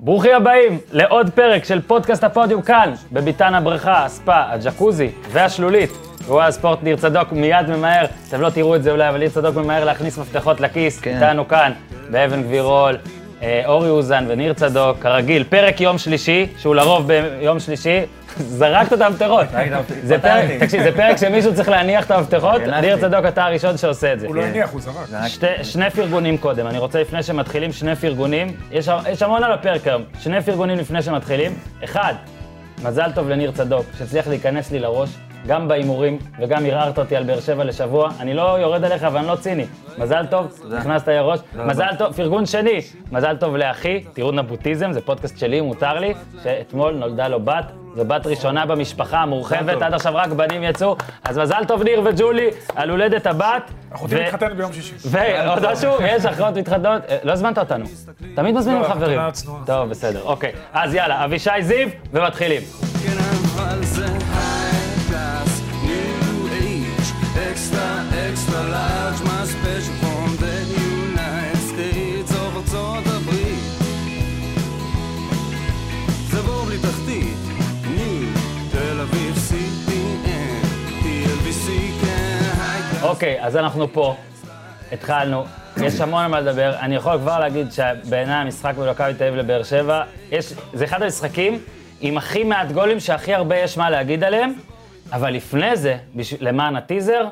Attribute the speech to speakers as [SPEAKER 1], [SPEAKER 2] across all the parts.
[SPEAKER 1] ברוכים הבאים לעוד פרק של פודקאסט הפודיום כאן, בביתן הבריכה, הספה, הג'קוזי והשלולית. וואו, ספורט ניר צדוק מיד ממהר, אתם לא תראו את זה אולי, אבל ניר צדוק ממהר להכניס מפתחות לכיס, כן. איתנו כאן, באבן גבירול, אה, אורי אוזן וניר צדוק, כרגיל, פרק יום שלישי, שהוא לרוב ביום שלישי, זרקת את המפתחות. זה פרק,
[SPEAKER 2] פתחתי.
[SPEAKER 1] תקשיב, זה פרק שמישהו צריך להניח את המפתחות,
[SPEAKER 2] הנחתי.
[SPEAKER 1] ניר צדוק אתה הראשון שעושה את זה.
[SPEAKER 3] הוא לא הניח, הוא זרק.
[SPEAKER 1] שתי, שני פרגונים קודם, אני רוצה לפני שמתחילים שני פרגונים, יש, יש המון על הפרק היום, שני פרגונים לפני שמתחילים. אחד, מזל טוב לניר צדוק, שהצליח להיכנס לי לראש, גם בהימורים וגם ערערת אותי על באר שבע לשבוע. אני לא יורד עליך ואני לא ציני. מזל טוב, נכנסת לי לראש. מזל טוב, פרגון שני, מזל טוב לאחי, תראו נפוטיזם, זה פודקאסט שלי, מותר לי, שאתמול נולדה לו בת. זו בת ראשונה במשפחה המורחבת, עד עכשיו רק בנים יצאו. אז מזל טוב, ניר וג'ולי, על הולדת הבת.
[SPEAKER 3] אחותי
[SPEAKER 1] ו-
[SPEAKER 3] מתחתנת ביום שישי.
[SPEAKER 1] ועוד משהו, יש אחרות מתחתנות, אה, לא הזמנת אותנו. תמיד מזמינים
[SPEAKER 3] לא, אנחנו
[SPEAKER 1] חברים.
[SPEAKER 3] לא עצנו.
[SPEAKER 1] טוב, בסדר, אוקיי. אז יאללה, אבישי זיו, ומתחילים.
[SPEAKER 4] Thinking I'm the high class, new age, extra, extra large, my special from the United States of ארצות הברית. זה בור בלי תחתית, ניו, תל אביב, CTN, TLVC, כן, היי קלאס.
[SPEAKER 1] אוקיי, אז אנחנו פה, התחלנו, יש המון על מה לדבר. אני יכול כבר להגיד שבעיניי המשחק בין מכבי תל אביב לבאר שבע, יש, זה אחד המשחקים עם הכי מעט גולים שהכי הרבה יש מה להגיד עליהם, אבל לפני זה, בשביל- למען הטיזר,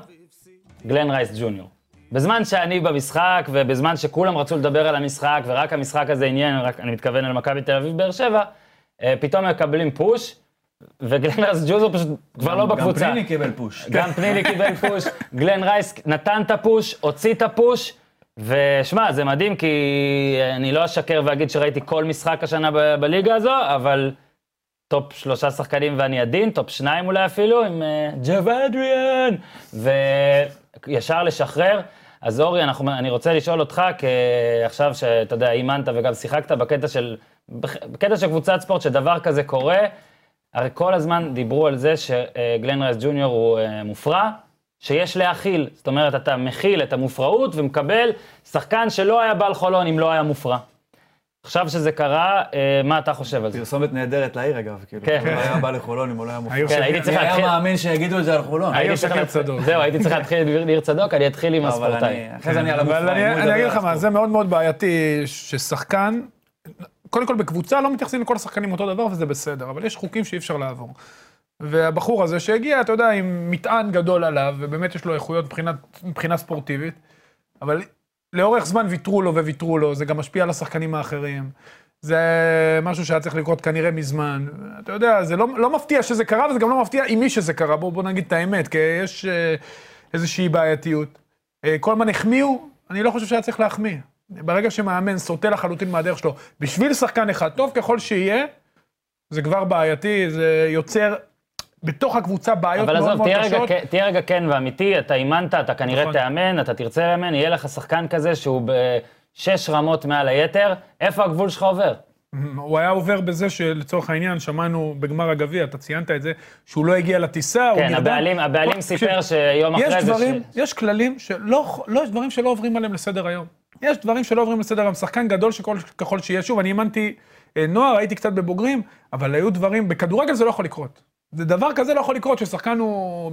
[SPEAKER 1] גלן רייס ג'וניור. בזמן שאני במשחק, ובזמן שכולם רצו לדבר על המשחק, ורק המשחק הזה עניין, רק, אני מתכוון על מכבי תל אביב באר שבע, אה, פתאום מקבלים פוש, וגלן רייס ג'וניור פשוט כבר לא בקבוצה.
[SPEAKER 2] גם פליני קיבל פוש.
[SPEAKER 1] גם פניני קיבל פוש, גלן רייס נתן את הפוש, הוציא את הפוש, ושמע, זה מדהים, כי אני לא אשקר ואגיד שראיתי כל משחק השנה ב- בליגה הזו, אבל טופ שלושה שחקנים ואני עדין, טופ שניים אולי אפילו, עם אה, ג'וואדריאן, וישר לשחרר. אז אורי, אנחנו, אני רוצה לשאול אותך, כי עכשיו שאתה יודע, אימנת וגם שיחקת בקטע של, בקטע של קבוצת ספורט, שדבר כזה קורה, הרי כל הזמן דיברו על זה שגלן רייס ג'וניור הוא אה, מופרע, שיש להכיל. זאת אומרת, אתה מכיל את המופרעות ומקבל שחקן שלא היה בעל חולון אם לא היה מופרע. עכשיו שזה קרה, אה, מה אתה חושב על זה?
[SPEAKER 2] פרסומת נהדרת לעיר אגב, כאילו.
[SPEAKER 1] כן.
[SPEAKER 2] הוא לא היה בא לחולון אם הוא לא היה מופתע.
[SPEAKER 3] העיר
[SPEAKER 1] כן,
[SPEAKER 3] שקר.
[SPEAKER 1] הייתי צריך
[SPEAKER 2] מי היה
[SPEAKER 1] להתחיל...
[SPEAKER 2] מאמין שיגידו את זה על חולון?
[SPEAKER 1] הייתי צריך
[SPEAKER 3] שקר
[SPEAKER 1] להתחיל-
[SPEAKER 3] צדוק.
[SPEAKER 1] זהו, הייתי צריך להתחיל עם ניר- ניר צדוק, אני אתחיל עם
[SPEAKER 2] לא, אבל
[SPEAKER 1] הספורטאי.
[SPEAKER 2] אני... אחרי זה אני על המופרע.
[SPEAKER 3] אבל
[SPEAKER 2] אם הוא
[SPEAKER 3] אני
[SPEAKER 2] ידבר
[SPEAKER 3] אני אגיד
[SPEAKER 2] על
[SPEAKER 3] לך מה,
[SPEAKER 2] הספורט.
[SPEAKER 3] זה מאוד מאוד בעייתי ששחקן, קודם כל בקבוצה לא מתייחסים לכל השחקנים אותו דבר וזה בסדר, אבל יש חוקים שאי אפשר לעבור. והבחור הזה שהגיע, אתה יודע, עם מטען גדול עליו, ובאמת יש לו איכויות מבחינת- מבחינה ספורטיבית, אבל לאורך זמן ויתרו לו וויתרו לו, זה גם משפיע על השחקנים האחרים. זה משהו שהיה צריך לקרות כנראה מזמן. אתה יודע, זה לא, לא מפתיע שזה קרה, וזה גם לא מפתיע עם מי שזה קרה, בואו בוא נגיד את האמת, כי יש אה, איזושהי בעייתיות. אה, כל הזמן החמיאו, אני לא חושב שהיה צריך להחמיא. ברגע שמאמן סוטה לחלוטין מהדרך שלו, בשביל שחקן אחד, טוב ככל שיהיה, זה כבר בעייתי, זה יוצר בתוך הקבוצה בעיות
[SPEAKER 1] אבל
[SPEAKER 3] מאוד
[SPEAKER 1] עזוב,
[SPEAKER 3] מאוד
[SPEAKER 1] תהיה רגע
[SPEAKER 3] קשות.
[SPEAKER 1] כן- תהיה רגע כן ואמיתי, אתה אימנת, אתה כנראה
[SPEAKER 3] נכון.
[SPEAKER 1] תאמן, אתה תרצה לאמן, יהיה לך שחקן כזה שהוא בשש רמות מעל היתר, איפה הגבול שלך עובר?
[SPEAKER 3] הוא היה עובר בזה שלצורך העניין, שמענו בגמר הגביע, אתה ציינת את זה, שהוא לא הגיע לטיסה, הוא
[SPEAKER 1] כן,
[SPEAKER 3] נרדם.
[SPEAKER 1] הבעלים- הבעלים
[SPEAKER 3] לא,
[SPEAKER 1] סיפר
[SPEAKER 3] תקשיב,
[SPEAKER 1] שיום אחרי זה...
[SPEAKER 3] יש
[SPEAKER 1] ש-
[SPEAKER 3] דברים, יש כללים שלא, ח- לא, יש דברים שלא עוברים עליהם לסדר היום. יש דברים שלא עוברים לסדר היום. שחקן גדול שכל, ככל שיהיה, שוב, אני אימנתי אה, נוער, הייתי קצת בבוגרים, אבל היו דברים, בכדורגל זה לא יכול לקרות. זה דבר כזה לא יכול לקרות, ששחקן הוא...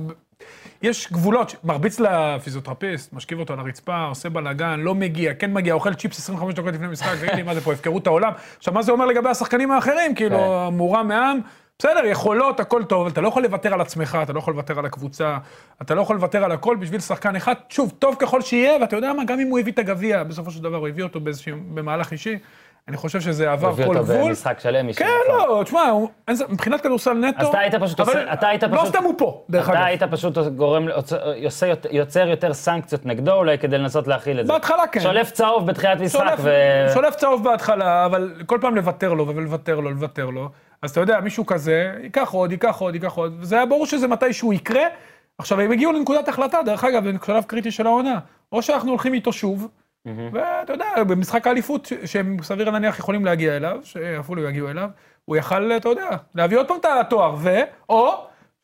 [SPEAKER 3] יש גבולות, מרביץ לפיזיותרפיסט, משכיב אותו על הרצפה, עושה בלאגן, לא מגיע, כן מגיע, אוכל צ'יפס 25 דקות לפני משחק, תגיד לי, מה זה פה, הפקרות העולם? עכשיו, מה זה אומר לגבי השחקנים האחרים?
[SPEAKER 1] כן.
[SPEAKER 3] כאילו, מורם מעם, בסדר, יכולות, הכל טוב, אבל אתה לא יכול לוותר על עצמך, אתה לא יכול לוותר על הקבוצה, אתה לא יכול לוותר על הכל בשביל שחקן אחד, שוב, טוב ככל שיהיה, ואתה יודע מה, גם אם הוא הביא את הגביע, בסופו של דבר הוא הביא אותו באיזשהו, במהלך אישי, אני חושב שזה עבר
[SPEAKER 1] הביא
[SPEAKER 3] כל
[SPEAKER 1] אותו
[SPEAKER 3] גבול.
[SPEAKER 1] במשחק שלם. אישי,
[SPEAKER 3] כן,
[SPEAKER 1] נכון.
[SPEAKER 3] לא, תשמע, הוא- אין זה- מבחינת כדורסל נטו,
[SPEAKER 1] אז אתה היית פשוט
[SPEAKER 3] אבל
[SPEAKER 1] עושה- אתה היית
[SPEAKER 3] לא
[SPEAKER 1] פשוט-
[SPEAKER 3] סתם הוא פה, דרך אגב.
[SPEAKER 1] אתה היית פשוט גורם, יוצר, יוצר יותר סנקציות נגדו אולי כדי לנסות להכיל את זה.
[SPEAKER 3] בהתחלה כן.
[SPEAKER 1] שולף צהוב בתחילת משחק
[SPEAKER 3] שולף,
[SPEAKER 1] ו...
[SPEAKER 3] שולף צהוב בהתחלה, אבל כל פעם לוותר לו, ולוותר לו, לוותר לו. אז אתה יודע, מישהו כזה, ייקח עוד, ייקח עוד, ייקח עוד, וזה היה ברור שזה מתישהו יקרה. עכשיו, הם הגיעו לנקודת החלטה, דרך אגב, בשלב קריטי של העונה. או שאנחנו הולכים איתו שוב, ואתה יודע, במשחק האליפות, ש- שהם סביר להניח יכולים להגיע אליו, שאפילו יגיעו אליו, הוא יכל, אתה יודע, להביא עוד פעם את התואר, ו... או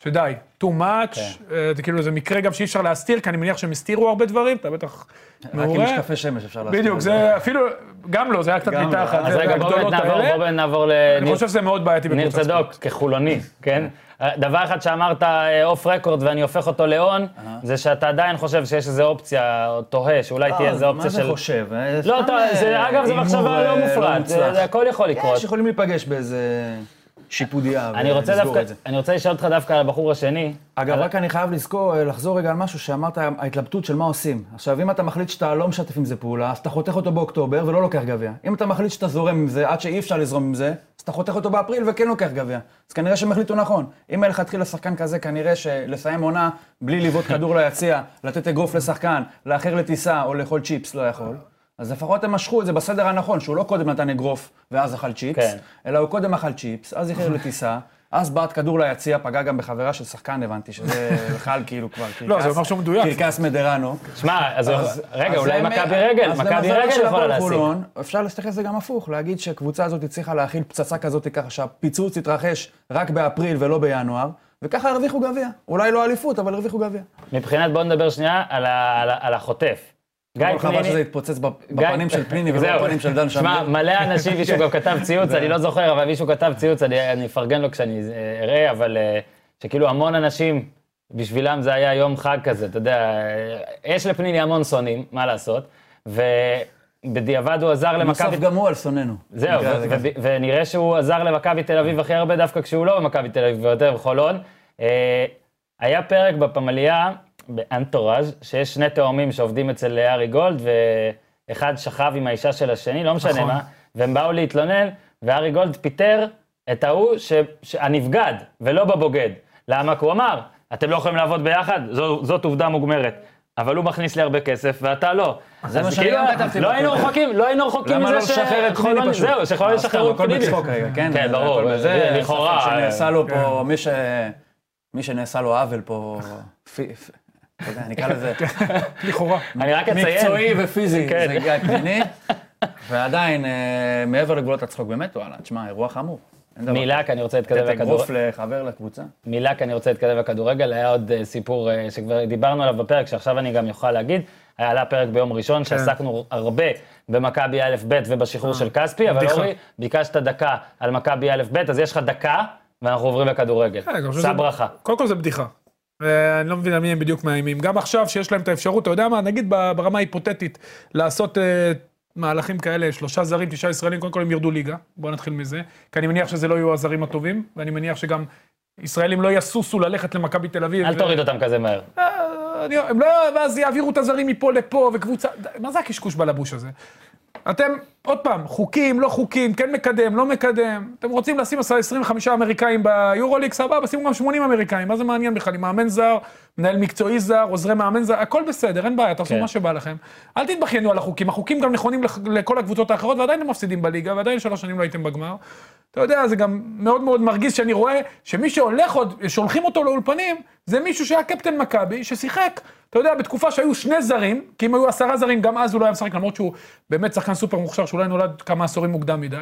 [SPEAKER 3] שדי, too much,
[SPEAKER 1] כן.
[SPEAKER 3] אה, זה כאילו זה מקרה גם שאי אפשר להסתיר, כי אני מניח שהם הסתירו הרבה דברים, אתה בטח
[SPEAKER 2] רק עם
[SPEAKER 3] מעורה.
[SPEAKER 2] משקפי שמש אפשר לעשות
[SPEAKER 3] בדיוק,
[SPEAKER 2] את אה,
[SPEAKER 3] זה אפילו, גם לא, זה היה קצת
[SPEAKER 2] גם
[SPEAKER 3] מיטה
[SPEAKER 2] לא.
[SPEAKER 3] אחת.
[SPEAKER 2] אז
[SPEAKER 1] אז
[SPEAKER 3] זה
[SPEAKER 1] רגע, בואו באמת
[SPEAKER 3] הגדולות
[SPEAKER 1] נעבור,
[SPEAKER 3] האלה.
[SPEAKER 1] בואו באמת נעבור
[SPEAKER 3] אני
[SPEAKER 1] לניר
[SPEAKER 3] חושב שזה מאוד בעייתי
[SPEAKER 1] ניר
[SPEAKER 3] בקבוצה
[SPEAKER 1] צדוק, כחולוני, כן? דבר אחד שאמרת אה, אוף רקורד ואני הופך אותו להון, זה שאתה עדיין חושב שיש איזו אופציה, או תוהה, שאולי תהיה איזו כן, אופציה של...
[SPEAKER 2] אה, מה זה חושב? אה,
[SPEAKER 1] לא, אתה, זה, אגב, זו מחשבה לא מופרעת, זה זה הכל יכול לקרות.
[SPEAKER 2] יש, יכולים אה, להיפגש באיזה שיפודיה
[SPEAKER 1] אני רוצה
[SPEAKER 2] ולסגור
[SPEAKER 1] דווקא,
[SPEAKER 2] את זה.
[SPEAKER 1] אני רוצה לשאול אותך דווקא על הבחור השני.
[SPEAKER 2] אגב, רק אני חייב לזכור, אה, לחזור רגע על משהו שאמרת, ההתלבטות של מה עושים. עכשיו, אם אתה מחליט שאתה לא משתף עם זה פעולה, אז אתה חותך אותו באוקטובר ולא לוקח גביע. אם אתה מחליט שאתה זורם עם זה עד שאי אפשר לזרום עם זה, אז אתה חותך אותו באפריל וכן לוקח גביע. אז כנראה שהם החליטו נכון. אם היה לך התחיל לשחקן כזה, כנראה שלסיים עונה בלי לבעוט כדור ליציע, לתת אגרוף לשחקן, לאחר לטיסה או לאכול צ'יפס, לא יכול. אז לפחות הם משכו את זה בסדר הנכון, שהוא לא קודם נתן אגרוף ואז אכל צ'יפס,
[SPEAKER 1] כן.
[SPEAKER 2] אלא הוא קודם אכל צ'יפס, אז איחר לטיסה, אז בעט כדור ליציע, פגע גם בחברה של שחקן, הבנתי, שזה בכלל כאילו כבר קרקס.
[SPEAKER 3] לא, זה אומר שהוא מדויק.
[SPEAKER 2] קרקס מדרנו.
[SPEAKER 1] שמע, אז רגע,
[SPEAKER 2] אז
[SPEAKER 1] אולי
[SPEAKER 2] הם- אה,
[SPEAKER 1] מכבי רגל,
[SPEAKER 2] אז
[SPEAKER 1] מכבי
[SPEAKER 2] למזלו של לא?
[SPEAKER 1] רגל יכולה
[SPEAKER 2] הפועל
[SPEAKER 1] להשיג.
[SPEAKER 2] חולון, אפשר להסתכל על זה גם הפוך, להגיד שהקבוצה הזאת הצליחה להכיל פצצה כזאת ככה, שהפיצוץ התרחש רק באפריל ולא בינואר, וככה הרוויחו גביע. אולי לא אליפות, אבל הרוויחו גביע.
[SPEAKER 1] מבחינת, בואו נדבר שנייה על ה- על ה- על החוטף. גיא
[SPEAKER 2] אבל חבל שזה
[SPEAKER 1] פניני,
[SPEAKER 2] התפוצץ בפ-
[SPEAKER 1] גיא-
[SPEAKER 2] בפנים של פניני ולא
[SPEAKER 1] זהו.
[SPEAKER 2] בפנים של דן
[SPEAKER 1] שמע,
[SPEAKER 2] שמיר.
[SPEAKER 1] מלא אנשים, מישהו גם כתב ציוץ, אני לא זוכר, אבל מישהו כתב ציוץ, אני אני אפרגן לו כשאני אה, אראה, אבל אה, שכאילו המון אנשים, בשבילם זה היה יום חג כזה, אתה יודע, אה, יש לפניני המון שונאים, מה לעשות, ובדיעבד הוא עזר למכבי...
[SPEAKER 2] נוסף גם הוא על שונאינו.
[SPEAKER 1] זהו,
[SPEAKER 2] נקרא
[SPEAKER 1] ו-
[SPEAKER 2] לזה
[SPEAKER 1] ו- ונראה שהוא עזר למכבי תל אביב הכי הרבה דווקא כשהוא לא במכבי תל אביב, ויותר בחולון. אה, היה פרק בפמליה, באנטוראז', שיש שני תאומים שעובדים אצל ארי גולד, ואחד שכב עם האישה של השני, לא משנה
[SPEAKER 3] נכון.
[SPEAKER 1] מה, והם באו להתלונן, וארי גולד פיטר את ההוא ש- ש- הנבגד, ולא בבוגד. למה? כי הוא אמר, אתם לא יכולים לעבוד ביחד, זו- זאת עובדה מוגמרת. אבל הוא מכניס לי הרבה כסף, ואתה לא.
[SPEAKER 2] זה
[SPEAKER 1] אז
[SPEAKER 2] מה שאני
[SPEAKER 1] כאילו,
[SPEAKER 2] גם כתבתי
[SPEAKER 1] לא
[SPEAKER 2] בפרק.
[SPEAKER 1] היינו רחוקים, לא היינו רחוקים
[SPEAKER 2] למה
[SPEAKER 1] מזה
[SPEAKER 2] לא לשחרר את פניני
[SPEAKER 1] חולון-
[SPEAKER 2] פשוט?
[SPEAKER 1] זהו, שחולון
[SPEAKER 2] אז סתם,
[SPEAKER 1] ישחררו את
[SPEAKER 2] הכל
[SPEAKER 1] פניני.
[SPEAKER 2] בצחוק רגע, כן?
[SPEAKER 1] כן, ברור,
[SPEAKER 2] הכל בזה,
[SPEAKER 1] לכאורה,
[SPEAKER 2] ספק שנעשה לו
[SPEAKER 1] כן.
[SPEAKER 2] פה, מי ש... מי שנעשה לו עוול פה, פי- פ- אתה יודע, נקרא לזה
[SPEAKER 3] לכאורה.
[SPEAKER 1] אני רק אציין.
[SPEAKER 2] מקצועי ופיזי,
[SPEAKER 1] כן.
[SPEAKER 2] זה גיא פניני, ועדיין, אה, מעבר לגבולות הצחוק, באמת, וואלה, תשמע, אירוע חמור. אין דבר
[SPEAKER 1] מילה, כי אני רוצה להתקדם
[SPEAKER 2] כזה.
[SPEAKER 1] לכדורגל.
[SPEAKER 2] תגרוף לחבר לקבוצה.
[SPEAKER 1] מילה, כי אני רוצה להתקדם לכדורגל. היה עוד אה, סיפור אה, שכבר דיברנו עליו בפרק, שעכשיו אני גם יוכל להגיד. היה עלה פרק ביום ראשון, שעסקנו הרבה במכבי א'-ב' ובשחרור של כספי, אבל
[SPEAKER 3] בדיחה.
[SPEAKER 1] אורי, ביקשת דקה על מכבי א'-ב', אז יש לך דקה, ואנחנו עוברים לכדורגל.
[SPEAKER 3] כן, אני חושב
[SPEAKER 1] שא
[SPEAKER 3] שזה-
[SPEAKER 1] ברכה.
[SPEAKER 3] קודם כל זה בדיחה. אה, אני לא מבין על מי הם בדיוק מאיימים. גם עכשיו שיש להם את האפשרות, אתה יודע מה, נגיד ב- ברמה ההיפותטית, לעשות אה, מהלכים כאלה, שלושה זרים, תשעה ישראלים, קודם כל הם ירדו ליגה, בואו נתחיל מזה, כי אני מניח שזה לא יהיו הזרים הטובים, ואני מניח שגם ישראלים לא יסוסו ללכת למכבי תל אביב.
[SPEAKER 1] אל
[SPEAKER 3] ו-
[SPEAKER 1] תוריד אותם כזה מהר.
[SPEAKER 3] אה, אני- הם לא, ואז יעבירו את הזרים מפה לפה, וקבוצה... די, מה זה הקשקוש בלבוש הזה? אתם, עוד פעם, חוקים, לא חוקים, כן מקדם, לא מקדם. אתם רוצים לשים 25 אמריקאים ביורוליג, סבבה, שימו גם 80 אמריקאים, מה זה מעניין בכלל? עם מאמן זר, מנהל מקצועי זר, עוזרי מאמן זר, הכל בסדר, אין בעיה, תעשו
[SPEAKER 1] כן.
[SPEAKER 3] מה שבא לכם. אל תתבכיינו על החוקים, החוקים גם נכונים לח- לכל הקבוצות האחרות, ועדיין הם מפסידים בליגה, ועדיין שלוש שנים לא הייתם בגמר. אתה יודע, זה גם מאוד מאוד מרגיז שאני רואה שמי שהולך עוד, שולחים אותו לאולפנים, זה מישהו שהיה קפטן מכבי, ששיחק, אתה יודע, בתקופה שהיו שני זרים, כי אם היו עשרה זרים, גם אז הוא לא היה משחק, למרות שהוא באמת שחקן סופר מוכשר, שאולי נולד כמה עשורים מוקדם מדי.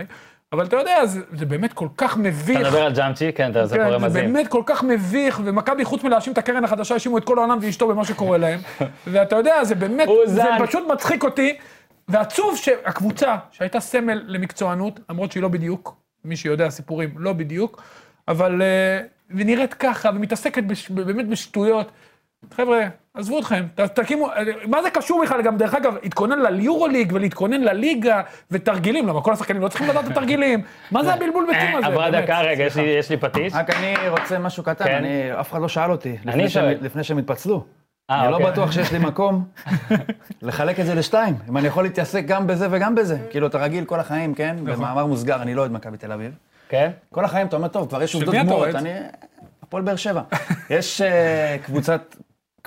[SPEAKER 3] אבל אתה יודע, זה, זה באמת כל כך
[SPEAKER 1] אתה
[SPEAKER 3] מביך.
[SPEAKER 1] מדבר על ג'אמצ'י? כן, אתה- זה קורה
[SPEAKER 3] זה
[SPEAKER 1] מדהים.
[SPEAKER 3] באמת כל כך מביך, ומכבי חוץ מלהאשים את הקרן החדשה, האשימו את כל העולם ואשתו במה שקורה להם. ואתה יודע, זה באמת, זה
[SPEAKER 1] אוזן.
[SPEAKER 3] פשוט מצחיק אותי, ועצוב שהקבוצה שהייתה סמל למקצוענות, למרות שהיא לא בדיוק, מי שיודע סיפורים, לא בדיוק, אבל אה, היא נראית ככה, ומתעסקת בש, באמת בשטויות. חבר'ה, עזבו אתכם, ת- תקימו, אה, מה זה קשור בכלל? גם דרך אגב, התכונן ליורוליג ולהתכונן לליגה ותרגילים, למה כל השחקנים לא צריכים לדעת את התרגילים? מה אה, זה הבלבול ביצים הזה?
[SPEAKER 1] אה, עברה
[SPEAKER 3] באמת?
[SPEAKER 1] דקה, רגע, יש לי- יש לי פטיש.
[SPEAKER 2] רק אני רוצה משהו קטן,
[SPEAKER 1] כן.
[SPEAKER 2] אני- אף אחד לא שאל אותי, לפני
[SPEAKER 1] אני
[SPEAKER 2] שהם-
[SPEAKER 1] שואל.
[SPEAKER 2] לפני שהם התפצלו.
[SPEAKER 1] אה,
[SPEAKER 2] אני
[SPEAKER 1] אוקיי.
[SPEAKER 2] לא בטוח שיש לי מקום לחלק את זה לשתיים, אם אני יכול להתעסק גם בזה וגם בזה. כאילו, אתה רגיל כל החיים, כן?
[SPEAKER 1] נכון.
[SPEAKER 2] במאמר מוסגר, אני לא אוהד מכבי תל אביב.
[SPEAKER 1] כן?
[SPEAKER 2] כל החיים אתה אומר, טוב, כבר יש עובדות
[SPEAKER 3] מי אתה
[SPEAKER 2] גמורות,
[SPEAKER 3] אוהד?
[SPEAKER 2] אני... הפועל באר שבע. יש אה, קבוצת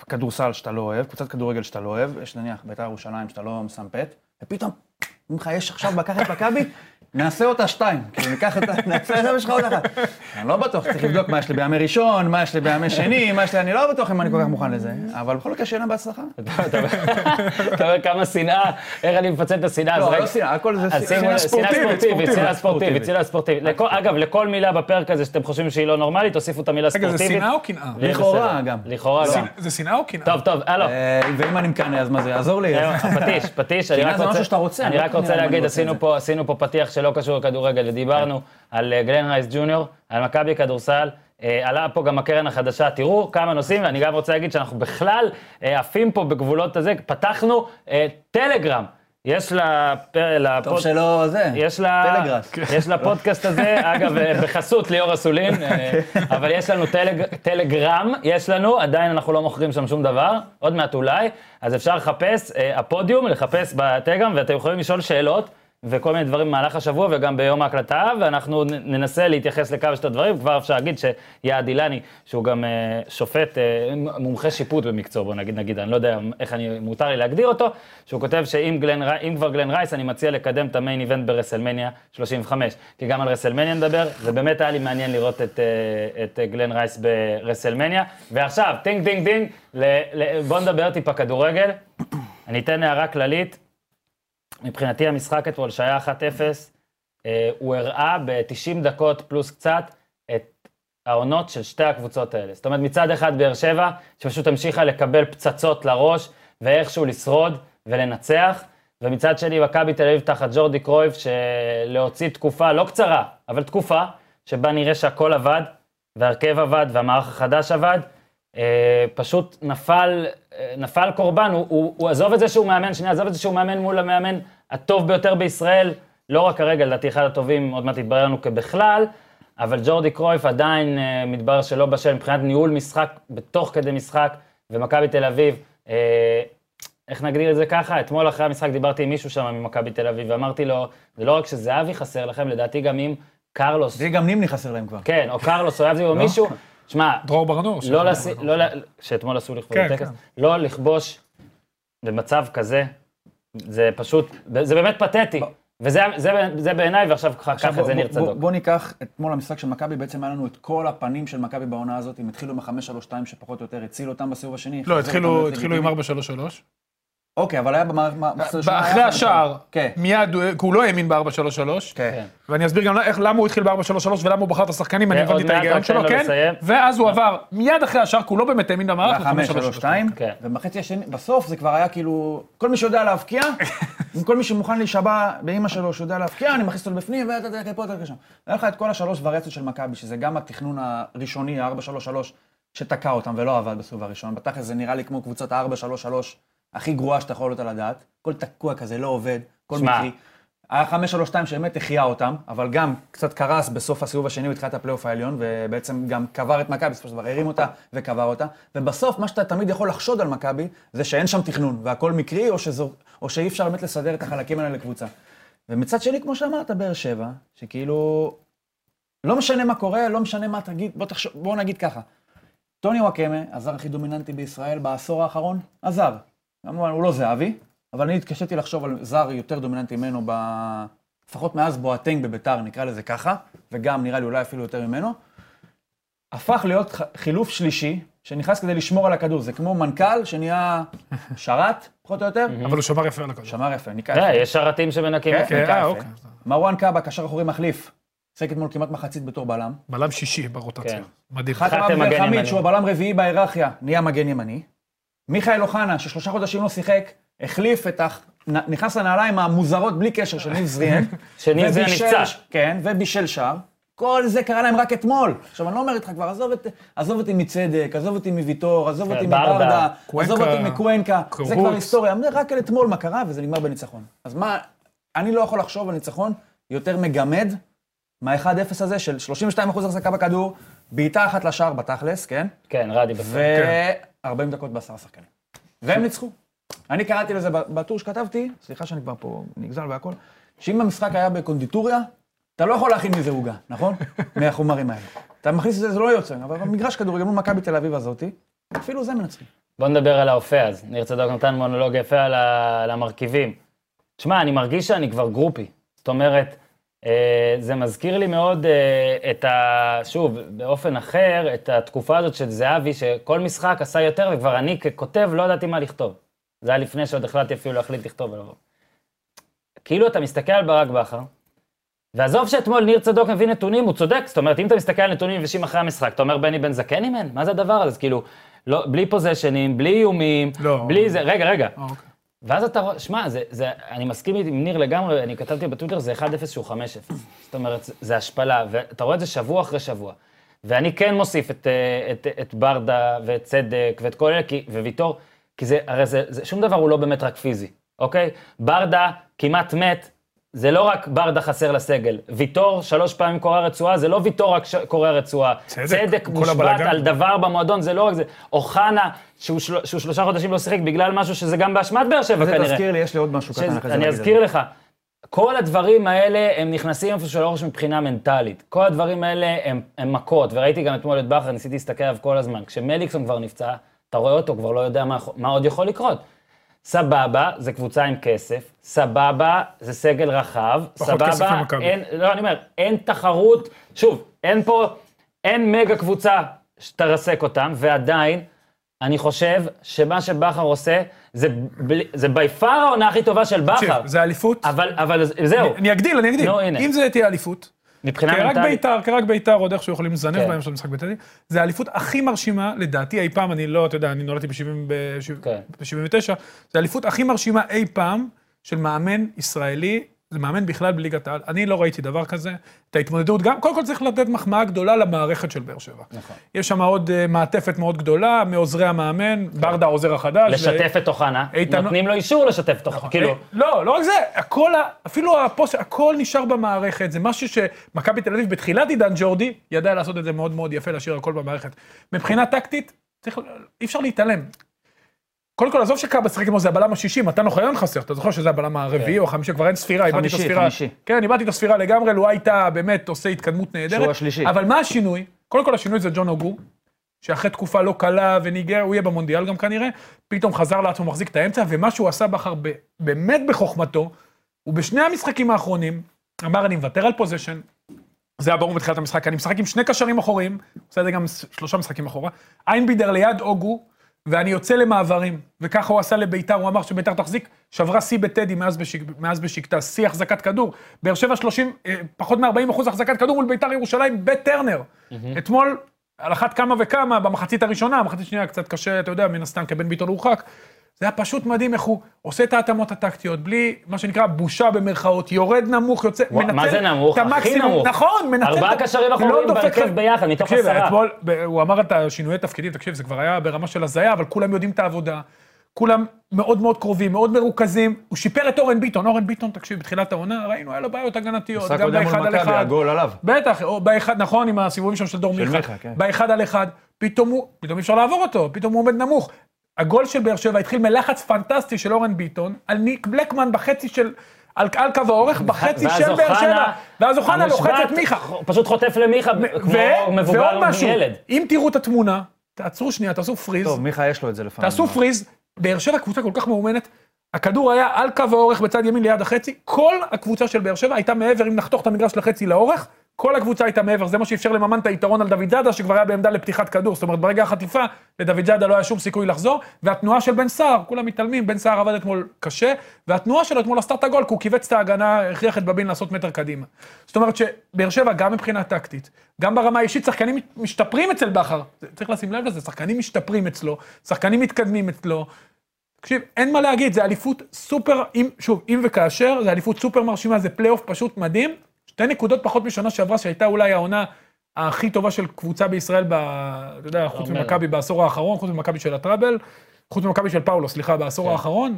[SPEAKER 2] כדורסל שאתה לא אוהב, קבוצת כדורגל שאתה לא אוהב, יש נניח בית"ר ירושלים שאתה לא מסמפת, ופתאום, אומרים לך, יש עכשיו בקר את מכבי, נעשה אותה שתיים. כאילו, ניקח אותה, נעשה את המשך עוד אחת. אני לא בטוח, צריך לבדוק מה יש לי בימי ראשון, מה יש לי בימי שני, מה יש לי, אני לא בטוח אם אני כל כך מוכן לזה, אבל בכל מקרה שיהיה להם בהצלחה.
[SPEAKER 1] אתה אתה רואה כמה שנאה, איך אני מפצל את השנאה. אז
[SPEAKER 2] לא,
[SPEAKER 1] רגע.
[SPEAKER 2] לא שנאה, הכל זה
[SPEAKER 1] אז
[SPEAKER 2] שנאה
[SPEAKER 1] שימו- שנאה
[SPEAKER 3] ספורטיבית,
[SPEAKER 1] ספורטיבית, שנאה
[SPEAKER 3] ספורטיבית.
[SPEAKER 1] ספורטיבית, שנאה ספורטיבית. לכל- אגב, לכל מילה בפרק הזה שאתם חושבים שהיא לא נורמלית, תוסיפו את המילה
[SPEAKER 3] רגע,
[SPEAKER 1] ספורטיבית.
[SPEAKER 3] זה שנאה או קנאה?
[SPEAKER 1] יהיה
[SPEAKER 2] לכאורה
[SPEAKER 1] בסדר.
[SPEAKER 2] גם.
[SPEAKER 1] לכאורה
[SPEAKER 2] לא.
[SPEAKER 1] גם.
[SPEAKER 3] זה שנאה או קנאה?
[SPEAKER 1] טוב, טוב, הלו.
[SPEAKER 2] אה, ואם אני מקנא, אז מה זה יעזור לי?
[SPEAKER 1] אה, פטיש, פטיש, אני
[SPEAKER 2] שנאה
[SPEAKER 1] רק
[SPEAKER 2] זה
[SPEAKER 1] רוצה,
[SPEAKER 2] משהו שאתה רוצה,
[SPEAKER 1] אני
[SPEAKER 2] לא
[SPEAKER 1] רק
[SPEAKER 2] נראה
[SPEAKER 1] רוצה
[SPEAKER 2] לי אני
[SPEAKER 1] להגיד,
[SPEAKER 2] רוצה
[SPEAKER 1] עשינו
[SPEAKER 2] את זה.
[SPEAKER 1] פה, עשינו פה פתיח שלא קשור לכדורגל, ודיברנו על אה, גלן רייס ג'וניור, על מכבי כדורסל, אה, עלה פה גם הקרן החדשה, תראו כמה נושאים, ואני גם רוצה להגיד שאנחנו בכלל אה, עפים פה בגבולות הזה, פתחנו אה, טלגרם, יש לפ-
[SPEAKER 2] טוב
[SPEAKER 1] לפוד-
[SPEAKER 2] שלא זה,
[SPEAKER 1] יש לה...
[SPEAKER 2] כן, טלגראס.
[SPEAKER 1] יש לפודקאסט הזה, אגב, אה, בחסות ליאור אסולין, אה, אבל יש לנו טלג, טלגרם, יש לנו, עדיין אנחנו לא מוכרים שם שום דבר, עוד מעט אולי, אז אפשר לחפש, אה, הפודיום, לחפש בטלגרם, ואתם יכולים לשאול שאלות. וכל מיני דברים במהלך השבוע וגם ביום ההקלטה, ואנחנו נ- ננסה להתייחס לכמה שיותר דברים. כבר אפשר להגיד שיעד אילני, שהוא גם אה, שופט, אה, מ- מומחה שיפוט במקצוע, בוא נגיד, נגיד, אני לא יודע איך אני, מותר לי להגדיר אותו, שהוא כותב שאם גלן, רי- אם כבר גלן רייס, אני מציע לקדם את המיין איבנט ברסלמניה 35, כי גם על רסלמניה נדבר, ובאמת היה לי מעניין לראות את, אה, את אה, גלן רייס ברסלמניה. ועכשיו, טינג דינג דינג, ל- ל- בוא נדבר טיפה כדורגל. אני אתן הערה כללית. מבחינתי המשחק אתמול שהיה 1-0, אה, הוא הראה ב-90 דקות פלוס קצת את העונות של שתי הקבוצות האלה. זאת אומרת, מצד אחד באר שבע, שפשוט המשיכה לקבל פצצות לראש, ואיכשהו לשרוד ולנצח, ומצד שני מכבי תל אביב תחת ג'ורדי קרויף, שלהוציא תקופה לא קצרה, אבל תקופה, שבה נראה שהכל עבד, וההרכב עבד, והמערך החדש עבד, אה, פשוט נפל, אה, נפל קורבן, הוא, הוא, הוא עזוב את זה שהוא מאמן, שנייה, עזוב את זה שהוא מאמן מול המאמן הטוב ביותר בישראל, לא רק כרגע, לדעתי אחד הטובים, עוד מעט יתברר לנו כבכלל, אבל ג'ורדי קרויף עדיין אה, מתברר שלא בשל מבחינת ניהול משחק בתוך כדי משחק, ומכבי תל אביב, אה, איך נגדיר את זה ככה? אתמול אחרי המשחק דיברתי עם מישהו שם ממכבי תל אביב, ואמרתי לו, זה לא רק שזהבי חסר לכם, לדעתי גם אם קרלוס,
[SPEAKER 2] זה גם נימני חסר להם כבר.
[SPEAKER 1] כן, או קרלוס או יבזי
[SPEAKER 2] לא?
[SPEAKER 1] או מישהו, שמע,
[SPEAKER 3] דרור ברנור.
[SPEAKER 1] לא
[SPEAKER 3] שלא-
[SPEAKER 1] לשים, לא ל... שאתמול עשו לכבוד
[SPEAKER 3] כן,
[SPEAKER 1] הטקס,
[SPEAKER 3] כן.
[SPEAKER 1] לא לכבוש במצב כזה, זה פשוט, זה באמת פתטי. וזה זה- זה בעיניי, ועכשיו
[SPEAKER 2] עכשיו
[SPEAKER 1] ככה
[SPEAKER 2] בוא-
[SPEAKER 1] זה ניר
[SPEAKER 2] בוא- בוא-
[SPEAKER 1] צדוק.
[SPEAKER 2] בוא ניקח אתמול המשחק של מכבי, בעצם היה לנו את כל הפנים של מכבי בעונה הזאת, הם התחילו מ-5-3-2 שפחות או יותר הציל אותם בסיבוב השני.
[SPEAKER 3] לא,
[SPEAKER 2] חזרו אותם
[SPEAKER 3] התחילו
[SPEAKER 2] להיות
[SPEAKER 3] התחילו עם
[SPEAKER 2] לגיטימיים.
[SPEAKER 3] 4-3-3.
[SPEAKER 2] אוקיי, אבל היה במחסור
[SPEAKER 3] אחרי השער,
[SPEAKER 2] כן.
[SPEAKER 3] מיד, הוא- כי הוא לא האמין ב-4-3-3.
[SPEAKER 2] כן.
[SPEAKER 1] כן.
[SPEAKER 3] ואני אסביר גם איך, למה הוא התחיל ב-4-3-3 ולמה הוא בחר את השחקנים, אני
[SPEAKER 1] אה, עוד
[SPEAKER 3] הבנתי את
[SPEAKER 1] מעט,
[SPEAKER 3] ההיגיון
[SPEAKER 1] רק תן
[SPEAKER 3] שלו,
[SPEAKER 1] לו
[SPEAKER 3] כן?
[SPEAKER 1] לסיים. אה.
[SPEAKER 3] ואז הוא עבר מיד אחרי השאר, כי הוא לא באמת האמין למערך, ל-5-3-3.
[SPEAKER 2] 5-3-2,
[SPEAKER 1] כן.
[SPEAKER 2] ובחצי השני, בסוף זה כבר היה כאילו, כל מי שיודע להבקיע, עם כל מי שמוכן להישבע באימא שלו שיודע להבקיע, אני מכניס אותו לבפנים, ואתה תראה פה, אתה תראה שם. היה לך את כל השלוש ורצות של מכבי, שזה גם התכנון הראשוני, ה-4-3-3, שתקע אותם ולא עבד בסיבוב הראשון. בתכל'ס זה נראה לי כמו קבוצת ה-4-3-3 הכי גרועה שאתה יכול להיות על הדעת. הכל תקוע כזה, לא עובד, הכל
[SPEAKER 1] שמע.
[SPEAKER 2] מקרי. היה 5-3-2 שבאמת החיה אותם, אבל גם קצת קרס בסוף הסיבוב השני בתחילת הפלייאוף העליון, ובעצם גם קבר את מכבי, בסופו של דבר הרים אותה וקבר אותה. ובסוף, מה שאתה תמיד יכול לחשוד על מכבי, זה שאין שם תכנון, והכל מקרי, או, שזו, או שאי אפשר באמת לסדר את החלקים האלה לקבוצה. ומצד שני, כמו שאמרת, באר שבע, שכאילו, לא משנה מה קורה, לא משנה מה תגיד, בוא, תחשוב, בוא נגיד ככה. טוני וואקמה, הזר הכי דומיננטי בישראל בעשור האחרון, הזר. כמובן, הוא לא זהבי, אבל אני התקשיתי לחשוב על זר יותר דומיננטי ממנו, ב... לפחות מאז בואטנג בביתר, נקרא לזה ככה, וגם נראה לי אולי אפילו יותר ממנו. הפך להיות ח- חילוף שלישי, שנכנס כדי לשמור על הכדור. זה כמו מנכ"ל שנהיה שרת, פחות או יותר.
[SPEAKER 3] אבל הוא שמר יפה על הכדור.
[SPEAKER 2] שמר יפה, ניקח.
[SPEAKER 1] אתה יודע, יש שרתים שמנקים.
[SPEAKER 2] כן,
[SPEAKER 1] יפה.
[SPEAKER 3] כן, אה,
[SPEAKER 2] יפה.
[SPEAKER 3] אוקיי.
[SPEAKER 2] מרואן קאבה, קשר אחורי מחליף, שיחק אתמול כמעט מחצית בתור בלם.
[SPEAKER 3] בלם שישי
[SPEAKER 1] כן.
[SPEAKER 3] ברוטציה. מדהים.
[SPEAKER 1] חתם
[SPEAKER 2] חתם
[SPEAKER 1] מגן
[SPEAKER 2] מגן
[SPEAKER 1] ימני.
[SPEAKER 2] ימני. שהוא הבלם רביעי בהיררכיה, נהיה מגן ימני. מיכאל אוחנה, ששלושה חודשים לא שיחק, החליף את ה... נכנס לנעליים המוזרות בלי קשר של ניב זריאן.
[SPEAKER 1] שניב זריאן
[SPEAKER 2] ובישל-
[SPEAKER 1] נפצע.
[SPEAKER 2] כן, ובישל שער. כל זה קרה להם רק אתמול. עכשיו, אני לא אומר איתך כבר, עזוב, את, עזוב אותי מצדק, עזוב אותי מוויטור, עזוב
[SPEAKER 1] כן,
[SPEAKER 2] אותי
[SPEAKER 1] ברדה,
[SPEAKER 2] מברדה,
[SPEAKER 3] קוונקה,
[SPEAKER 2] עזוב אותי מקוונקה, זה כבר
[SPEAKER 3] קרוץ.
[SPEAKER 2] היסטוריה. אני רק על אתמול מה קרה, וזה נגמר בניצחון. אז מה, אני לא יכול לחשוב על ניצחון יותר מגמד מה-1-0 הזה של 32% החזקה בכדור, בעיטה אחת לשער בתכלס, כן?
[SPEAKER 1] כן, רדי בסדר.
[SPEAKER 2] ו-40 דקות בעשרה שחקנים. והם ניצחו. אני קראתי לזה ב- בטור שכתבתי, סליחה שאני כבר פה נגזל והכל, שאם המשחק היה בקונדיטוריה, אתה לא יכול להכין מזה עוגה, נכון? מהחומרים האלה. אתה מכניס את זה, זה לא יוצא, אבל במגרש כדורגל מול מכבי תל אביב הזאתי, אפילו זה מנצחים.
[SPEAKER 1] בוא נדבר על האופה אז. ניר צדוק נתן מונולוג יפה על ה- על המרכיבים. שמע, אני מרגיש שאני כבר גרופי. זאת אומרת, אה, זה מזכיר לי מאוד אה, את ה... שוב, באופן אחר, את התקופה הזאת של זהבי, שכל משחק עשה יותר, וכבר אני ככותב לא ידעתי מה לכתוב. זה היה לפני שעוד החלטתי אפילו להחליט לכתוב עליו. כאילו אתה מסתכל על ברק בכר, ועזוב שאתמול ניר צדוק מביא נתונים, הוא צודק. זאת אומרת, אם אתה מסתכל על נתונים יבשים אחרי המשחק, אתה אומר, בני בן זקן אימן? מה זה הדבר הזה? אז כאילו, לא, בלי פוזיישנים, בלי איומים,
[SPEAKER 3] לא.
[SPEAKER 1] בלי זה, רגע, רגע.
[SPEAKER 3] אה, אוקיי.
[SPEAKER 1] ואז אתה רואה, שמע, זה, זה, אני מסכים עם ניר לגמרי, אני כתבתי בטוויטר, זה 1-0 שהוא 5-0. זאת אומרת, זה- זה השפלה, ואתה רואה את זה שבוע אחרי שבוע. ואני כן מוסיף את, אה, את, את ברדה ואת צדק ואת כל אלה, כי- וויטור, כי זה, הרי זה, זה, שום דבר הוא לא באמת רק פיזי, אוקיי? ברדה כמעט מת, זה לא רק ברדה חסר לסגל. ויטור, שלוש פעמים קורע רצועה, זה לא ויטור רק ש- קורע רצועה.
[SPEAKER 3] צדק,
[SPEAKER 1] צדק
[SPEAKER 3] כל
[SPEAKER 1] מושבת
[SPEAKER 3] הבלגן.
[SPEAKER 1] על דבר במועדון, זה לא רק זה. אוחנה, שהוא, של... שהוא שלושה חודשים לא שיחק בגלל משהו שזה גם באשמת באר שבע
[SPEAKER 2] זה
[SPEAKER 1] כנראה.
[SPEAKER 2] תזכיר לי, יש לי עוד משהו קטן אחרי זה.
[SPEAKER 1] אני
[SPEAKER 2] להגיד על
[SPEAKER 1] אזכיר
[SPEAKER 2] זה.
[SPEAKER 1] לך. כל הדברים האלה, הם נכנסים איפה של הראש מבחינה מנטלית. כל הדברים האלה הם, הם מכות, וראיתי גם אתמול את בכר, ניסיתי להסתכל עליו כל הזמן. כשמליקסון כבר נפצע, אתה רואה אותו, כבר לא יודע מה, מה עוד יכול לקרות. סבבה, זה קבוצה עם כסף, סבבה, זה סגל רחב,
[SPEAKER 3] פחות
[SPEAKER 1] סבבה,
[SPEAKER 3] כסף למכבי.
[SPEAKER 1] אין, לא, אני אומר, אין תחרות, שוב, אין פה, אין מגה קבוצה שתרסק אותם, ועדיין, אני חושב שמה שבכר עושה, זה, בלי- זה בי פאר העונה הכי טובה של
[SPEAKER 3] תקשיב,
[SPEAKER 1] בכר.
[SPEAKER 3] זה אליפות.
[SPEAKER 1] אבל, אבל זה- זהו,
[SPEAKER 3] אני אגדיל, אני אגדיל.
[SPEAKER 1] נו, הנה.
[SPEAKER 3] אם זה תהיה אליפות,
[SPEAKER 1] מבחינה
[SPEAKER 3] כי רק
[SPEAKER 1] מנטלית,
[SPEAKER 3] בית"ר, כי רק בית"ר עוד איכשהו יכולים
[SPEAKER 1] כן.
[SPEAKER 3] לזנב בהם של משחק בית"ר, זה האליפות הכי מרשימה, לדעתי אי פעם, אני לא, אתה יודע, אני נולדתי
[SPEAKER 1] כן.
[SPEAKER 3] ב-79, זה האליפות הכי מרשימה אי פעם של מאמן ישראלי, זה מאמן בכלל בליגת העל. אני לא ראיתי דבר כזה. את ההתמודדות גם, קודם כל צריך לתת מחמאה גדולה למערכת של באר שבע.
[SPEAKER 1] נכון.
[SPEAKER 3] יש שם עוד אה, מעטפת מאוד גדולה מעוזרי המאמן, ברדה העוזר החדש. ו-
[SPEAKER 1] לשתף את אוחנה,
[SPEAKER 3] איתן-
[SPEAKER 1] נותנים לו אישור לשתף את אוחנה, כאילו,
[SPEAKER 3] אה, לא, לא רק זה, הכל, ה- אפילו הפוסט, הכל נשאר במערכת, זה משהו שמכבי תל אביב בתחילת עידן ג'ורדי, ידע לעשות את זה מאוד מאוד יפה, להשאיר הכל במערכת. מבחינה טקטית, צריך, אי אפשר להתעלם. קודם כל, עזוב שקאבה שיחק כמו זה הבלם השישי, מתן אוחיון חסר, אתה זוכר שזה הבלם הרביעי או החמישי, כבר אין ספירה, איבדתי
[SPEAKER 2] כן.
[SPEAKER 3] את
[SPEAKER 2] חמישי,
[SPEAKER 3] הספירה.
[SPEAKER 2] חמישי.
[SPEAKER 3] כן, איבדתי את הספירה לגמרי, לואי הייתה באמת עושה התקדמות נהדרת.
[SPEAKER 2] שהוא השלישי.
[SPEAKER 3] אבל מה השינוי? קודם כל השינוי זה ג'ון אוגו, שאחרי תקופה לא קלה וניגר, הוא יהיה במונדיאל גם כנראה, פתאום חזר לעצמו, מחזיק את האמצע, ומה שהוא עשה בכר ב- באמת בחוכמתו, הוא בשני המשחקים האחרונים, אמר אני מוותר על פוזיישן, זה היה ברור בתחילת המשחק, אני משחק עם שני קשרים אחוריים, הוא עושה את זה גם ס- שלושה משחקים אחורה, איינבידר ליד אוגו, ואני יוצא למעברים, וככה הוא עשה לביתר, הוא אמר שביתר תחזיק, שברה שיא בטדי מאז, בשיק, מאז בשקטה, שיא החזקת כדור. באר שבע 30, אה, פחות מ-40 אחוז החזקת כדור מול ביתר ירושלים בטרנר. אתמול, על אחת כמה וכמה, במחצית הראשונה, המחצית השנייה קצת קשה, אתה יודע, מן הסתם, כבן ביטון הורחק. זה היה פשוט מדהים איך הוא עושה את ההתאמות הטקטיות, בלי מה שנקרא בושה במרכאות, יורד נמוך, יוצא,
[SPEAKER 1] וואו,
[SPEAKER 3] מנצל
[SPEAKER 1] מה זה נמוך?
[SPEAKER 3] את
[SPEAKER 1] הכי
[SPEAKER 3] המקסימום.
[SPEAKER 1] נמוך.
[SPEAKER 3] נכון, מנצל.
[SPEAKER 1] ארבעה
[SPEAKER 3] את ה-
[SPEAKER 1] קשרים אחוריים
[SPEAKER 3] לא דופק
[SPEAKER 1] בהרכב
[SPEAKER 3] ח-
[SPEAKER 1] ביחד, מתוך
[SPEAKER 3] תקשיב,
[SPEAKER 1] עשרה.
[SPEAKER 3] אתמול, ב- הוא אמר את השינויי תפקידים, תקשיב, זה כבר היה ברמה של הזיה, אבל כולם יודעים את העבודה. כולם מאוד מאוד קרובים, מאוד מרוכזים. הוא שיפר את אורן ביטון. אורן ביטון, תקשיב, בתחילת העונה, ראינו, היה לו בעיות הגנתיות,
[SPEAKER 2] משחק
[SPEAKER 3] גם
[SPEAKER 2] קודם
[SPEAKER 3] באחד
[SPEAKER 2] מול
[SPEAKER 3] על
[SPEAKER 2] מכבי,
[SPEAKER 3] אחד.
[SPEAKER 2] הגול עליו.
[SPEAKER 3] בטח, או באחד, נכון, עם הסיבובים שם של דור
[SPEAKER 2] של
[SPEAKER 3] מיכה.
[SPEAKER 2] מיכה, כן.
[SPEAKER 3] באחד על אחד, פתאום הוא, פתאום אי אפשר לעבור אותו, פתאום הוא עומד נמוך. הגול של באר שבע התחיל מלחץ פנטסטי של אורן ביטון, על ניק בלקמן בחצי של, על, על קו האורך, בחצי
[SPEAKER 1] ואז
[SPEAKER 3] של באר שבע.
[SPEAKER 1] אוחנה-
[SPEAKER 3] ואז אוחנה לוחץ את
[SPEAKER 1] המושבת
[SPEAKER 3] מיכה.
[SPEAKER 1] ח- פשוט חוטף למיכה כמו
[SPEAKER 3] ו- ועוד
[SPEAKER 1] מבוגר
[SPEAKER 3] משהו,
[SPEAKER 1] מילד.
[SPEAKER 3] אם תראו את התמונה, תעצרו שנייה, תעשו פריז,
[SPEAKER 2] טוב, מיכה יש לו את זה לפעמים.
[SPEAKER 3] תעשו פריז, באר שבע קבוצה כל כך מאומנת, הכדור היה על קו האורך בצד ימין ליד החצי, כל הקבוצה של באר שבע הייתה מעבר, אם נחתוך את המגרש לחצי לאורך, כל הקבוצה הייתה מעבר, זה מה שאפשר לממן את היתרון על דוד זאדה, שכבר היה בעמדה לפתיחת כדור, זאת אומרת ברגע החטיפה, לדוד זאדה לא היה שום סיכוי לחזור, והתנועה של בן סער, כולם מתעלמים, בן סער עבד אתמול קשה, והתנועה שלו אתמול עשתה את הגול, כי הוא כיווץ את ההגנה, הכריח את בבין לעשות מטר קדימה. זאת אומרת שבאר שבע, גם מבחינה טקטית, גם ברמה האישית, שחקנים משתפרים אצל בכר, צריך לשים לב לזה, שחקנים משתפרים אצלו, שחקנים מתקדמים אצלו, תקשיב, אין מה להגיד, זה אליפות סופר, אם, שוב, אם וכאשר, זה אליפות סופר מרשימה, זה פלייאוף פשוט מדהים. שתי נקודות פחות משנה שעברה, שהייתה אולי העונה הכי טובה של קבוצה בישראל, ב, אתה יודע, חוץ
[SPEAKER 1] אומר.
[SPEAKER 3] ממכבי בעשור האחרון, חוץ ממכבי של הטראבל, חוץ ממכבי של פאולו, סליחה, בעשור כן. האחרון.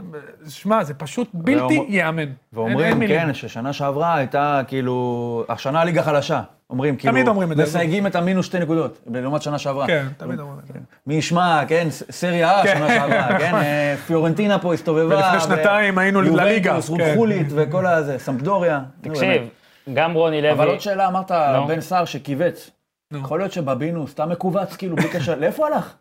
[SPEAKER 3] שמע, זה פשוט בלתי
[SPEAKER 2] ואומר-
[SPEAKER 3] ייאמן. אין- אין
[SPEAKER 2] ואומרים,
[SPEAKER 3] מילים.
[SPEAKER 2] כן, ששנה שעברה הייתה כאילו, השנה ליגה חלשה. אומרים, כאילו,
[SPEAKER 3] תמיד אומרים את זה.
[SPEAKER 2] מסייגים את המינוס שתי נקודות, לעומת שנה שעברה.
[SPEAKER 3] כן, תמיד אומרים את זה.
[SPEAKER 2] מי ישמע, כן, ס- סריה A שנה שעברה, כן, אה, פיורנטינה פה הסתובבה.
[SPEAKER 3] ולפני שנתיים
[SPEAKER 2] ו-
[SPEAKER 3] היינו לליגה,
[SPEAKER 2] יובנטוס,
[SPEAKER 3] כן.
[SPEAKER 2] רודחולית וכל הזה, סמפדוריה. נו,
[SPEAKER 1] תקשיב,
[SPEAKER 2] באמת.
[SPEAKER 1] גם רוני לוי...
[SPEAKER 2] אבל עוד שאלה, אמרת על
[SPEAKER 1] נו.
[SPEAKER 2] בן סער שכיווץ. יכול להיות שבבינו סתם מכווץ, כאילו, בלי קשר, לאיפה הוא הלך?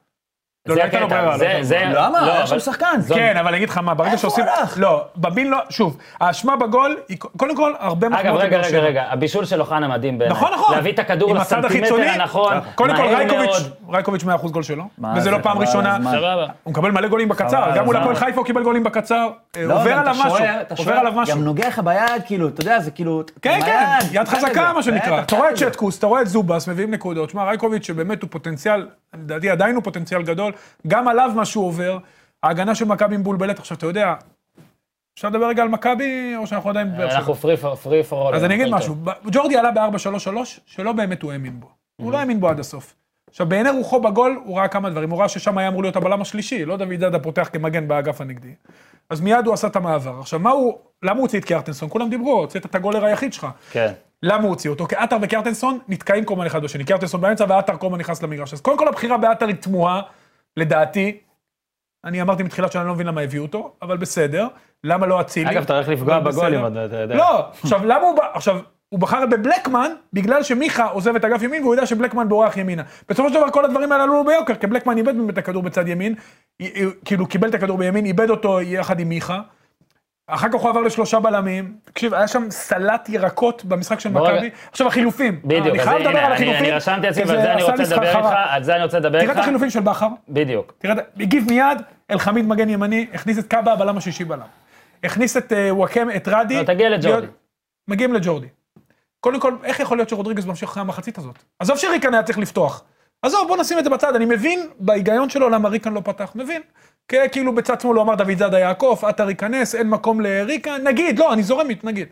[SPEAKER 3] לא,
[SPEAKER 1] זה
[SPEAKER 3] לא הייתה לו
[SPEAKER 1] הקטע,
[SPEAKER 3] ברירה, לא
[SPEAKER 1] זה,
[SPEAKER 3] הייתה לו
[SPEAKER 1] זה...
[SPEAKER 3] ברירה.
[SPEAKER 2] למה? היה שם
[SPEAKER 1] אבל-
[SPEAKER 2] שחקן.
[SPEAKER 1] זו-
[SPEAKER 3] כן, אבל אני אגיד לך מה, ברגע
[SPEAKER 2] איפה
[SPEAKER 3] שעושים...
[SPEAKER 2] הוא הלך?
[SPEAKER 3] לא, בבין לא... שוב, האשמה בגול היא קודם כל הרבה
[SPEAKER 1] אגב,
[SPEAKER 3] לבאר
[SPEAKER 1] רגע, רגע,
[SPEAKER 3] שבע.
[SPEAKER 1] רגע, הבישול של אוחנה מדהים בעיניי.
[SPEAKER 3] נכון, נכון.
[SPEAKER 1] להביא את הכדור
[SPEAKER 3] עם הצד
[SPEAKER 1] לסנטימטר
[SPEAKER 3] החיצוני. אה,
[SPEAKER 1] הנכון,
[SPEAKER 3] קודם כל,
[SPEAKER 1] מהר
[SPEAKER 3] רייקוביץ',
[SPEAKER 1] מאוד.
[SPEAKER 3] רייקוביץ' 100% גול שלו,
[SPEAKER 2] נכון. מה
[SPEAKER 3] וזה
[SPEAKER 2] זה,
[SPEAKER 3] לא פעם
[SPEAKER 2] חבל על
[SPEAKER 3] ראשונה.
[SPEAKER 2] הזמן.
[SPEAKER 1] סבבה.
[SPEAKER 3] הוא מקבל מלא גולים בקצר,
[SPEAKER 2] חבל,
[SPEAKER 3] גם מול הפועל
[SPEAKER 2] חבל.
[SPEAKER 3] חיפה הוא קיבל גולים בקצר. אה,
[SPEAKER 2] לא,
[SPEAKER 3] עובר
[SPEAKER 2] גם
[SPEAKER 3] עליו
[SPEAKER 2] אתה
[SPEAKER 3] משהו,
[SPEAKER 2] שוער, אתה
[SPEAKER 3] עובר
[SPEAKER 2] שוער,
[SPEAKER 3] עליו משהו.
[SPEAKER 2] גם נוגח לך ביד, כאילו, אתה יודע, זה כאילו...
[SPEAKER 3] כן,
[SPEAKER 2] עם
[SPEAKER 3] כן,
[SPEAKER 2] היד,
[SPEAKER 3] יד
[SPEAKER 2] שחקן
[SPEAKER 3] חזקה,
[SPEAKER 2] כזה.
[SPEAKER 3] מה שנקרא.
[SPEAKER 2] בטח,
[SPEAKER 3] אתה רואה את
[SPEAKER 2] כזה.
[SPEAKER 3] שטקוס, אתה רואה את זובס, מביאים נקודות. שמע, רייקוביץ' שבאמת הוא פוטנציאל, לדעתי עדיין הוא פוטנציאל גדול, גם עליו מה שהוא עובר. ההגנה של מכבי מבולבלת. עכשיו, אתה יודע, אפשר לדבר רגע על מכבי, או שאנחנו עדיין בבאר שבע?
[SPEAKER 1] אנחנו פרי פור- פרי פור אול.
[SPEAKER 3] אז אני אגיד
[SPEAKER 1] הכל
[SPEAKER 3] משהו,
[SPEAKER 1] טוב.
[SPEAKER 3] ב- ג'ורדי עלה ב-4-3-3, שלא באמת הוא האמין בו. הוא לא האמין בו עד הסוף. עכשיו, בעיני רוחו בגול, הוא ראה כמה דברים. הוא ראה ששם היה אמור להיות הבלם השלישי, לא דוד דדה פותח כמגן באגף הנגדי. אז מיד הוא עשה את המעבר. עכשיו, מה הוא, למה הוא הוציא את קיארטנסון? כולם דיברו, הוצאת את הגולר היחיד שלך.
[SPEAKER 1] כן.
[SPEAKER 3] למה הוא הוציא אותו? כי עטר וקיארטנסון נתקעים קומן אחד בשני. קיארטנסון באמצע ועטר קומן נכנס למגרש. אז קודם כל הבחירה בעטר היא תמוהה, לדעתי. אני אמרתי מתחילת שנה, אני לא מבין למה הביאו אותו, אבל בסדר. למה לא אצילי?
[SPEAKER 1] אגב, אתה הולך לפגוע
[SPEAKER 3] אבל בסדר.
[SPEAKER 1] בגולים, אתה אתה יודע.
[SPEAKER 3] לא, עכשיו למה הוא בא, עכשיו, הוא בחר בבלקמן בגלל שמיכה עוזב את אגף ימין והוא יודע שבלקמן בורח ימינה. בסופו של דבר כל הדברים האלה עלו לו ביוקר, כי בלקמן איבד באמת את הכדור בצד ימין, י- י- כאילו קיבל את הכדור בימין, איבד אותו יחד עם מיכה. אחר כך הוא עבר לשלושה בלמים. תקשיב, היה שם סלט ירקות במשחק של
[SPEAKER 1] בוא רגע.
[SPEAKER 3] מכבי. עכשיו החילופים.
[SPEAKER 1] בדיוק,
[SPEAKER 3] אני
[SPEAKER 1] אז
[SPEAKER 3] חייב לדבר
[SPEAKER 1] הנה,
[SPEAKER 3] על
[SPEAKER 1] אני-
[SPEAKER 3] החילופים.
[SPEAKER 1] אני רשמתי
[SPEAKER 3] כי
[SPEAKER 1] עצמי,
[SPEAKER 3] זה
[SPEAKER 1] ועל זה אני
[SPEAKER 3] עשה
[SPEAKER 1] רוצה
[SPEAKER 3] משחק
[SPEAKER 1] לדבר איתך,
[SPEAKER 3] חרא.
[SPEAKER 1] על זה אני רוצה לדבר איתך.
[SPEAKER 3] תראה את החילופים של בכר.
[SPEAKER 1] בדיוק.
[SPEAKER 3] תראה, הגיב מיד, אלחמיד מגן ימני, הכניס את קאבה, הבלם השישי בלם. הכניס את אה, וואקם, את רדי.
[SPEAKER 1] לא, תגיע לג'ורדי.
[SPEAKER 3] להיות- מגיעים לג'ורדי. קודם כל, איך יכול להיות שרודריגז ממשיך אחרי המחצית הזאת? עזוב שריקן היה צריך לפתוח. עזוב, בוא נשים את זה בצד, אני מבין בהיגיון שלו למה ריקן לא פתח, מבין. כי כאילו בצד שמאל הוא אמר דוד זאדה יעקוף, עטר ייכנס, אין מקום לריקן, נגיד, לא, אני זורם, איתו, נגיד.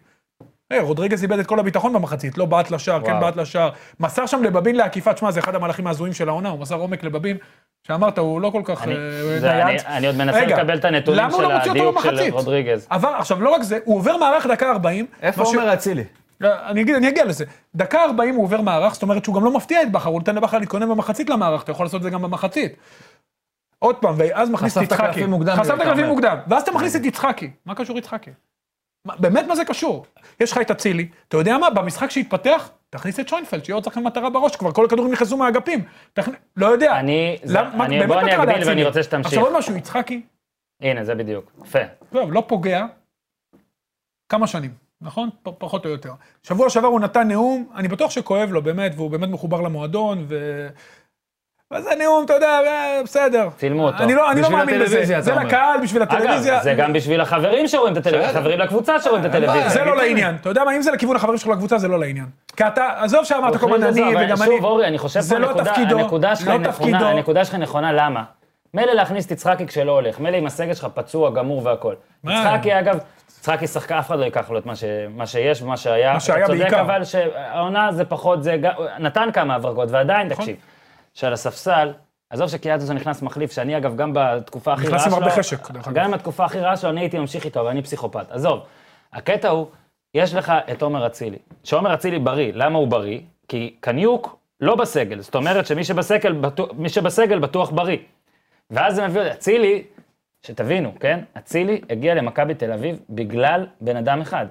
[SPEAKER 3] היי, רודריגז איבד את כל הביטחון במחצית, לא בעט לשער, כן
[SPEAKER 1] וואו.
[SPEAKER 3] בעט לשער. מסר שם לבבין לעקיפה, תשמע, זה אחד המהלכים ההזויים של העונה, הוא מסר עומק לבבין, שאמרת, הוא לא כל כך
[SPEAKER 1] אני-
[SPEAKER 3] אה,
[SPEAKER 1] זה,
[SPEAKER 3] נייד.
[SPEAKER 1] אני- אני עוד מנסה
[SPEAKER 3] רגע,
[SPEAKER 1] לקבל את הנתונים
[SPEAKER 3] למה הוא
[SPEAKER 1] של
[SPEAKER 3] לא מוציא אותו
[SPEAKER 1] הדיוק של
[SPEAKER 3] במחצית?
[SPEAKER 1] רודריגז.
[SPEAKER 3] עבר, עכשיו, לא רק זה, הוא עובר מערך דקה 40.
[SPEAKER 2] איפה
[SPEAKER 3] מה ש-
[SPEAKER 2] עומר אצילי?
[SPEAKER 3] לא, אני אגיד, אני אגיע לזה. דקה 40 הוא עובר מערך, זאת אומרת שהוא גם לא מפתיע את בכר, הוא נותן לבכר להתכונן במחצית למערך, אתה יכול לעשות את זה גם במחצית. עוד פעם, ואז מכניס את
[SPEAKER 2] חשף את
[SPEAKER 3] יצחקי.
[SPEAKER 2] הקלפים מוקדם,
[SPEAKER 3] חשף את
[SPEAKER 2] אתה
[SPEAKER 3] הקלפים
[SPEAKER 2] אומר. אה.
[SPEAKER 3] מוקדם. ואז אתה מכניס את יצחקי. מה קשור יצחקי? מה- באמת מה זה קשור? יש לך את אצילי, אתה יודע מה? במשחק שהתפתח, תכניס את שוינפלד, שיהיה עוד שחקן מטרה בראש, כבר כל הכדורים נכנסו מהאגפים. תכנ... לא יודע.
[SPEAKER 1] אני- זה-
[SPEAKER 3] למה- מה-
[SPEAKER 1] אני-
[SPEAKER 3] באמת
[SPEAKER 1] בוא
[SPEAKER 3] מה
[SPEAKER 1] אני
[SPEAKER 3] קרה
[SPEAKER 1] אגביל
[SPEAKER 3] לאצילי?
[SPEAKER 1] ואני רוצה שתמשיך.
[SPEAKER 3] עכשיו לא- עוד משהו, יצחקי,
[SPEAKER 1] הנה, זה בדיוק. יפה.
[SPEAKER 3] טוב, לא פוגע, כמה שנים, נכון? פ- פחות או יותר. שבוע שעבר הוא נתן נאום, אני בטוח שכואב לו באמת, והוא באמת מחובר למועדון, ו... וזה נאום, אתה יודע, אה, בסדר.
[SPEAKER 1] צילמו אותו.
[SPEAKER 3] אני לא, אני לא
[SPEAKER 2] בשביל
[SPEAKER 3] מאמין
[SPEAKER 2] הטלוויזיה,
[SPEAKER 3] לזה.
[SPEAKER 2] אתה
[SPEAKER 3] זה
[SPEAKER 2] אומר.
[SPEAKER 3] לקהל, בשביל
[SPEAKER 1] אגב,
[SPEAKER 3] הטלוויזיה. אה,
[SPEAKER 1] זה גם בשביל החברים שרואים את הטלוויזיה,
[SPEAKER 2] בסדר.
[SPEAKER 1] חברים לקבוצה שרואים את
[SPEAKER 2] בעיה.
[SPEAKER 1] הטלוויזיה. כן-
[SPEAKER 3] זה לא לעניין. אתה יודע מה, אם זה לכיוון החברים שלך לקבוצה, זה לא לעניין. כי אתה, עזוב שאמרת כל הזמן אני,
[SPEAKER 1] אבל
[SPEAKER 3] וגם אני...
[SPEAKER 1] אוקיי, שוב, אורי, אני חושב
[SPEAKER 3] זה
[SPEAKER 1] פה,
[SPEAKER 3] לא
[SPEAKER 1] הנקודה-
[SPEAKER 3] תפקידו,
[SPEAKER 1] הנקודה שלך
[SPEAKER 3] לא
[SPEAKER 1] היא נכונה,
[SPEAKER 3] תפקידו.
[SPEAKER 1] הנקודה שלך היא נכונה, למה? מילא להכניס את יצחקי כשלא הולך, מילא אם הסגל שלך פצוע, גמור והכול.
[SPEAKER 3] מה?
[SPEAKER 1] יצחקי, אגב, יצחקי שחקן, אף אחד לא ייקח לו את מה ש- מה שיש ומה שהיה.
[SPEAKER 3] מה שהיה
[SPEAKER 1] אתה צודק,
[SPEAKER 3] בעיקר.
[SPEAKER 1] אבל שהעונה זה פחות, זה גם- נתן כמה הברקות, ועדיין,
[SPEAKER 3] נכון.
[SPEAKER 1] תקשיב, שעל הספסל, עזוב שקיאטוסון נכנס מחליף, שאני אגב, גם בתקופה הכי רעה שלו...
[SPEAKER 3] נכנס עם הרבה חשק, דרך אגב.
[SPEAKER 1] גם עם התקופה הכי רעה שלו, אני הייתי ממשיך איתו, אבל אני פסיכופת. עזוב, הקטע הוא, יש לך את עומר אצילי. שעומר אצילי בריא, למה הוא בריא? כי קניוק לא בסגל, זאת אומרת שמי שבסגל, בטוח- מי שבסגל בטוח בריא. ואז זה מביא, אצילי, שתבינו, כן? אצילי הגיע למכבי תל אביב בגלל בן אדם אחד,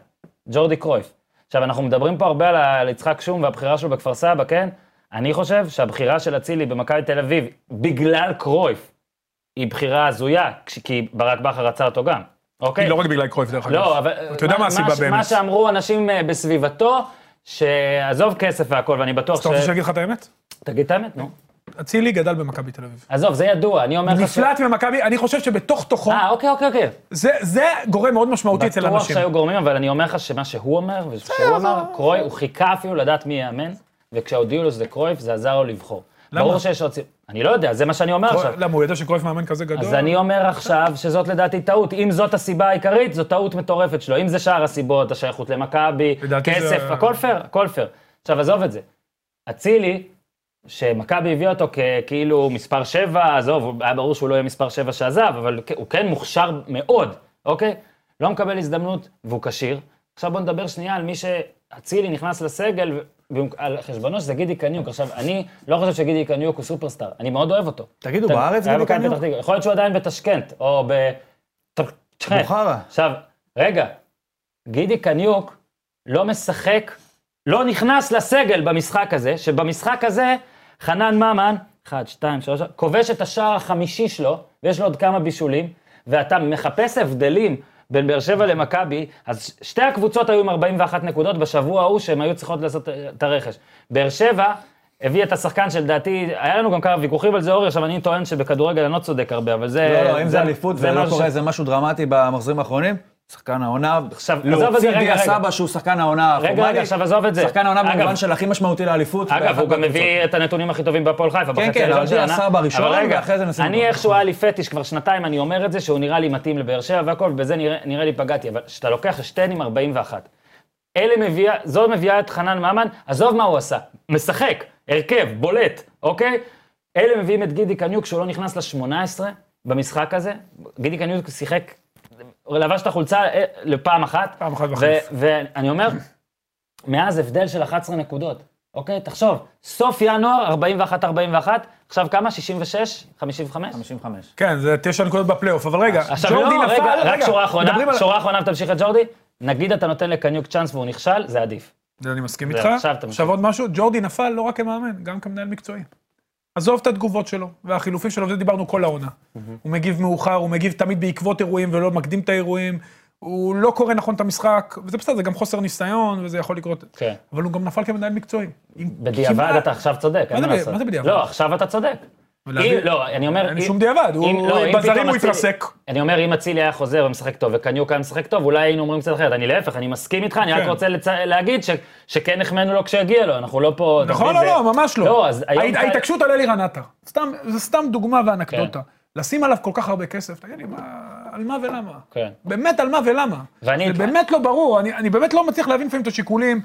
[SPEAKER 1] ג'ורדי קרויף. עכשיו, אנחנו מדברים פה הרבה על ה- על יצחק שום והבחירה שלו בכפר סבא, כן? אני חושב שהבחירה של אצילי במכבי תל אביב בגלל קרויף היא בחירה הזויה, כש- כי ברק בכר רצה אותו גם, אוקיי?
[SPEAKER 3] היא לא רק בגלל קרויף, דרך אגב.
[SPEAKER 1] לא, אבל...
[SPEAKER 3] אתה יודע מה הסיבה
[SPEAKER 1] ש- מה
[SPEAKER 3] באמת.
[SPEAKER 1] שאמרו אנשים אה, בסביבתו, שעזוב כסף והכל, ואני בטוח
[SPEAKER 3] אז
[SPEAKER 1] ש...
[SPEAKER 3] אתה רוצה שאני אגיד לך את האמת?
[SPEAKER 1] תגיד את האמת, נו.
[SPEAKER 3] אצילי גדל במכבי תל אביב.
[SPEAKER 1] עזוב, זה ידוע, אני אומר לך... ש-
[SPEAKER 3] נפלט ממכבי, אני חושב שבתוך תוכו,
[SPEAKER 1] אה, אוקיי, אוקיי, אוקיי.
[SPEAKER 3] זה, זה גורם מאוד משמעותי אצל
[SPEAKER 1] בטוח
[SPEAKER 3] אנשים.
[SPEAKER 1] שהיו גורמים, אבל אני אומר לך שמה שהוא אומר, ושהוא אמר, קרוי, הוא חיכה אפילו לדעת מי יאמן, וכשהודיעו לו שזה קרויף, זה עזר לו לבחור.
[SPEAKER 3] למה?
[SPEAKER 1] ברור שיש עוד סיב- אני לא יודע, זה מה שאני אומר עכשיו.
[SPEAKER 3] למה, הוא ידע שקרויף מאמן כזה גדול?
[SPEAKER 1] אז אני אומר עכשיו שזאת לדעתי טעות. אם זאת הסיבה העיקרית, זו טעות מטורפת שלו. אם זה שאר הסיבות, השייכות למכבי,
[SPEAKER 3] לדעתי
[SPEAKER 1] כסף,
[SPEAKER 3] זה-
[SPEAKER 1] הכל פייר, הכל פייר. עכשיו, עזוב את זה. אצילי, שמכבי הביאה אותו ככאילו מספר 7, עזוב, הוא- היה ברור שהוא לא יהיה מספר 7 שעזב, אבל כ- הוא כן מוכשר מאוד, אוקיי? לא מקבל הזדמנות והוא כשיר. עכשיו בוא נדבר שנייה על מי שאצילי נכנס לסגל, ו- והוא- על חשבונו שזה גידי קניוק. עכשיו, אני לא חושב שגידי קניוק הוא סופרסטאר, אני מאוד אוהב אותו.
[SPEAKER 2] תגיד, הוא
[SPEAKER 1] אתה-
[SPEAKER 2] בארץ,
[SPEAKER 1] היה
[SPEAKER 2] גידי
[SPEAKER 1] מכבי
[SPEAKER 2] קניוק?
[SPEAKER 1] פתח תקווה. יכול להיות שהוא עדיין בתשכנת, או ב... טרצ'כנט.
[SPEAKER 2] בוכרה.
[SPEAKER 1] עכשיו, רגע, גידי קניוק לא משחק, לא נכנס לסגל במשחק הזה, שבמשחק הזה חנן ממן אחד, שתיים, שלוש, כובש את השער החמישי שלו, ויש לו עוד כמה בישולים, ואתה מחפש הבדלים בין באר שבע למכבי, אז שתי הקבוצות היו עם 41 נקודות בשבוע ההוא שהן היו צריכות לעשות אה, את הרכש. באר שבע הביא את השחקן שלדעתי, היה לנו גם כמה ויכוחים על זה, אורי, עכשיו אני טוען שבכדורגל אני לא צודק הרבה, אבל זה...
[SPEAKER 2] לא, לא, אם זה אליפות ולא
[SPEAKER 1] משהו ש-
[SPEAKER 2] קורה איזה משהו דרמטי במחזורים האחרונים, שחקן העונה,
[SPEAKER 1] עכשיו, עזוב את זה,
[SPEAKER 2] להוציא
[SPEAKER 1] רגע,
[SPEAKER 2] דיה
[SPEAKER 1] רגע.
[SPEAKER 2] סבא שהוא שחקן העונה
[SPEAKER 1] רגע,
[SPEAKER 2] הפורמלי.
[SPEAKER 1] רגע, עכשיו עזוב את זה.
[SPEAKER 2] שחקן העונה
[SPEAKER 1] אגב-
[SPEAKER 2] במובן של הכי משמעותי לאליפות.
[SPEAKER 1] אגב,
[SPEAKER 2] באחת
[SPEAKER 1] הוא גם
[SPEAKER 2] מהקבוצות.
[SPEAKER 1] מביא את הנתונים הכי טובים בהפועל חיפה.
[SPEAKER 2] כן,
[SPEAKER 1] בחצי
[SPEAKER 2] כן,
[SPEAKER 1] הראשון
[SPEAKER 2] אבל
[SPEAKER 1] של
[SPEAKER 2] זה
[SPEAKER 1] העונה.
[SPEAKER 2] הסבא הראשון,
[SPEAKER 1] אבל רגע,
[SPEAKER 2] ואחרי זה נשים
[SPEAKER 1] אני
[SPEAKER 2] אותו.
[SPEAKER 1] איכשהו היה לי פטיש, כבר שנתיים אני אומר את זה, שהוא נראה לי מתאים לבאר שבע והכל, ובזה נראה- נראה לי פגעתי. אבל כשאתה לוקח שטיין עם 41, אלה מביאה, זו מביאה את חנן ממן, עזוב מה הוא עשה, משחק, הרכב, בולט, אוקיי? אלה מביאים את גידי קניוק, שהוא לא נכנס ל-18 במשחק הזה. גידי קניוק שיחק, לבש את החולצה אה, לפעם אחת.
[SPEAKER 3] פעם אחת
[SPEAKER 1] ו-
[SPEAKER 3] וחצי.
[SPEAKER 1] ואני אומר, מאז הבדל של 11 נקודות, אוקיי? תחשוב, סוף ינואר, 41-41, עכשיו כמה? 66? 55?
[SPEAKER 2] 55.
[SPEAKER 3] כן, זה תשע נקודות בפלייאוף, אבל רגע,
[SPEAKER 1] עכשיו
[SPEAKER 3] ג'ורדי
[SPEAKER 1] לא,
[SPEAKER 3] נפל,
[SPEAKER 1] רגע, רק
[SPEAKER 3] רגע,
[SPEAKER 1] שורה אחרונה,
[SPEAKER 3] מדברים על-
[SPEAKER 1] שורה אחרונה ותמשיך את ג'ורדי. נגיד אתה נותן לקניוק צ'אנס והוא נכשל, זה עדיף.
[SPEAKER 3] זה אני מסכים
[SPEAKER 1] זה,
[SPEAKER 3] איתך.
[SPEAKER 1] עכשיו אתה
[SPEAKER 3] עכשיו עוד משהו, ג'ורדי נפל לא רק כמאמן, גם כמנהל מקצועי. עזוב את התגובות שלו והחילופים שלו, וזה דיברנו כל העונה. הוא מגיב מאוחר, הוא מגיב תמיד בעקבות אירועים ולא מקדים את האירועים, הוא לא קורא נכון את המשחק, וזה בסדר, זה גם חוסר ניסיון, וזה יכול לקרות.
[SPEAKER 1] כן.
[SPEAKER 3] אבל הוא גם נפל כמנהל מקצועי. עם
[SPEAKER 1] בדיעבד
[SPEAKER 3] כמעט-
[SPEAKER 1] אתה עכשיו צודק, אין מה
[SPEAKER 3] מה זה ב-
[SPEAKER 1] לעשות.
[SPEAKER 3] מה זה בדיעבד?
[SPEAKER 1] לא, עכשיו אתה צודק.
[SPEAKER 3] ולהביא-
[SPEAKER 1] אם- לא, אני אומר...
[SPEAKER 3] אין
[SPEAKER 1] אם-
[SPEAKER 3] שום דיעבד,
[SPEAKER 1] אם-
[SPEAKER 3] הוא-
[SPEAKER 1] לא, אם
[SPEAKER 3] בזרים
[SPEAKER 1] פתאום אצילי-
[SPEAKER 3] הוא התרסק.
[SPEAKER 1] אני אומר, אם אצילי היה חוזר ומשחק טוב, וקניוק היה משחק טוב, אולי היינו אומרים קצת אחרת. אני להפך, אני מסכים איתך, אני רק
[SPEAKER 3] כן.
[SPEAKER 1] רוצה לצ- להגיד ש- שכן החמאנו לו כשהגיע לו, אנחנו לא פה...
[SPEAKER 3] נכון,
[SPEAKER 1] זה-
[SPEAKER 3] לא, לא, ממש לא.
[SPEAKER 1] לא, אז היום...
[SPEAKER 3] ההת-
[SPEAKER 1] אתה-
[SPEAKER 3] ההתעקשות על אלירן עטר. סתם, זה סתם דוגמה ואנקדוטה. לשים עליו כל כך הרבה כסף, תגיד לי, מה- על מה ולמה?
[SPEAKER 1] כן.
[SPEAKER 3] באמת, על מה ולמה?
[SPEAKER 1] ואני
[SPEAKER 3] זה
[SPEAKER 1] איתך.
[SPEAKER 3] באמת לא ברור, אני, אני באמת לא מצליח להבין לפעמים את השיקולים.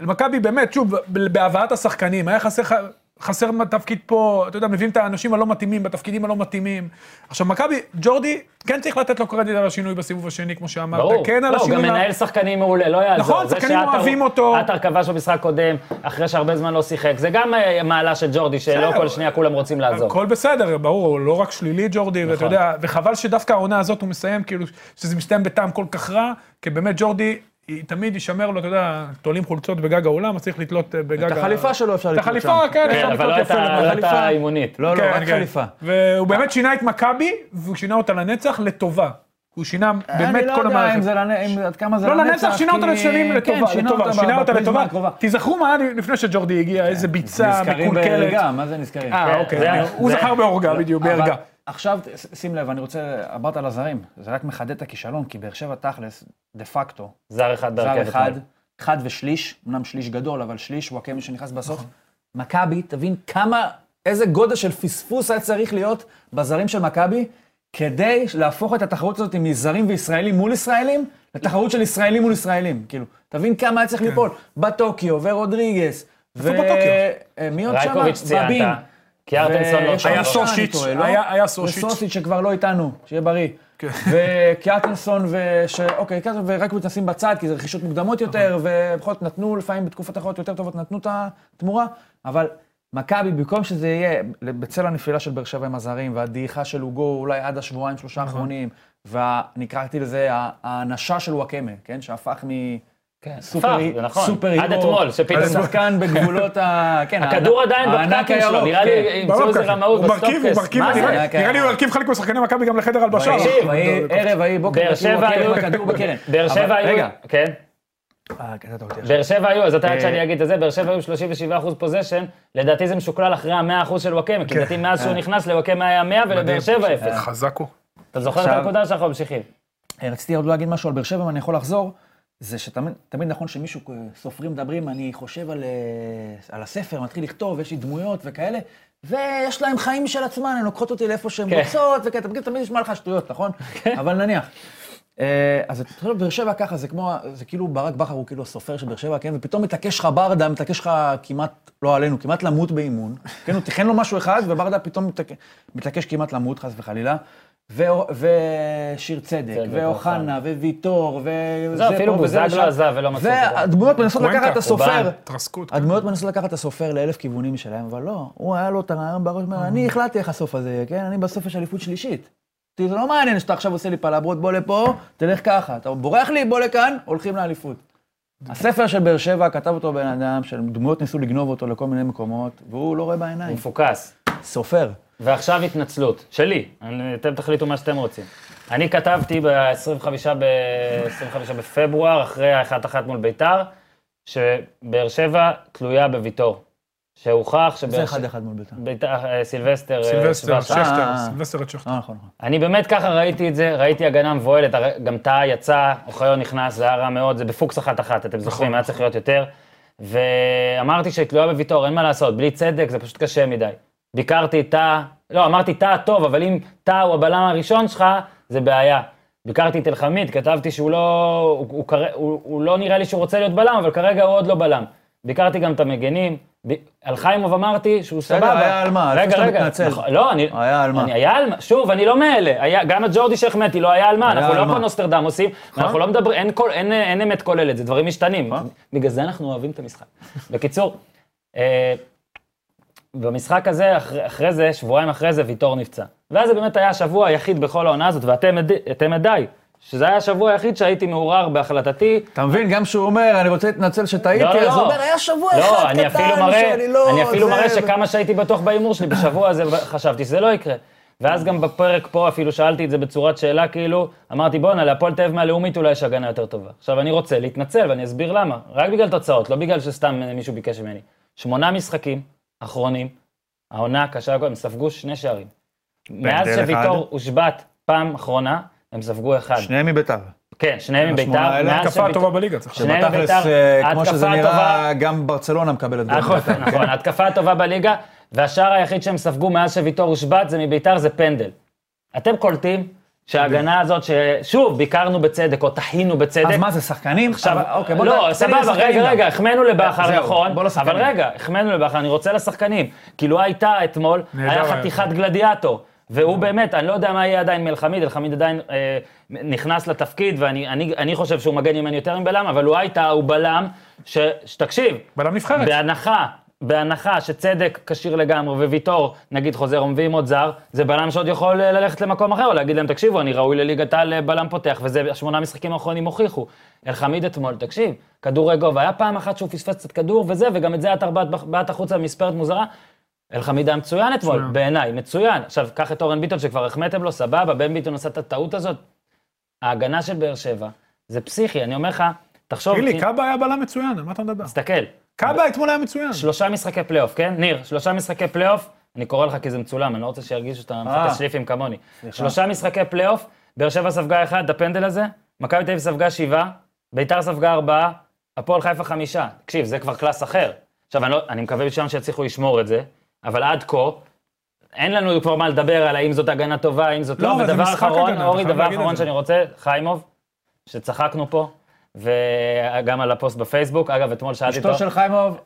[SPEAKER 3] מכבי באמת, שוב, ב- בהבאת השחקנים, היה חסר, ח- חסר תפקיד פה, אתה יודע, מביאים את האנשים הלא מתאימים, בתפקידים הלא מתאימים. עכשיו, מכבי, ג'ורדי, כן צריך לתת לו קרדיט על השינוי בסיבוב השני, כמו שאמרת,
[SPEAKER 1] ברור.
[SPEAKER 3] כן על
[SPEAKER 1] לא, הוא
[SPEAKER 3] השינוי.
[SPEAKER 1] גם
[SPEAKER 3] ה-
[SPEAKER 1] מנהל שחקנים מעולה, לא יעזור.
[SPEAKER 3] נכון,
[SPEAKER 1] זה
[SPEAKER 3] שחקנים
[SPEAKER 1] שעטר-
[SPEAKER 3] אוהבים אותו.
[SPEAKER 1] עטר כבש במשחק קודם, אחרי שהרבה זמן לא שיחק. זה גם אה, מעלה של ג'ורדי, שלא
[SPEAKER 3] בסדר.
[SPEAKER 1] כל שנייה כולם רוצים לעזוב.
[SPEAKER 3] הכל בסדר, ברור, הוא לא רק שלילי ג'ורדי, ואתה
[SPEAKER 1] נכון.
[SPEAKER 3] יודע, וחבל שדווקא העונה הזאת הוא מסיים, כאילו, שזה מסתיים בטעם כל כך רע, כי באמת ג'ורדי, היא- תמיד יישמר לו, אתה יודע, תולים חולצות בגג האולם, אז צריך לתלות אה, בגג...
[SPEAKER 2] את החליפה שלו אפשר
[SPEAKER 3] את
[SPEAKER 2] לקנות
[SPEAKER 3] החליפה,
[SPEAKER 2] שם.
[SPEAKER 3] כן,
[SPEAKER 1] כן,
[SPEAKER 3] אפשר
[SPEAKER 1] אבל לא
[SPEAKER 3] לקנות
[SPEAKER 1] את
[SPEAKER 3] יפה
[SPEAKER 1] ה- לא את
[SPEAKER 3] לחליפה.
[SPEAKER 1] האימונית.
[SPEAKER 2] לא, לא,
[SPEAKER 3] כן,
[SPEAKER 2] רק
[SPEAKER 3] כן.
[SPEAKER 2] חליפה.
[SPEAKER 3] והוא באמת שינה את מכבי, והוא שינה אותה לנצח לטובה. הוא שינה באמת כל
[SPEAKER 2] אני לא יודע אם
[SPEAKER 3] המערכת.
[SPEAKER 2] זה לנ- אם- עד כמה זה
[SPEAKER 3] לא לנצח, שינה אותה
[SPEAKER 2] כי-
[SPEAKER 3] לשנים
[SPEAKER 2] כן,
[SPEAKER 3] לטובה,
[SPEAKER 2] שינה
[SPEAKER 3] לטובה,
[SPEAKER 2] אותה
[SPEAKER 3] שינה אותה
[SPEAKER 2] בפריזמה
[SPEAKER 3] לטובה.
[SPEAKER 2] הקרובה. כן.
[SPEAKER 3] תיזכרו מה היה לפני שג'ורדי הגיע, איזה ביצה
[SPEAKER 2] נזכרים
[SPEAKER 3] מקולקלת.
[SPEAKER 2] בערגה, מה זה נזכרים?
[SPEAKER 3] אה,
[SPEAKER 1] כן, זה-
[SPEAKER 3] אוקיי, הוא
[SPEAKER 1] זה-
[SPEAKER 3] זכר בהורגה, בדיוק,
[SPEAKER 2] אבל
[SPEAKER 3] בהרגה.
[SPEAKER 2] עכשיו, ש- שים לב, אני רוצה, אמרת על הזרים, זה רק מחדד את הכישלון, כי באר שבע תכלס, דה פקטו,
[SPEAKER 1] זר אחד
[SPEAKER 2] זר
[SPEAKER 1] בהרכב
[SPEAKER 2] אחד,
[SPEAKER 1] אתמול.
[SPEAKER 2] אחד ושליש, אמנם שליש גדול, אבל שליש, הוא הקמי שנכנס בסוף. מכבי, תבין כמה, איזה גודל של פספוס היה צריך להיות בזרים של מכבי, כדי להפוך את התחרות הזאת מזרים וישראלים מול ישראלים, לתחרות של ישראלים מול ישראלים. כאילו, תבין כמה היה צריך ליפול. בטוקיו ורודריגס. ו...
[SPEAKER 3] כן. בטוקיו?
[SPEAKER 2] אה, מי עוד שם?
[SPEAKER 1] רייקוביץ' ציינת,
[SPEAKER 2] בבין.
[SPEAKER 1] קיארטנסון לא
[SPEAKER 2] ויש
[SPEAKER 1] שם.
[SPEAKER 2] עוד
[SPEAKER 3] היה
[SPEAKER 2] שחקן,
[SPEAKER 3] סושיץ',
[SPEAKER 2] אני טועה, לא?
[SPEAKER 3] היה- כן. היה סושיץ'.
[SPEAKER 2] וסושיץ' שכבר לא איתנו, שיהיה בריא. וקיאטנסון, וש... אוקיי, קיאטנסון ורק מתנסים בצד, כי זה רכישות מוקדמות יותר, ובכל זאת נתנו, לפעמים בתקופות אחרות יותר טובות נתנו את התמורה, אבל מכבי, במקום שזה יהיה בצל הנפילה של באר שבע עם הזרים, והדעיכה של עוגו אולי עד השבועיים, שלושה
[SPEAKER 3] נכון.
[SPEAKER 2] האחרונים, ונקראתי לזה ה- האנשה של וואקמה, כן? שהפך מ...
[SPEAKER 1] כן,
[SPEAKER 2] סופר,
[SPEAKER 1] הפך, זה נכון.
[SPEAKER 2] סופר
[SPEAKER 1] עד אתמול, שפתאום...
[SPEAKER 2] שחקן בגבולות ה... כן,
[SPEAKER 1] הכדור
[SPEAKER 2] הענק-
[SPEAKER 1] עדיין
[SPEAKER 2] הענק
[SPEAKER 1] בפקקים שלו,
[SPEAKER 2] הירוק,
[SPEAKER 1] נראה לי
[SPEAKER 2] כן.
[SPEAKER 1] ימצאו איזה
[SPEAKER 3] ברבקה.
[SPEAKER 1] רמאות
[SPEAKER 3] אוקיי, הוא מרכיב, הוא
[SPEAKER 1] בסטופקס.
[SPEAKER 3] מרכיב,
[SPEAKER 1] מה זה?
[SPEAKER 3] נראה
[SPEAKER 2] כן.
[SPEAKER 3] נראה לי הוא הרכיב חלק משחקני מכבי גם לחדר הלבשה.
[SPEAKER 1] תקשיב,
[SPEAKER 2] ויהי ערב, ויהי בוקר,
[SPEAKER 1] באר שבע היו...
[SPEAKER 2] כדור בקרן.
[SPEAKER 1] באר שבע
[SPEAKER 2] אבל-
[SPEAKER 1] היו...
[SPEAKER 2] רגע.
[SPEAKER 1] כן.
[SPEAKER 2] אה, קטעת אותי עכשיו.
[SPEAKER 1] באר שבע היו, אז אתה יודע
[SPEAKER 2] אה,
[SPEAKER 1] שאני אגיד את זה, באר שבע היו 37 אחוז פוזיישן, לדעתי זה משוקלל אחרי המאה אחוז של וואקמה,
[SPEAKER 2] כן.
[SPEAKER 1] כי לדעתי מאז
[SPEAKER 2] אה.
[SPEAKER 1] שהוא נכנס לוואקמה היה 100 ולבאר שבע אפס.
[SPEAKER 3] חזק הוא.
[SPEAKER 1] אתה זוכר את
[SPEAKER 2] עכשיו-
[SPEAKER 1] הנקודה שאנחנו ממשיכים?
[SPEAKER 2] אה, רציתי עוד להגיד משהו על באר שבע, אם אני יכול לחזור, זה שתמיד תמיד נכון שמישהו, אה, סופרים מדברים, אני חושב על, אה, על הספר, מתחיל לכתוב, יש לי דמויות וכאלה, ויש להם חיים משל עצמן, הן לוקחות אותי לאיפה שהן
[SPEAKER 1] כן.
[SPEAKER 2] רוצות, וכאלה, אתה מכיר, תמיד נשמע לך שטויות, נכון? אבל נניח. אה, אז אתה חושב, באר שבע ככה, זה כמו, זה כאילו ברק בכר הוא כאילו הסופר של באר שבע, כן? ופתאום מתעקש לך ברדה, מתעקש לך כמעט, לא עלינו, כמעט למות באימון. כן, הוא תיכן לו משהו אחד, וברדה פתאום מתעק- מתעקש כמעט למות, חס וחלילה. ואו- ושיר צדק,
[SPEAKER 1] צדק,
[SPEAKER 2] ואוחנה, וויטור, וזה
[SPEAKER 1] זהו, אפילו
[SPEAKER 2] פה וזה
[SPEAKER 1] בוזגלו
[SPEAKER 2] לשם.
[SPEAKER 1] עזב ולא מצאו אותו.
[SPEAKER 2] והדמויות מנסות
[SPEAKER 3] קוונטה,
[SPEAKER 2] לקחת את הסופר.
[SPEAKER 1] אובן.
[SPEAKER 3] התרסקות.
[SPEAKER 2] הדמויות מנסות לקחת את הסופר לאלף כיוונים שלהם, אבל לא, הוא היה לו את הרעיון בראש, אומר, אני החלטתי איך הסוף הזה יהיה, כן? אני בסוף יש אליפות שלישית. אותי זה לא מעניין שאתה עכשיו עושה לי פלברות, בוא לפה, תלך ככה. אתה בורח לי, בוא לכאן, הולכים לאליפות. הספר של באר שבע, כתב אותו בן אדם, שדמויות ניסו לגנוב אותו לכל מיני מקומות, והוא לא רואה בעיניים.
[SPEAKER 1] מפוקס.
[SPEAKER 2] סופר.
[SPEAKER 1] ועכשיו התנצלות, שלי, אני- אתם תחליטו מה שאתם רוצים. אני כתבתי ב-25 ב- 25 בפברואר, אחרי ה-1-1 מול ביתר, שבאר שבע תלויה בוויטור. שהוכח
[SPEAKER 2] זה
[SPEAKER 1] שבאר
[SPEAKER 2] אחד
[SPEAKER 1] שבע...
[SPEAKER 2] אחד מול בית"ר.
[SPEAKER 1] ביתר, אה, סילבסטר, אה,
[SPEAKER 3] סילבסטר,
[SPEAKER 1] שבע-
[SPEAKER 2] שש.
[SPEAKER 3] שכטר,
[SPEAKER 2] אה.
[SPEAKER 3] סילבסטר את שכטר.
[SPEAKER 2] אה, נכון, נכון.
[SPEAKER 1] אני באמת ככה ראיתי את זה, ראיתי הגנה מבוהלת, הרי גם טאה יצא, אוחיון נכנס, זה היה רע מאוד, זה בפוקס אחת-אחת, אתם
[SPEAKER 2] נכון,
[SPEAKER 1] זוכרים, היה צריך להיות יותר. ואמרתי שהיא תלויה בוויטור, אין מה לעשות, בלי צדק זה פשוט קשה מדי. ביקרתי את טאה, לא, אמרתי טאה טוב, אבל אם טאה הוא הבלם הראשון שלך, זה בעיה. ביקרתי את אלחמיד, כתבתי שהוא לא, הוא, הוא, כר- הוא, הוא לא נראה לי שהוא רוצה להיות בלם, אבל כרגע הוא עוד לא בלם. ביקרתי גם את המגנים, ב... על חיימוב אמרתי שהוא
[SPEAKER 2] בסדר,
[SPEAKER 1] סבבה.
[SPEAKER 2] היה על מה, אז
[SPEAKER 1] רגע,
[SPEAKER 2] עכשיו
[SPEAKER 1] רגע,
[SPEAKER 2] מתנצל.
[SPEAKER 1] נכון, לא, אני...
[SPEAKER 2] היה על מה.
[SPEAKER 1] אני, היה על מה, שוב, אני לא מאלה. היה, גם הג'ורדי שהחמאתי, לא היה על מה, אנחנו
[SPEAKER 2] על
[SPEAKER 1] לא
[SPEAKER 2] מה. נכון.
[SPEAKER 1] פה נוסטרדמוסים, אנחנו לא מדברים, אין, כל, אין, אין אמת כוללת, זה דברים משתנים. בגלל זה אנחנו אוהבים את המשחק. בקיצור, אה, במשחק הזה, אחרי, אחרי זה, שבועיים אחרי זה, ויטור נפצע. ואז זה באמת היה השבוע היחיד בכל העונה הזאת, ואתם עד- אתם עדיי, שזה היה השבוע היחיד שהייתי מעורער בהחלטתי,
[SPEAKER 2] אתה מבין, גם כשהוא אומר, אני רוצה להתנצל
[SPEAKER 1] לא,
[SPEAKER 2] שטעיתי,
[SPEAKER 1] לא,
[SPEAKER 2] אז הוא
[SPEAKER 1] לא.
[SPEAKER 2] אומר, היה שבוע
[SPEAKER 1] לא,
[SPEAKER 2] אחד
[SPEAKER 1] אני אפילו
[SPEAKER 2] קטן
[SPEAKER 1] מראה,
[SPEAKER 2] שאני לא...
[SPEAKER 1] אני אפילו
[SPEAKER 2] זה-
[SPEAKER 1] מראה שכמה שהייתי בטוח בהימור שלי, בשבוע הזה חשבתי שזה לא יקרה. ואז גם בפרק פה אפילו שאלתי את זה בצורת שאלה, כאילו, אמרתי, בואנה, להפועל תל אביב מהלאומית אולי יש הגנה יותר טובה. עכשיו, אני רוצה להתנצל, ואני אסביר למה. רק בגלל תוצאות, לא בגלל שסתם אה, מישהו ביקש ממני. שמונה משחקים אחרונים, העונה הקשה, הם ספגו שני שערים. מאז
[SPEAKER 2] בהבדל
[SPEAKER 1] שוויטור הושבת פעם אחרונה, הם ספגו אחד.
[SPEAKER 2] שניהם מבית"ר.
[SPEAKER 1] כן, שניהם מביתר.
[SPEAKER 2] השמונה האלה,
[SPEAKER 1] מאז
[SPEAKER 3] התקפה
[SPEAKER 1] שוויטור-
[SPEAKER 3] הטובה בליגה, צריך
[SPEAKER 1] שני-
[SPEAKER 3] לומר.
[SPEAKER 1] שניהם
[SPEAKER 2] שבתכלס,
[SPEAKER 1] בבית"ר,
[SPEAKER 2] אה, כמו
[SPEAKER 1] ההתקפה
[SPEAKER 2] שזה
[SPEAKER 1] הטובה-
[SPEAKER 2] נראה, גם ברצלונה מקבלת גול. כן?
[SPEAKER 1] נכון, נכון, ההתקפה הטובה בליגה, והשער היחיד שהם ספגו מאז שוויטור הושבת זה מביתר, זה פנדל. אתם קולטים שההגנה הזאת, ששוב, ביקרנו בצדק, או טחינו בצדק.
[SPEAKER 2] אז מה זה, שחקנים? אבל- אוקיי, בוא
[SPEAKER 1] לא,
[SPEAKER 2] נ- תן לי
[SPEAKER 1] סבבה,
[SPEAKER 2] לשחקנים
[SPEAKER 1] רגע,
[SPEAKER 2] גם.
[SPEAKER 1] רגע, החמאנו לבכר,
[SPEAKER 2] זהו,
[SPEAKER 1] נכון,
[SPEAKER 2] בוא לשחקנים.
[SPEAKER 1] אבל רגע, החמאנו לבכר, אני רוצה לשחקנים. כאילו הייתה אתמול,
[SPEAKER 3] נהדר
[SPEAKER 1] היה
[SPEAKER 3] היה.
[SPEAKER 1] חתיכת גלדיאטור. והוא באמת, אני לא יודע מה יהיה עדיין מאלחמיד, אלחמיד עדיין אה, נכנס לתפקיד, ואני אני, אני חושב שהוא מגן ימני יותר מבלם, אבל הוא הייתה, הוא בלם, ש, שתקשיב,
[SPEAKER 3] בלם נבחרת.
[SPEAKER 1] בהנחה, בהנחה שצדק כשיר לגמרי, וויטור, נגיד חוזר ומביאים עוד זר, זה בלם שעוד יכול אה, ללכת למקום אחר, או להגיד להם, תקשיבו, אני ראוי לליגת העל אה, בלם פותח, וזה השמונה המשחקים האחרונים הוכיחו. אלחמיד אתמול, תקשיב, כדור רגוב, היה פעם אחת שהוא פספס קצת כדור וזה, וגם את זה עטר בעט בח- בעט החוצה במספרת מוזרה. אלחמיד היה מצוין אתמול,
[SPEAKER 3] מצוין.
[SPEAKER 1] בעיניי, מצוין. עכשיו, קח את אורן ביטון שכבר החמאתם לו, סבבה, בן ביטון עשה את הטעות הזאת. ההגנה של באר שבע, זה פסיכי, אני אומר לך, תחשוב,
[SPEAKER 3] תגיד לי,
[SPEAKER 1] כי-
[SPEAKER 3] קאבה היה בלם מצוין, על מה אתה מדבר?
[SPEAKER 1] תסתכל,
[SPEAKER 3] קאבה אתמול היה מצוין.
[SPEAKER 1] שלושה משחקי פלייאוף, כן? ניר, שלושה משחקי פלייאוף, אני קורא לך כי זה מצולם, אני לא רוצה שירגישו שאתה
[SPEAKER 3] אה.
[SPEAKER 1] מחפש שליפים כמוני. שלושה משחקי פלייאוף, באר שבע ספגה אחד, את הפנדל הזה, מכבי תל אביב ספגה שבעה, ביתר ספגה ארבעה, הפועל חיפה חמישה. תקשיב, זה כבר קלאס אחר. עכשיו, אני, לא, אני מקווה בשבילם שיצליחו לשמור את זה, אבל עד כה, אין לנו כבר מה לדבר על האם זאת הגנה טובה, האם זאת לא,
[SPEAKER 3] לא, אבל זה
[SPEAKER 1] ודבר
[SPEAKER 3] משחק
[SPEAKER 1] אחרון,
[SPEAKER 3] הגנה, אתה
[SPEAKER 1] אורי,
[SPEAKER 3] חייב
[SPEAKER 1] דבר
[SPEAKER 3] להגיד את
[SPEAKER 1] אחרון
[SPEAKER 3] זה.
[SPEAKER 1] שאני רוצה, חיימוב, שצחקנו פה, וגם על הפוסט בפייסבוק, אגב, אתמול שאלתי אותו...
[SPEAKER 2] אשתו של חיימוב,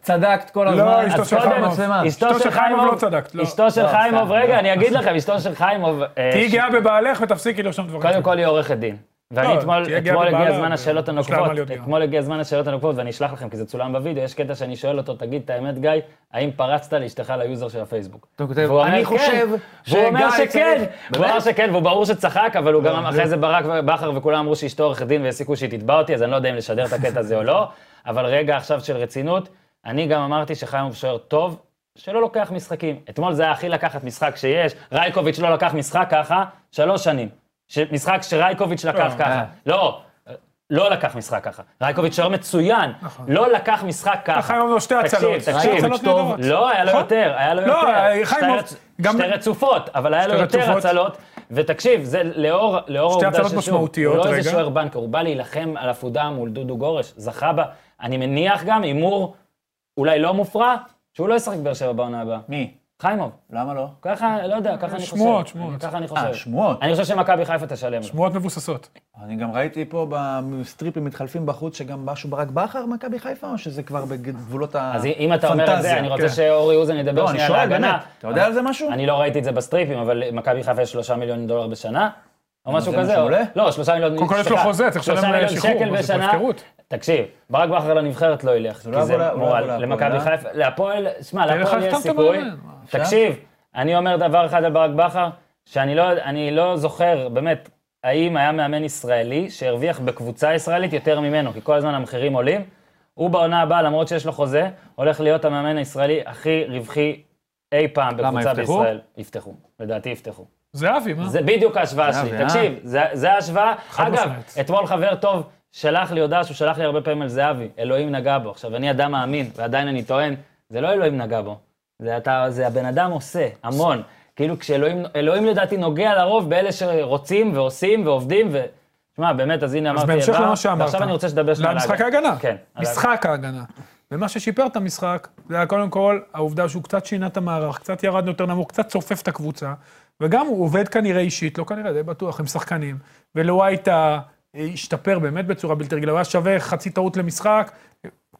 [SPEAKER 2] צדקת
[SPEAKER 1] לא,
[SPEAKER 2] כל הזמן.
[SPEAKER 3] אשתו
[SPEAKER 2] אז
[SPEAKER 3] של
[SPEAKER 2] קודם
[SPEAKER 3] חיימוב.
[SPEAKER 2] מצלמה.
[SPEAKER 1] אשתו של חיימוב,
[SPEAKER 3] לא צדקת, לא.
[SPEAKER 1] אשתו של
[SPEAKER 2] לא,
[SPEAKER 1] חיימוב,
[SPEAKER 2] סתם,
[SPEAKER 1] רגע,
[SPEAKER 2] לא.
[SPEAKER 1] אני אגיד לכם, אשתו של חיימוב, אה,
[SPEAKER 3] תהיי
[SPEAKER 1] ש-
[SPEAKER 3] גאה בבעלך ותפסיקי לרשום דברים.
[SPEAKER 1] קודם כל היא עורכת דין. ואני
[SPEAKER 3] לא,
[SPEAKER 1] אתמול,
[SPEAKER 3] תהיה גאה
[SPEAKER 1] אתמול הגיע
[SPEAKER 3] בבעלה,
[SPEAKER 1] זמן
[SPEAKER 3] ו-
[SPEAKER 1] השאלות
[SPEAKER 3] יש לה על מה
[SPEAKER 1] הנוקבות,
[SPEAKER 3] להיות גאה.
[SPEAKER 1] אתמול הגיע זמן השאלות הנוקבות, ואני אשלח לכם, כי זה צולם בווידאו, יש קטע שאני שואל אותו, תגיד את האמת, גיא, האם פרצת לאשתך ליוזר של הפייסבוק?
[SPEAKER 2] אתה כותב,
[SPEAKER 1] והוא אומר,
[SPEAKER 2] "אני
[SPEAKER 1] "כן".
[SPEAKER 2] חושב
[SPEAKER 1] והוא אומר
[SPEAKER 2] שגיא
[SPEAKER 1] שכן,
[SPEAKER 2] צריך-"
[SPEAKER 1] הוא אמר
[SPEAKER 2] באמת?
[SPEAKER 1] שכן, והוא ברור שצחק, אבל הוא
[SPEAKER 3] לא,
[SPEAKER 1] גם אחרי זה ברק ובכר וכולם אמרו שאשתו עורכת דין והסיקו שהיא תתבע אותי, אז אני לא יודע אם לשדר את הקטע הזה או לא, אבל רגע עכשיו של רצינות, אני גם אמרתי שחיימוב שוער טוב, שלא לוקח משחקים. אתמול זה היה הכי לקחת משחק שיש, רייקוביץ' לא לקח משחק ככה, שלוש שנים. ש- משחק שרייקוביץ' לקח
[SPEAKER 3] אה.
[SPEAKER 1] ככה. לא. לא לקח משחק ככה. רייקוביץ' שוער מצוין, לא לקח משחק ככה.
[SPEAKER 3] חיימוב לו נכון. שתי הצלות.
[SPEAKER 1] תקשיב,
[SPEAKER 3] שתי
[SPEAKER 1] תקשיב,
[SPEAKER 3] הצלות
[SPEAKER 2] טוב.
[SPEAKER 3] נהדרות.
[SPEAKER 1] לא, היה לו
[SPEAKER 3] נכון?
[SPEAKER 1] יותר, היה לו
[SPEAKER 3] לא,
[SPEAKER 1] יותר. שתי
[SPEAKER 3] חיימוב,
[SPEAKER 1] רצ-
[SPEAKER 3] גם-
[SPEAKER 1] שתי רצופות, אבל היה לו
[SPEAKER 3] שתי
[SPEAKER 1] יותר
[SPEAKER 3] רצופות.
[SPEAKER 1] הצלות. ותקשיב, זה לאור לאור העובדה
[SPEAKER 3] הצלות
[SPEAKER 1] ששוב,
[SPEAKER 3] משמעותיות,
[SPEAKER 1] הוא לא
[SPEAKER 3] רגע.
[SPEAKER 1] איזה שוער בנקר, הוא בא להילחם על עפודה מול דודו גורש, זכה בה. אני מניח גם הימור, אולי לא מופרע, שהוא לא ישחק באר שבע בעונה הבאה.
[SPEAKER 2] מי?
[SPEAKER 1] חיימוב,
[SPEAKER 2] למה לא?
[SPEAKER 1] ככה, לא יודע, ככה אני חושב.
[SPEAKER 3] שמועות, שמועות.
[SPEAKER 1] ככה אני חושב.
[SPEAKER 2] אה, שמועות.
[SPEAKER 1] אני חושב שמכבי חיפה תשלם לו.
[SPEAKER 3] שמועות מבוססות.
[SPEAKER 2] אני גם ראיתי פה בסטריפים מתחלפים בחוץ, שגם משהו ברק בכר, מכבי חיפה, או שזה כבר בגבולות הפנטזיה?
[SPEAKER 1] אז אם אתה אומר את זה, אני רוצה
[SPEAKER 3] כן.
[SPEAKER 1] שאורי אוזן ידבר
[SPEAKER 2] לא, אני
[SPEAKER 1] שנייה על
[SPEAKER 2] שואל,
[SPEAKER 1] ההגנה.
[SPEAKER 2] באמת. אתה יודע על זה משהו?
[SPEAKER 1] אני לא ראיתי את זה בסטריפים, אבל מכבי חיפה יש שלושה מיליון דולר בשנה,
[SPEAKER 3] אה,
[SPEAKER 1] או משהו
[SPEAKER 2] זה
[SPEAKER 1] כזה.
[SPEAKER 2] משהו
[SPEAKER 1] או-
[SPEAKER 2] עולה?
[SPEAKER 1] לא, שלושה מיליון...
[SPEAKER 3] קודם כל יש לו
[SPEAKER 1] סליחה,
[SPEAKER 3] חוזה, צריך לשלם
[SPEAKER 1] שלושה מיליון
[SPEAKER 3] לשחרור,
[SPEAKER 1] שקל
[SPEAKER 3] אבל זה
[SPEAKER 1] בשנה.
[SPEAKER 3] הפקרות.
[SPEAKER 1] תקשיב, ברק בכר לנבחרת לא ילך,
[SPEAKER 2] לא
[SPEAKER 1] כי זה
[SPEAKER 2] יבוא לה- הוא לא
[SPEAKER 1] מורל.
[SPEAKER 2] יבוא להפועל,
[SPEAKER 1] למכבי
[SPEAKER 2] אה?
[SPEAKER 1] חיפה, להפועל, שמע, להפועל
[SPEAKER 3] לך
[SPEAKER 1] יש
[SPEAKER 3] החתמת
[SPEAKER 1] סיכוי.
[SPEAKER 3] מאמן, מה,
[SPEAKER 1] תקשיב, אני אומר דבר אחד על ברק בכר, שאני לא, אני לא זוכר, באמת, האם היה מאמן ישראלי שהרוויח בקבוצה ישראלית יותר ממנו, כי כל הזמן המחירים עולים. הוא בעונה הבאה, למרות שיש לו חוזה, הולך להיות המאמן הישראלי הכי רווחי אי פעם
[SPEAKER 2] למה,
[SPEAKER 1] בקבוצה
[SPEAKER 2] יפתחו?
[SPEAKER 1] בישראל. יפתחו, לדעתי יפתחו.
[SPEAKER 3] זהבי, מה?
[SPEAKER 1] זה בדיוק ההשוואה
[SPEAKER 2] זהבי,
[SPEAKER 1] שלי,
[SPEAKER 2] אה?
[SPEAKER 1] תקשיב, זה- זה ההשוואה.
[SPEAKER 3] חד
[SPEAKER 1] אגב,
[SPEAKER 3] משמעית.
[SPEAKER 1] אתמול חבר טוב שלח לי הודעה שהוא שלח לי הרבה פעמים על זהבי, אלוהים נגע בו. עכשיו, אני אדם מאמין, ועדיין אני טוען, זה לא אלוהים נגע בו, זה אתה- זה הבן אדם עושה, המון. כאילו כשאלוהים, אלוהים לדעתי נוגע לרוב באלה שרוצים ועושים ועובדים, ו... שמע, באמת, אז הנה
[SPEAKER 3] אז
[SPEAKER 1] אמרתי את
[SPEAKER 3] בהמשך
[SPEAKER 1] בר,
[SPEAKER 3] למה שאמרת.
[SPEAKER 1] ועכשיו אני רוצה שתדבר שנייה על
[SPEAKER 3] למשחק
[SPEAKER 1] ההגנה.
[SPEAKER 3] ההגנה.
[SPEAKER 1] כן. על ההגנה.
[SPEAKER 3] משחק ההגנה. ומה ששיפר את המשחק, זה היה קודם כל העובדה שהוא קצת שינה את המערך, קצת ירד יותר נמוך, קצת צופף את הקבוצה, וגם הוא עובד כנראה אישית, לא כנראה, די בטוח, עם שחקנים. ולואייטה אה, השתפר באמת בצורה בלתי רגילה, הוא היה שווה חצי טעות למשחק,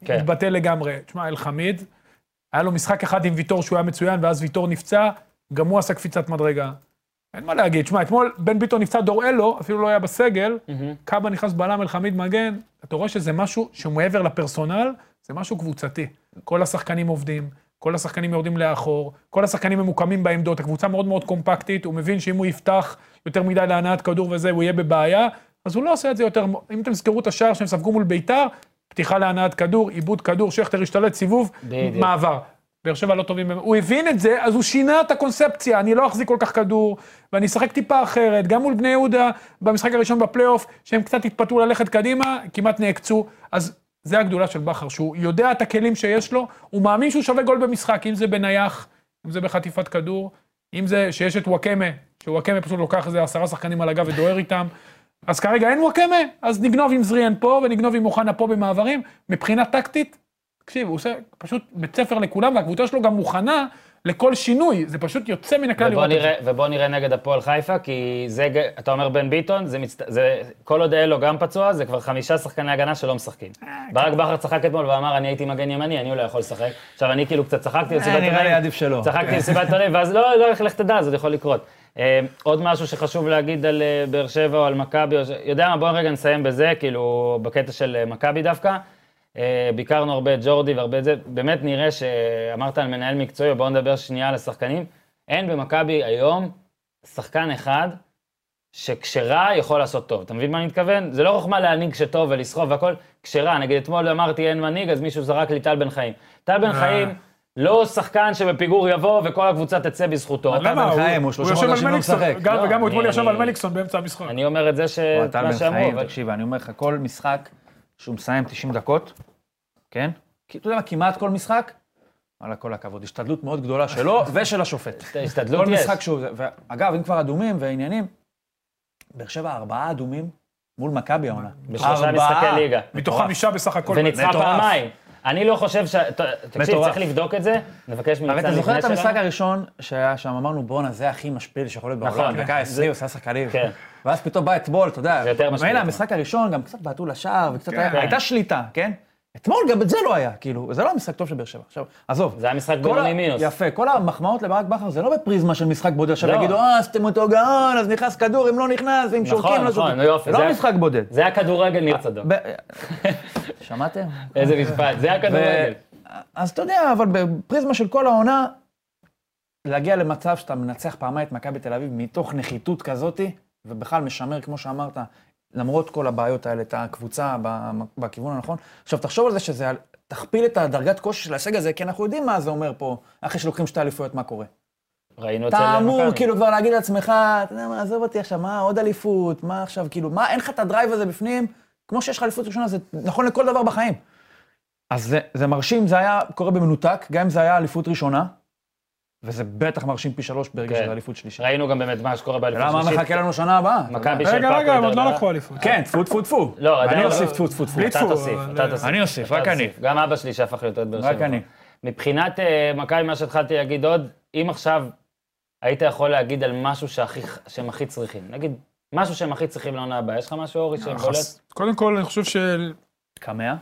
[SPEAKER 1] כן.
[SPEAKER 3] התבטא לגמרי. תשמע, אלחמיד, היה לו משחק אחד עם ויטור שהוא היה מצוין, ואז ויטור נפצע, גם הוא עשה קפיצת מדרגה. אין מה להגיד, שמע, אתמול בן ביטון נפצע דוראלו, אפילו לא היה בסגל, קאבה נכנס בלם אל חמיד מגן, אתה רואה שזה משהו שמעבר לפרסונל, זה משהו קבוצתי. כל השחקנים עובדים, כל השחקנים יורדים לאחור, כל השחקנים ממוקמים בעמדות, הקבוצה מאוד מאוד קומפקטית, הוא מבין שאם הוא יפתח יותר מדי להנעת כדור וזה, הוא יהיה בבעיה, אז הוא לא עושה את זה יותר, אם אתם תזכרו את השער שהם ספגו מול ביתר, פתיחה להנעת כדור, עיבוד כדור, שכטר השתלט, סיבוב,
[SPEAKER 1] בדיוק.
[SPEAKER 3] מעבר. באר שבע לא טובים, הוא הבין את זה, אז הוא שינה את הקונספציה, אני לא אחזיק כל כך כדור, ואני אשחק טיפה אחרת, גם מול בני יהודה, במשחק הראשון בפלייאוף, שהם קצת התפתו ללכת קדימה, כמעט נעקצו, אז זה הגדולה של בכר, שהוא יודע את הכלים שיש לו, הוא מאמין שהוא שווה גול במשחק, אם זה בנייח, אם זה בחטיפת כדור, אם זה שיש את וואקמה, שוואקמה פשוט לוקח איזה עשרה שחקנים על הגב ודוהר איתם, אז כרגע אין וואקמה, אז נגנוב עם זריאן פה, ונגנוב עם אוחנה פה במעברים, מבחינה טקטית, תקשיב, הוא עושה פשוט בית ספר לכולם, והקבוצה שלו גם מוכנה לכל שינוי, זה פשוט יוצא מן הכלל
[SPEAKER 1] ובוא
[SPEAKER 3] לראות את זה.
[SPEAKER 1] נראה, ובוא נראה נגד הפועל חיפה, כי זה, ג- אתה אומר בן ביטון, זה מצט... זה, כל עוד אלו גם פצוע, זה כבר חמישה שחקני הגנה שלא משחקים.
[SPEAKER 3] אה, כן.
[SPEAKER 1] ברק בכר צחק אתמול ואמר, אני הייתי מגן ימני, אני אולי יכול לשחק. עכשיו, אני כאילו קצת צחקתי
[SPEAKER 3] אה,
[SPEAKER 1] במסיבת
[SPEAKER 2] אה, נראה לי
[SPEAKER 1] עיתונאים.
[SPEAKER 2] עדיף שלא.
[SPEAKER 1] צחקתי במסיבת עיתונאים, ואז לא, לא, לך- לך תדע, זה עוד יכול לקרות. אה, עוד משהו שחשוב להגיד על אה, באר שבע או על מכבי, או ש- יודע מה, בוא רגע נסיים בזה, כאילו, בקטע של אה, מכבי דווקא. אה, ביקרנו הרבה את ג'ורדי והרבה את זה, באמת נראה שאמרת על מנהל מקצועי, בואו נדבר שנייה על השחקנים. אין במכבי היום שחקן אחד שכשרע יכול לעשות טוב. אתה מבין מה אני מתכוון? זה לא חוכמה להנהיג כשטוב ולסחוב והכל, כשרע. נגיד אתמול אמרתי אין מנהיג, אז מישהו זרק לי טל בן חיים. טל בן חיים לא שחקן שבפיגור יבוא וכל הקבוצה תצא בזכותו.
[SPEAKER 2] אבל-
[SPEAKER 3] למה?
[SPEAKER 2] בן
[SPEAKER 3] הוא-
[SPEAKER 2] חיים, הוא שלושה
[SPEAKER 3] יושב על
[SPEAKER 2] חודשים לא
[SPEAKER 3] מליקסון,
[SPEAKER 2] משחק.
[SPEAKER 3] גם-
[SPEAKER 1] לא,
[SPEAKER 3] וגם הוא
[SPEAKER 1] אני-
[SPEAKER 3] אתמול ישב
[SPEAKER 1] אני-
[SPEAKER 3] על מליקסון באמצע המשחק.
[SPEAKER 1] אני אומר את זה ש...
[SPEAKER 2] וואי, טל
[SPEAKER 1] מה
[SPEAKER 2] בן
[SPEAKER 1] שאמרו,
[SPEAKER 2] חיים,
[SPEAKER 1] אבל...
[SPEAKER 2] תקשיב, אני אומר לך, כל משחק שהוא מסיים 90 דקות, כן? כי אתה יודע מה, כמעט כל משחק, וואלה, כל הכבוד, השתדלות מאוד גדולה שלו ושל השופט.
[SPEAKER 1] השתדלות
[SPEAKER 2] כל
[SPEAKER 1] יש.
[SPEAKER 2] משחק שהוא... אגב, אם כבר אדומים ועניינים, באר שבע ארבעה אדומים מול מכבי העונה.
[SPEAKER 1] בשלושה
[SPEAKER 2] ארבעה.
[SPEAKER 1] משחקי ליגה.
[SPEAKER 3] מתוך חמישה בסך הכל.
[SPEAKER 1] וניצחה
[SPEAKER 2] מטורף.
[SPEAKER 1] פעמיים. אני לא חושב ש... ת- תקשיב,
[SPEAKER 2] מטורף.
[SPEAKER 1] צריך לבדוק את זה, נבקש מניצן
[SPEAKER 2] הרי אתה
[SPEAKER 1] לפני
[SPEAKER 2] זוכר את
[SPEAKER 1] שלנו.
[SPEAKER 2] המשחק הראשון שהיה שם, אמרנו, בואנה, זה הכי משפיל שיכול להיות
[SPEAKER 1] נכון,
[SPEAKER 2] בעולם, דקה 20, עושה שחקנים.
[SPEAKER 1] כן.
[SPEAKER 2] ואז פתאום בא אתמול, אתה יודע,
[SPEAKER 1] זה יותר משפיל. כן.
[SPEAKER 2] מילא המשחק הראשון, גם קצת בעטו לשער, וקצת
[SPEAKER 3] כן.
[SPEAKER 2] היה- הייתה שליטה, כן? אתמול גם את זה לא היה, כאילו, זה לא המשחק טוב של באר שבע. עכשיו, עזוב.
[SPEAKER 1] זה היה משחק
[SPEAKER 2] כל
[SPEAKER 1] בינוני
[SPEAKER 2] ה-
[SPEAKER 1] מינוס.
[SPEAKER 2] יפה, כל המחמאות לברק בכר זה לא בפריזמה של משחק בודד, עכשיו
[SPEAKER 1] לא.
[SPEAKER 2] יגידו, אה, עשיתם אותו גאון, אז נכנס כדור, אם לא נכנס, ואם
[SPEAKER 1] נכון,
[SPEAKER 2] שורקים, לא
[SPEAKER 1] נכון,
[SPEAKER 2] שורקים.
[SPEAKER 1] יופי,
[SPEAKER 2] זה
[SPEAKER 1] זה- לא.
[SPEAKER 2] לא משחק בודד.
[SPEAKER 1] זה היה כדורגל ניר צדוק.
[SPEAKER 2] ב- שמעתם?
[SPEAKER 1] איזה משפט, זה היה כדורגל.
[SPEAKER 2] ו- אז אתה יודע, אבל בפריזמה של כל העונה, להגיע למצב שאתה מנצח פעמיים את מכבי תל אביב מתוך נחיתות כזאתי, ובכלל משמר, כמו שאמרת, למרות כל הבעיות האלה, את הקבוצה ב- בכיוון הנכון. עכשיו, תחשוב על זה שזה, על- תכפיל את הדרגת קושי של ההישג הזה, כי אנחנו יודעים מה זה אומר פה, אחרי שלוקחים שתי אליפויות, מה קורה.
[SPEAKER 1] ראינו את זה
[SPEAKER 2] אתה אמור
[SPEAKER 1] למכבי.
[SPEAKER 2] כאילו כבר להגיד לעצמך, אתה יודע מה, עזוב אותי עכשיו, מה עוד אליפות, מה עכשיו, כאילו, מה, אין לך את הדרייב הזה בפנים, כמו שיש לך אליפות ראשונה, זה נכון לכל דבר בחיים. אז זה, זה מרשים, זה היה קורה במנותק, גם אם זה היה אליפות ראשונה, וזה בטח מרשים פי שלוש ברגע
[SPEAKER 1] כן.
[SPEAKER 2] שזה אליפות שלישית.
[SPEAKER 1] ראינו גם באמת מה שקורה באליפות
[SPEAKER 2] למה
[SPEAKER 1] שלישית.
[SPEAKER 2] מחכה לנו שנה הבאה?
[SPEAKER 1] מכבי של
[SPEAKER 3] רגע,
[SPEAKER 1] פאקו
[SPEAKER 3] רגע, הם עוד לא
[SPEAKER 1] הידרדרה.
[SPEAKER 3] לקחו אליפות.
[SPEAKER 2] כן, טפו טפו טפו.
[SPEAKER 1] לא, עדיין
[SPEAKER 2] אני
[SPEAKER 1] לא.
[SPEAKER 2] אוסיף טפו טפו טפו.
[SPEAKER 3] בלי
[SPEAKER 1] אתה
[SPEAKER 3] צפו,
[SPEAKER 1] תוסיף,
[SPEAKER 3] אבל-
[SPEAKER 1] אתה תוסיף.
[SPEAKER 2] אני אוסיף,
[SPEAKER 1] אתה
[SPEAKER 2] רק אני.
[SPEAKER 1] תוסיף. גם אבא שלי שהפך להיות עוד באר שבע.
[SPEAKER 2] רק אני.
[SPEAKER 1] מבחינת אה, מכבי, מה שהתחלתי להגיד עוד, אם עכשיו היית יכול להגיד על משהו שהכי- שהם הכי צריכים, נגיד, משהו שהם הכי צריכים לעונה הבאה, יש לך משהו,
[SPEAKER 3] אה,
[SPEAKER 1] אורי, שבולט?
[SPEAKER 3] קודם כל, אני חושב של...
[SPEAKER 2] קמע?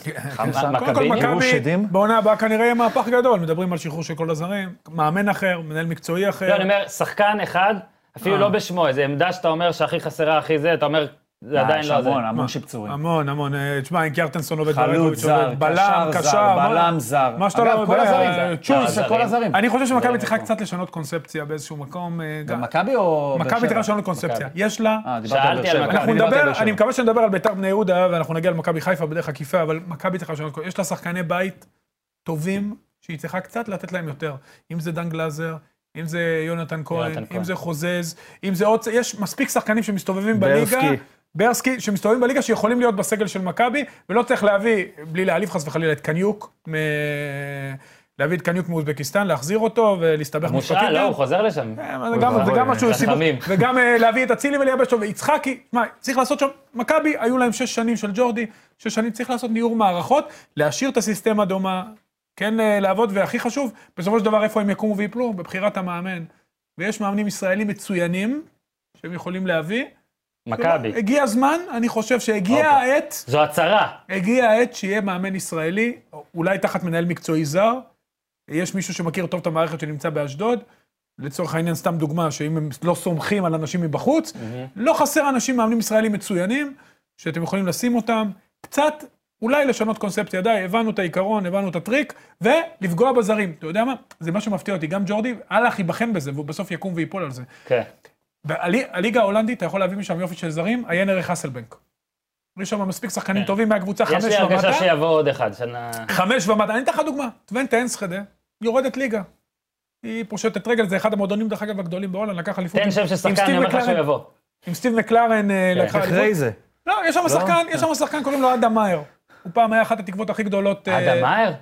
[SPEAKER 2] כן.
[SPEAKER 3] קודם כל,
[SPEAKER 1] מכבי?
[SPEAKER 2] גירוש
[SPEAKER 3] מכבי,
[SPEAKER 2] עדים?
[SPEAKER 3] בעונה הבאה כנראה יהיה מהפך גדול, מדברים על שחרור של כל הזרים, מאמן אחר, מנהל מקצועי אחר.
[SPEAKER 1] לא, אני אומר, לא, שחקן אחד, אפילו
[SPEAKER 3] אה.
[SPEAKER 1] לא בשמו, איזו עמדה שאתה אומר שהכי חסרה, הכי זה, אתה אומר, זה
[SPEAKER 3] אה,
[SPEAKER 1] עדיין
[SPEAKER 2] יש
[SPEAKER 1] לא זה.
[SPEAKER 2] המון, אה, המון שיפצורים.
[SPEAKER 3] המון, המון. אה, תשמע, אין קיארטנסון עובד,
[SPEAKER 2] חלוץ
[SPEAKER 3] ברקוביץ'
[SPEAKER 2] זר, קשר
[SPEAKER 3] עובד, בלם,
[SPEAKER 2] זר,
[SPEAKER 3] קשר, מה-
[SPEAKER 2] בלם זר.
[SPEAKER 3] מה שאתה לא
[SPEAKER 2] אגב, כל
[SPEAKER 3] יודע,
[SPEAKER 2] הזרים,
[SPEAKER 3] אה,
[SPEAKER 2] זה-
[SPEAKER 3] צ'ולס,
[SPEAKER 2] זה כל הזרים.
[SPEAKER 3] אני חושב שמכבי צריכה קצת לשנות קונספציה באיזשהו מקום. אה, גם-
[SPEAKER 2] גם מכבי לא או... באר
[SPEAKER 3] מכבי
[SPEAKER 2] שבע?
[SPEAKER 3] צריכה לשנות קונספציה. יש לה...
[SPEAKER 2] אה, דיברת על
[SPEAKER 1] שאלתי
[SPEAKER 2] באר
[SPEAKER 1] על
[SPEAKER 2] שבע.
[SPEAKER 1] מכבי, לא
[SPEAKER 3] אנחנו
[SPEAKER 2] אני דיברתי על באר
[SPEAKER 3] נדבר,
[SPEAKER 2] שבע.
[SPEAKER 3] אני מקווה שנדבר על ביתר בני יהודה, ואנחנו נגיע למכבי חיפה בדרך עקיפה, אבל מכבי צריכה לשנות, יש לה שחקני בית טובים, שהיא צריכה קצת לתת להם יותר. אם זה דן גלאזר, אם זה יונתן כהן,
[SPEAKER 1] יונתן
[SPEAKER 3] אם
[SPEAKER 1] כהן.
[SPEAKER 3] זה חוזז, אם זה עוד... יש מספיק שחקנים שמסתובבים
[SPEAKER 2] ברסקי.
[SPEAKER 3] בליגה. ברסקי, שמסתובבים בליגה, שיכולים להיות בסגל של מכבי, ולא צריך להביא, בלי להעליב חס וחלילה, את קניוק, מ- להביא את קניוק מאוזבקיסטן, להחזיר אותו ולהסתבך
[SPEAKER 1] מושאל, לא, הוא חוזר לשם.
[SPEAKER 3] זה כן, גם- זה גם משהו סיבוב,
[SPEAKER 1] חכמים.
[SPEAKER 3] וגם אה, להביא את אצילי ולייבש אותו, ויצחקי, שמע, צריך לעשות שם, מכבי, היו להם שש שנים של ג'ורדי, שש שנים, צריך לעשות ניעור מערכות, להשאיר את הסיסטמה דומה, כן אה, לעבוד, והכי חשוב, בסופו של דבר איפה הם יקומו ויפלו, בבחירת המאמן. ויש מאמנים ישראלים מצוינים, שהם יכולים להביא.
[SPEAKER 1] מכבי. אוקיי.
[SPEAKER 3] הגיע הזמן, אני חושב שהגיע העת,
[SPEAKER 1] זו הצהרה.
[SPEAKER 3] הגיע העת שיהיה מאמן ישראלי, אולי תחת מנהל מקצועי זר. יש מישהו שמכיר טוב את המערכת שנמצא באשדוד. לצורך העניין, סתם דוגמה, שאם הם לא סומכים על אנשים מבחוץ, לא חסר אנשים, מאמנים ישראלים מצוינים, שאתם יכולים לשים אותם, קצת, אולי לשנות קונספציה, די, הבנו את העיקרון, הבנו את הטריק, ולפגוע בזרים. אתה יודע מה? זה מה שמפתיע אותי, גם ג'ורדי, הלך ייבחן בזה, והוא בסוף יקום וייפול על זה.
[SPEAKER 1] כן.
[SPEAKER 3] והלי- הליגה ההולנדית, אתה יכול להביא משם יופי של זרים, איינר חסלבנק. יש שם מספיק שחקנים
[SPEAKER 1] כן.
[SPEAKER 3] טובים מהקבוצה
[SPEAKER 1] יש
[SPEAKER 3] חמש
[SPEAKER 1] לי הרגשה
[SPEAKER 3] ומטה.
[SPEAKER 1] שיבוא עוד אחד, שנה...
[SPEAKER 3] חמש ומטה. אני אתן לך דוגמה, טווינטה אינסחדה, יורדת ליגה. היא פושטת רגל, זה אחד המועדונים, דרך אגב, הגדולים בהולנד, לקח אליפות.
[SPEAKER 1] תן
[SPEAKER 3] עם-
[SPEAKER 1] שם של
[SPEAKER 3] עם
[SPEAKER 1] שחקן,
[SPEAKER 3] סטיב
[SPEAKER 1] אני אומר לך
[SPEAKER 3] מקלרן.
[SPEAKER 1] שהוא יבוא.
[SPEAKER 3] עם סטיב מקלרן אה,
[SPEAKER 1] כן.
[SPEAKER 3] לקחה
[SPEAKER 2] אחרי
[SPEAKER 3] אליפות.
[SPEAKER 2] זה.
[SPEAKER 3] לא, יש שם שחקן, יש שם שחקן, קוראים לו אדם מאייר. הוא פעם היה אחת התקוות הכי גדולות. אה,
[SPEAKER 1] אדם מאייר?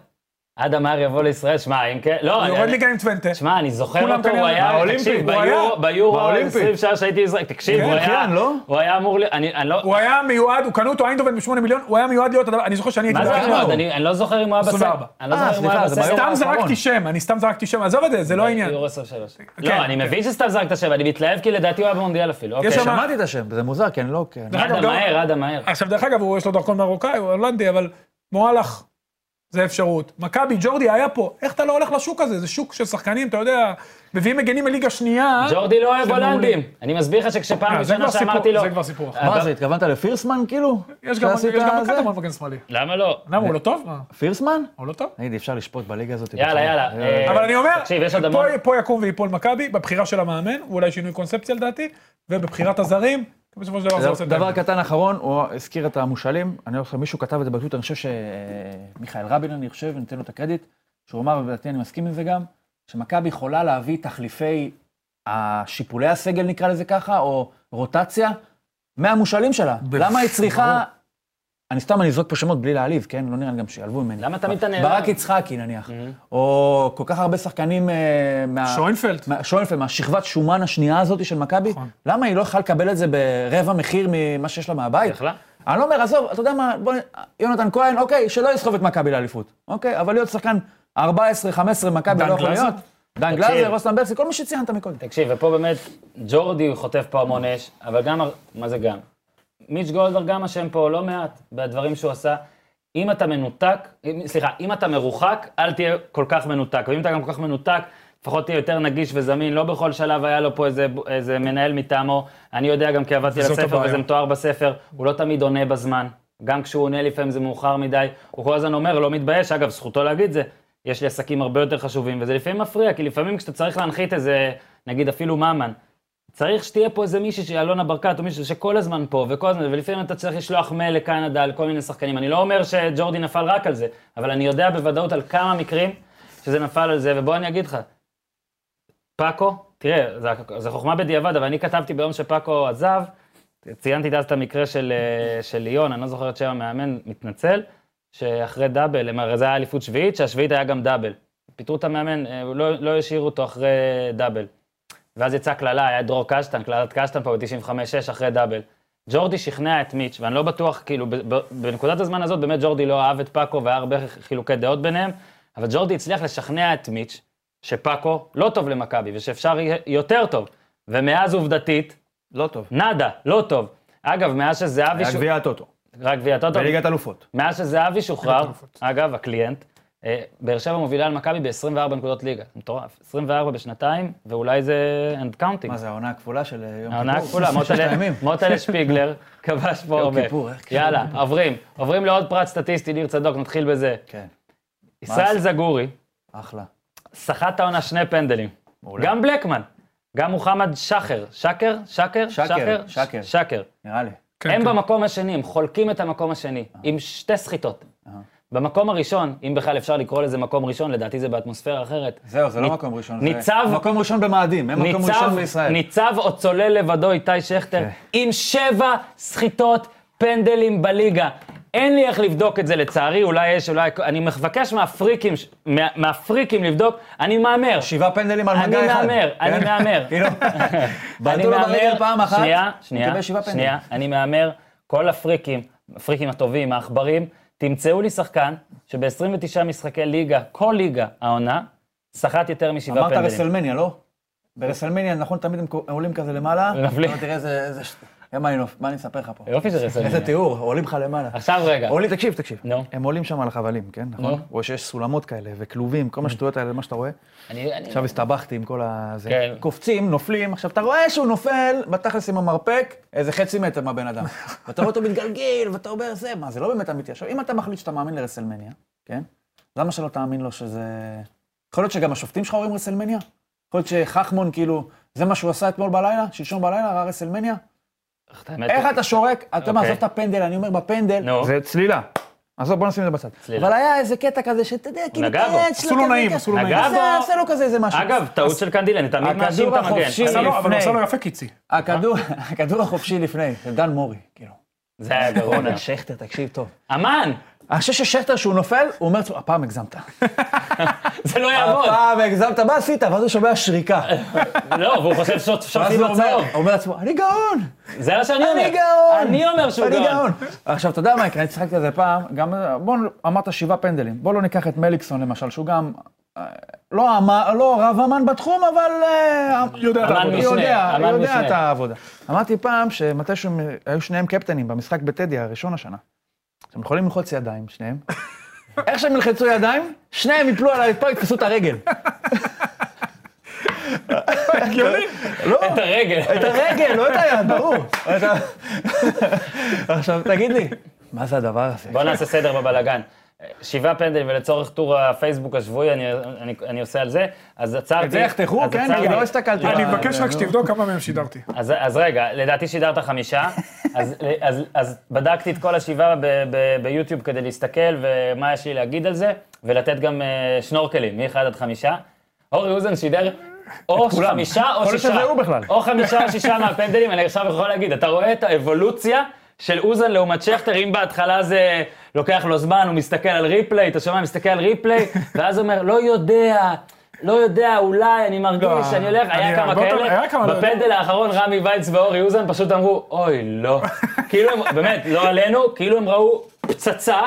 [SPEAKER 1] אדם מאייר יבוא לישראל, שמע, אם כן... לא,
[SPEAKER 3] הוא
[SPEAKER 1] אני-
[SPEAKER 3] יורד ליגה עם טווינטה.
[SPEAKER 1] שמע, אני זוכר
[SPEAKER 3] כולם
[SPEAKER 1] אותו, הוא
[SPEAKER 3] כנראה-
[SPEAKER 1] היה,
[SPEAKER 2] באולימפי,
[SPEAKER 1] תקשיב,
[SPEAKER 3] הוא היה.
[SPEAKER 1] ביורו- ביורו
[SPEAKER 2] באולימפי.
[SPEAKER 1] 20 שעה שהייתי ישראל, תקשיב,
[SPEAKER 3] כן,
[SPEAKER 1] הוא היה,
[SPEAKER 2] כן, לא?
[SPEAKER 1] הוא היה אמור, ל- אני אני לא,
[SPEAKER 3] הוא היה מיועד, הוא קנו אותו איינדובן ב-8 מיליון, הוא היה מיועד להיות, הדבר- אני זוכר שאני הייתי...
[SPEAKER 1] מה זה
[SPEAKER 3] בכיכר.
[SPEAKER 1] היה עוד? אני אני לא זוכר אם הוא היה בסגל,
[SPEAKER 3] 24.
[SPEAKER 1] אני לא
[SPEAKER 2] כן, אה,
[SPEAKER 1] זוכר אם הוא
[SPEAKER 2] סליחה,
[SPEAKER 1] היה
[SPEAKER 2] זה
[SPEAKER 1] בסגל,
[SPEAKER 2] ביורו
[SPEAKER 3] סתם
[SPEAKER 2] האחרון.
[SPEAKER 3] זרקתי שם, אני סתם זרקתי שם, עזוב את זה, זה לא העניין.
[SPEAKER 1] יורו 23.
[SPEAKER 3] כן,
[SPEAKER 1] לא, אני
[SPEAKER 3] כן.
[SPEAKER 1] מבין שסתם זרקת שם, אני מתלהב כי לדעתי הוא היה במונדיאל אפילו, אוקיי,
[SPEAKER 3] יש שם-
[SPEAKER 2] שמעתי את השם, זה מוזר, כי אני לא... כן.
[SPEAKER 3] דרך אגב,
[SPEAKER 1] אדם
[SPEAKER 3] גם- אה,
[SPEAKER 1] מהר, אדם מהר.
[SPEAKER 3] עכשיו, דרך אגב, הוא יש לו דרכון מרוקאי, הוא הולנדי, אבל מועלך, זה אפשרות. מכבי, ג'ורדי היה פה, איך אתה לא הולך לשוק הזה? זה שוק של שחקנים, אתה יודע, מביאים מגנים מליגה שנייה.
[SPEAKER 1] ג'ורדי לא אוהב
[SPEAKER 3] שהם מעולים.
[SPEAKER 1] הולנדים, אני מסביר לך שכשפעם
[SPEAKER 3] אה, זה
[SPEAKER 1] ראשונה
[SPEAKER 3] כבר
[SPEAKER 1] שאמרתי
[SPEAKER 3] סיפור-
[SPEAKER 1] לו, אה.
[SPEAKER 3] זה כבר סיפור אחר.
[SPEAKER 2] מה
[SPEAKER 1] אדם-
[SPEAKER 2] זה, התכוונת לפירסמן כאילו?
[SPEAKER 3] יש גם
[SPEAKER 2] שעשית
[SPEAKER 3] יש גם
[SPEAKER 2] זה?
[SPEAKER 3] בקטמון מגן שמאלי.
[SPEAKER 1] למה לא?
[SPEAKER 3] למה, הוא לא טוב? מה,
[SPEAKER 2] פירסמן?
[SPEAKER 3] הוא לא טוב?
[SPEAKER 2] תגיד, אפשר לשפוט בליגה הזאת?
[SPEAKER 1] יאללה,
[SPEAKER 2] בכלל?
[SPEAKER 1] יאללה, אה,
[SPEAKER 3] אבל אני אומר,
[SPEAKER 1] תקשיב, יש עוד
[SPEAKER 3] פה-
[SPEAKER 1] המון.
[SPEAKER 3] פה יקום ויפול מכבי, בבחירה של המאמן, הוא אולי שינוי קונספציה לדעתי, ובבחירת הזרים, בסופו של דבר זה עושה לא את
[SPEAKER 2] דבר
[SPEAKER 3] ההבדל.
[SPEAKER 2] קטן אחרון, הוא הזכיר את המושאלים, אני לא חושב, מישהו כתב את זה בטוויטר, אני חושב שמיכאל רבין, אני חושב, ניתן לו את הקרדיט, שהוא אמר, ובדעתי אני מסכים עם זה גם, שמכבי יכולה להביא תחליפי השיפולי הסגל, נקרא לזה ככה, או רוטציה, מהמושאלים שלה. למה היא צריכה... אני סתם, אני אזרוק פה שמות בלי להעליב, כן? לא נראה לי גם שיעלבו ממני.
[SPEAKER 1] למה תמיד אתה Mm-hmm. נעלב?
[SPEAKER 2] ברק יצחקי נניח, או כל כך הרבה שחקנים אה, מה...
[SPEAKER 3] שוינפלד.
[SPEAKER 2] מה- שוינפלד, מהשכבת שומן השנייה הזאת של מכבי,
[SPEAKER 3] נכון.
[SPEAKER 2] למה היא לא יכולה לקבל את זה ברבע מחיר ממה שיש לה מהבית?
[SPEAKER 1] יכלה.
[SPEAKER 2] אני לא אומר, עזוב, אתה יודע מה, בוא, יונתן כהן, אוקיי, שלא יסחוב את מכבי לאליפות, אוקיי? אבל להיות שחקן 14-15 מכבי
[SPEAKER 3] דן
[SPEAKER 2] לא יכול
[SPEAKER 3] גלאזר?
[SPEAKER 2] להיות. דן
[SPEAKER 1] תקשיב.
[SPEAKER 2] גלאזר, רוסטן ברסי, כל מי שציינת מקודם.
[SPEAKER 1] תקשיב, ופה באמת, ג'ורדי הוא חוטף פה המון אש, אבל גם, הר- מה זה גם? מיץ' גולדהר גם אשם פה לא מעט בדברים שהוא עשה. אם אתה מנותק, אם- סליחה, אם אתה מרוחק, אל תהיה כל כך מנותק. ואם אתה גם כל כך מנותק, לפחות תהיה יותר נגיש וזמין. לא בכל שלב היה לו פה איזה, איזה מנהל מטעמו. אני יודע גם כי עבדתי על
[SPEAKER 3] וזאת
[SPEAKER 1] הספר,
[SPEAKER 3] הבעיה.
[SPEAKER 1] וזה מתואר בספר, הוא לא תמיד עונה בזמן. גם כשהוא עונה לפעמים זה מאוחר מדי. הוא כל הזמן אומר, לא מתבייש, אגב, זכותו להגיד זה. יש לי עסקים הרבה יותר חשובים, וזה לפעמים מפריע, כי לפעמים כשאתה צריך להנחית איזה, נגיד אפילו ממן, צריך שתהיה פה איזה מישהי שהיא אלונה ברקת, או מישהו שכל הזמן פה, וכל הזמן, ולפעמים אתה צריך לשלוח מייל לקנדה על כל מיני שחקנים. אני לא אומר שג'ורדי נפל רק על זה, אבל אני יודע בוודאות על כמה מקרים שזה נפל על זה, ובוא אני אגיד לך, פאקו, תראה, זה, זה חוכמה בדיעבד, אבל אני כתבתי ביום שפאקו עזב, ציינתי אז את המקרה של, אה, של ליון, אני לא זוכר את שם המאמן, מתנצל, שאחרי דאבל, הם הרי זה היה אליפות שביעית, שהשביעית היה גם דאבל. פיטרו את המאמן, אה, לא, לא השאירו אותו אחרי דאבל. ואז יצאה קללה, היה דרור קשטן, קללת קשטן פה ב-95-6 אחרי דאבל. ג'ורדי שכנע את מיץ', ואני לא בטוח, כאילו, ב- ב- בנקודת הזמן הזאת באמת ג'ורדי לא אהב את פאקו והיה הרבה חילוקי דעות ביניהם, אבל ג'ורדי הצליח לשכנע את מיץ' שפאקו לא טוב למכבי ושאפשר יהיה יותר טוב. ומאז עובדתית,
[SPEAKER 2] לא טוב.
[SPEAKER 1] נאדה, לא טוב. אגב, מאז שזהבי...
[SPEAKER 2] היה
[SPEAKER 1] שו-
[SPEAKER 2] גביע הטוטו,
[SPEAKER 1] רק גביע הטוטו.
[SPEAKER 2] בליגת אלופות.
[SPEAKER 1] מאז שזהבי שוחרר, אגב, הקליינט, אה, באר שבע מובילה על מכבי ב-24 נקודות ליגה, זה מטורף. 24 בשנתיים, ואולי זה end counting.
[SPEAKER 2] מה זה, העונה הכפולה של אה, יום כיפור?
[SPEAKER 1] העונה הכפולה,
[SPEAKER 2] ששת
[SPEAKER 1] מוטלה-
[SPEAKER 2] הימים.
[SPEAKER 1] מוטלה שפיגלר, כבש פה הרבה.
[SPEAKER 2] כיפור, איך קשה.
[SPEAKER 1] יאללה, עוברים. עוברים לעוד פרט סטטיסטי, ניר צדוק, נתחיל בזה.
[SPEAKER 2] כן,
[SPEAKER 1] ישראל זגורי,
[SPEAKER 2] אחלה.
[SPEAKER 1] סחט העונה שני פנדלים.
[SPEAKER 2] מעולה.
[SPEAKER 1] גם בלקמן, גם מוחמד שחר. שקר? שקר?
[SPEAKER 2] שקר, שקר.
[SPEAKER 1] שקר.
[SPEAKER 2] נראה לי.
[SPEAKER 3] כן,
[SPEAKER 1] הם
[SPEAKER 3] כן.
[SPEAKER 1] במקום השני, הם חולקים את המקום השני, עם שתי סחיטות.
[SPEAKER 2] אה.
[SPEAKER 1] במקום הראשון, אם בכלל אפשר לקרוא לזה מקום ראשון, לדעתי זה באטמוספירה אחרת.
[SPEAKER 2] זהו, זה
[SPEAKER 1] נ-
[SPEAKER 2] לא מקום ראשון. זה
[SPEAKER 1] ניצב-
[SPEAKER 2] מקום ראשון במאדים, הם מקום ראשון בישראל.
[SPEAKER 1] ניצב או צולל לבדו איתי שכטר,
[SPEAKER 2] כן.
[SPEAKER 1] עם שבע סחיטות פנדלים בליגה. אין לי איך לבדוק את זה לצערי, אולי יש, אולי... אני מבקש מהפריקים, ש- מה, מהפריקים לבדוק, אני מהמר.
[SPEAKER 2] שבעה פנדלים על
[SPEAKER 1] אני
[SPEAKER 2] מגע אחד.
[SPEAKER 1] מהמר, אני
[SPEAKER 2] כן?
[SPEAKER 1] מהמר.
[SPEAKER 2] כאילו,
[SPEAKER 1] אני
[SPEAKER 2] בעטו לו ברגל פעם אחת,
[SPEAKER 1] שנייה,
[SPEAKER 2] הוא
[SPEAKER 1] שנייה,
[SPEAKER 2] קיבל שבעה פנדלים.
[SPEAKER 1] שנייה, אני מהמר, כל הפריקים, הפריקים הטובים, העכברים, תמצאו לי שחקן שב-29 משחקי ליגה, כל ליגה, העונה, סחט יותר משבעה
[SPEAKER 2] אמרת
[SPEAKER 1] פנדלים.
[SPEAKER 2] רסלמניה, לא? ברסלמניה, נכון, תמיד הם עולים כזה למעלה.
[SPEAKER 1] ונופלים.
[SPEAKER 2] אבל תראה איזה... איזה ש- יא מיינוף, מה אני מספר לך פה?
[SPEAKER 1] יופי של רסלמניה.
[SPEAKER 2] איזה תיאור, עולים לך למעלה.
[SPEAKER 1] עכשיו רגע,
[SPEAKER 2] עולים, תקשיב, תקשיב.
[SPEAKER 1] נו.
[SPEAKER 2] הם עולים שם על החבלים, כן? נכון?
[SPEAKER 1] נו.
[SPEAKER 2] או שיש סולמות כאלה, וכלובים, כל השטויות האלה, מה שאתה רואה.
[SPEAKER 1] אני... אני-
[SPEAKER 2] עכשיו הסתבכתי עם כל ה... זה.
[SPEAKER 1] כן.
[SPEAKER 2] קופצים, נופלים, עכשיו אתה רואה שהוא נופל, בתכלס עם המרפק, איזה חצי מטר מהבן אדם. ואתה רואה אותו מתגלגל, ואתה אומר, זה, מה, זה לא באמת אמיתי. עכשיו, אם אתה מחליט שאתה מאמין לרסלמניה, כן? למה שלא תאמין לו שזה... יכול להיות שגם השופטים שלך רואים רסלמניה? יכול להיות שחכמון, כאילו, זה מה שהוא עשה אתמול בלילה, שלשום בלילה, ראה רסלמניה?
[SPEAKER 1] האמת,
[SPEAKER 2] איך אתה שורק, אתה יודע מה,
[SPEAKER 1] אוקיי.
[SPEAKER 2] עזוב את הפנדל, אני אומר בפנדל,
[SPEAKER 1] נו.
[SPEAKER 2] זה צלילה. עזוב, בוא נשים את זה בצד.
[SPEAKER 1] צלילה.
[SPEAKER 2] אבל היה איזה קטע כזה שאתה יודע, כאילו,
[SPEAKER 1] נגע בו.
[SPEAKER 2] כן, שלו
[SPEAKER 3] עשו לו
[SPEAKER 2] כזה,
[SPEAKER 3] נעים,
[SPEAKER 2] כזה.
[SPEAKER 3] עשו לו
[SPEAKER 1] נגע
[SPEAKER 3] נעים.
[SPEAKER 1] בו.
[SPEAKER 2] עשה- עשה לו כזה איזה משהו.
[SPEAKER 1] אגב, טעות של קנדיל, אני תמיד
[SPEAKER 2] הכדור
[SPEAKER 1] מאשים את המגן.
[SPEAKER 2] החופשי-
[SPEAKER 3] עשה לו- אבל הוא
[SPEAKER 2] לפני.
[SPEAKER 3] עשה לו יפה קיצי.
[SPEAKER 2] הכדור, הכדור החופשי לפני, זה דן מורי, כאילו.
[SPEAKER 1] זה היה גרוע.
[SPEAKER 2] רונלד שכטר, תקשיב טוב.
[SPEAKER 1] אמן!
[SPEAKER 2] אני חושב ששכטר, שהוא נופל, הוא אומר לעצמו, הפעם הגזמת.
[SPEAKER 1] זה לא יעבוד.
[SPEAKER 2] הפעם הגזמת, מה עשית? ואז הוא שומע שריקה.
[SPEAKER 1] לא, והוא חושב שעות
[SPEAKER 2] ואז
[SPEAKER 1] שופטים
[SPEAKER 2] הוא אומר-
[SPEAKER 1] בצהוב.
[SPEAKER 2] הוא אומר לעצמו, אני גאון!
[SPEAKER 1] זה מה שאני אומר.
[SPEAKER 2] אני גאון!
[SPEAKER 1] אני אומר שהוא
[SPEAKER 2] אני
[SPEAKER 1] גאון.
[SPEAKER 2] עכשיו, אתה יודע מה יקרה, אני צחקתי על זה פעם, גם, בוא, נ- אמרת שבעה פנדלים. בוא לא ניקח את מליקסון, למשל, שהוא גם... אה, לא, אמ- לא רב אמן בתחום, אבל... אה,
[SPEAKER 3] יודע את
[SPEAKER 1] אמן
[SPEAKER 3] העבודה.
[SPEAKER 1] משנה,
[SPEAKER 2] יודע,
[SPEAKER 1] אמן
[SPEAKER 2] יודע
[SPEAKER 1] משנה.
[SPEAKER 2] את העבודה. אמרתי פעם שמתישהו הם היו שניהם קפטנים במשחק בטדי הראשון השנה. הם יכולים ללחוץ ידיים, שניהם. איך שהם ילחצו ידיים, שניהם יפלו על הרצפה, יתפסו את הרגל. לא,
[SPEAKER 1] את הרגל.
[SPEAKER 2] את הרגל, לא את היד, ברור. את ה- עכשיו, תגיד לי, מה זה הדבר הזה?
[SPEAKER 1] בוא נעשה סדר בבלאגן. שבעה פנדלים, ולצורך טור הפייסבוק השבועי, אני, אני, אני עושה על זה, אז עצרתי...
[SPEAKER 2] את זה יחתכו?
[SPEAKER 1] אז
[SPEAKER 2] כן,
[SPEAKER 1] עצרתי-
[SPEAKER 2] אני לא הסתכלתי.
[SPEAKER 3] אני
[SPEAKER 2] אה,
[SPEAKER 3] מבקש
[SPEAKER 2] אה,
[SPEAKER 3] רק שתבדוק כמה מהם שידרתי.
[SPEAKER 1] אז, אז רגע, לדעתי שידרת חמישה, אז, אז, אז בדקתי את כל השבעה ב, ב, ביוטיוב כדי להסתכל ומה יש לי להגיד על זה, ולתת גם אה, שנורקלים, מ-1 עד 5. אורי אוזן שידר או
[SPEAKER 2] כולם.
[SPEAKER 1] חמישה או
[SPEAKER 2] יכול להיות
[SPEAKER 1] שישה.
[SPEAKER 2] שזה הוא בכלל.
[SPEAKER 1] או חמישה או שישה מהפנדלים, אני עכשיו יכול להגיד, אתה רואה את האבולוציה של אוזן לעומת שכטר, אם בהתחלה זה לוקח לו זמן, הוא מסתכל על ריפליי, אתה שומע, מסתכל על ריפליי, ואז אומר, לא יודע. לא יודע, אולי, אני מרגיש,
[SPEAKER 3] לא,
[SPEAKER 1] אני הולך, היה
[SPEAKER 3] אני
[SPEAKER 1] כמה
[SPEAKER 3] הרבה יותר-
[SPEAKER 1] כאלה,
[SPEAKER 3] היה כמה, לא יודע.
[SPEAKER 1] בפנדל האחרון רמי וייץ ואורי אוזן פשוט אמרו, אוי, לא. כאילו הם, באמת, לא עלינו, כאילו הם ראו פצצה,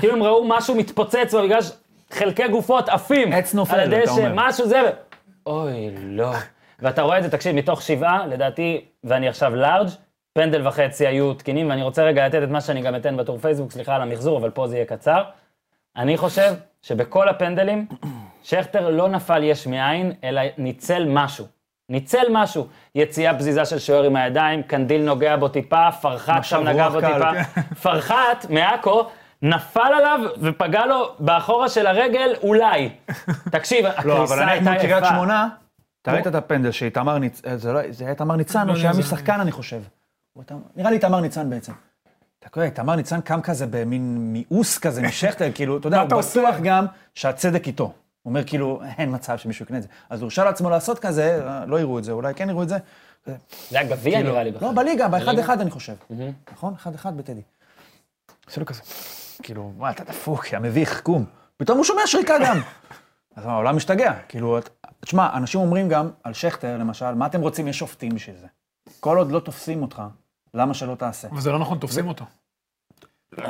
[SPEAKER 1] כאילו הם ראו משהו מתפוצץ במגרש, חלקי גופות עפים.
[SPEAKER 2] עץ נופל,
[SPEAKER 1] על הדשא,
[SPEAKER 2] אתה אומר.
[SPEAKER 1] משהו זה, ו- אוי, לא. ואתה רואה את זה, תקשיב, מתוך שבעה, לדעתי, ואני עכשיו לארג', פנדל וחצי היו תקינים, ואני רוצה רגע לתת את מה שאני גם אתן בטור פייסבוק, סליחה על המחזור, אבל פה זה יהיה קצר. אני חושב שבכל הפנדלים, שכטר לא נפל יש מאין, אלא ניצל משהו. ניצל משהו. יציאה פזיזה של שוער עם הידיים, קנדיל נוגע בו טיפה, פרחת שם
[SPEAKER 2] משב
[SPEAKER 1] נגע
[SPEAKER 2] רוח כן.
[SPEAKER 1] בו
[SPEAKER 2] קל,
[SPEAKER 1] טיפה. פרחת מעכו נפל עליו ופגע לו באחורה של הרגל, אולי. תקשיב,
[SPEAKER 2] לא, אבל
[SPEAKER 1] הכניסה
[SPEAKER 2] אני
[SPEAKER 1] הייתה
[SPEAKER 2] כמו קריית
[SPEAKER 1] יפה.
[SPEAKER 2] שמונה, אתה ראית את הפנדל שאיתמר ניצן, זה לא- זה היה איתמר ניצן, או שהיה
[SPEAKER 3] זה-
[SPEAKER 2] משחקן, אני חושב. הוא איתמר- נראה לי איתמר ניצן בעצם. אתה קורא, איתמר ניצן קם כזה במין מיאוס כזה משכטר, כאילו, אתה יודע,
[SPEAKER 3] מה
[SPEAKER 2] הוא
[SPEAKER 3] אתה עושה?
[SPEAKER 2] בטוח גם שהצדק איתו. הוא אומר, כאילו, אין מצב שמישהו יקנה את זה. אז הוא הרשה לעצמו לעשות כזה, אה, לא יראו את זה, אולי כן יראו את זה. כזה,
[SPEAKER 1] זה היה גביע
[SPEAKER 2] כאילו,
[SPEAKER 1] נראה לי בכלל.
[SPEAKER 2] לא, בליגה, ב-1-1 אני חושב. נכון? 1-1 בטדי. עושה לו לא כזה, כאילו, מה, אתה דפוק, יא מביך, קום. פתאום הוא שומע שריקה גם. אז העולם משתגע, כאילו, את- תשמע, אנשים אומרים גם על שכטר, למשל, מה אתם רוצים, יש שופטים בשביל זה. כל עוד לא תופסים אותך, למה שלא תעשה?
[SPEAKER 3] אבל זה לא נכון, תופסים אותו.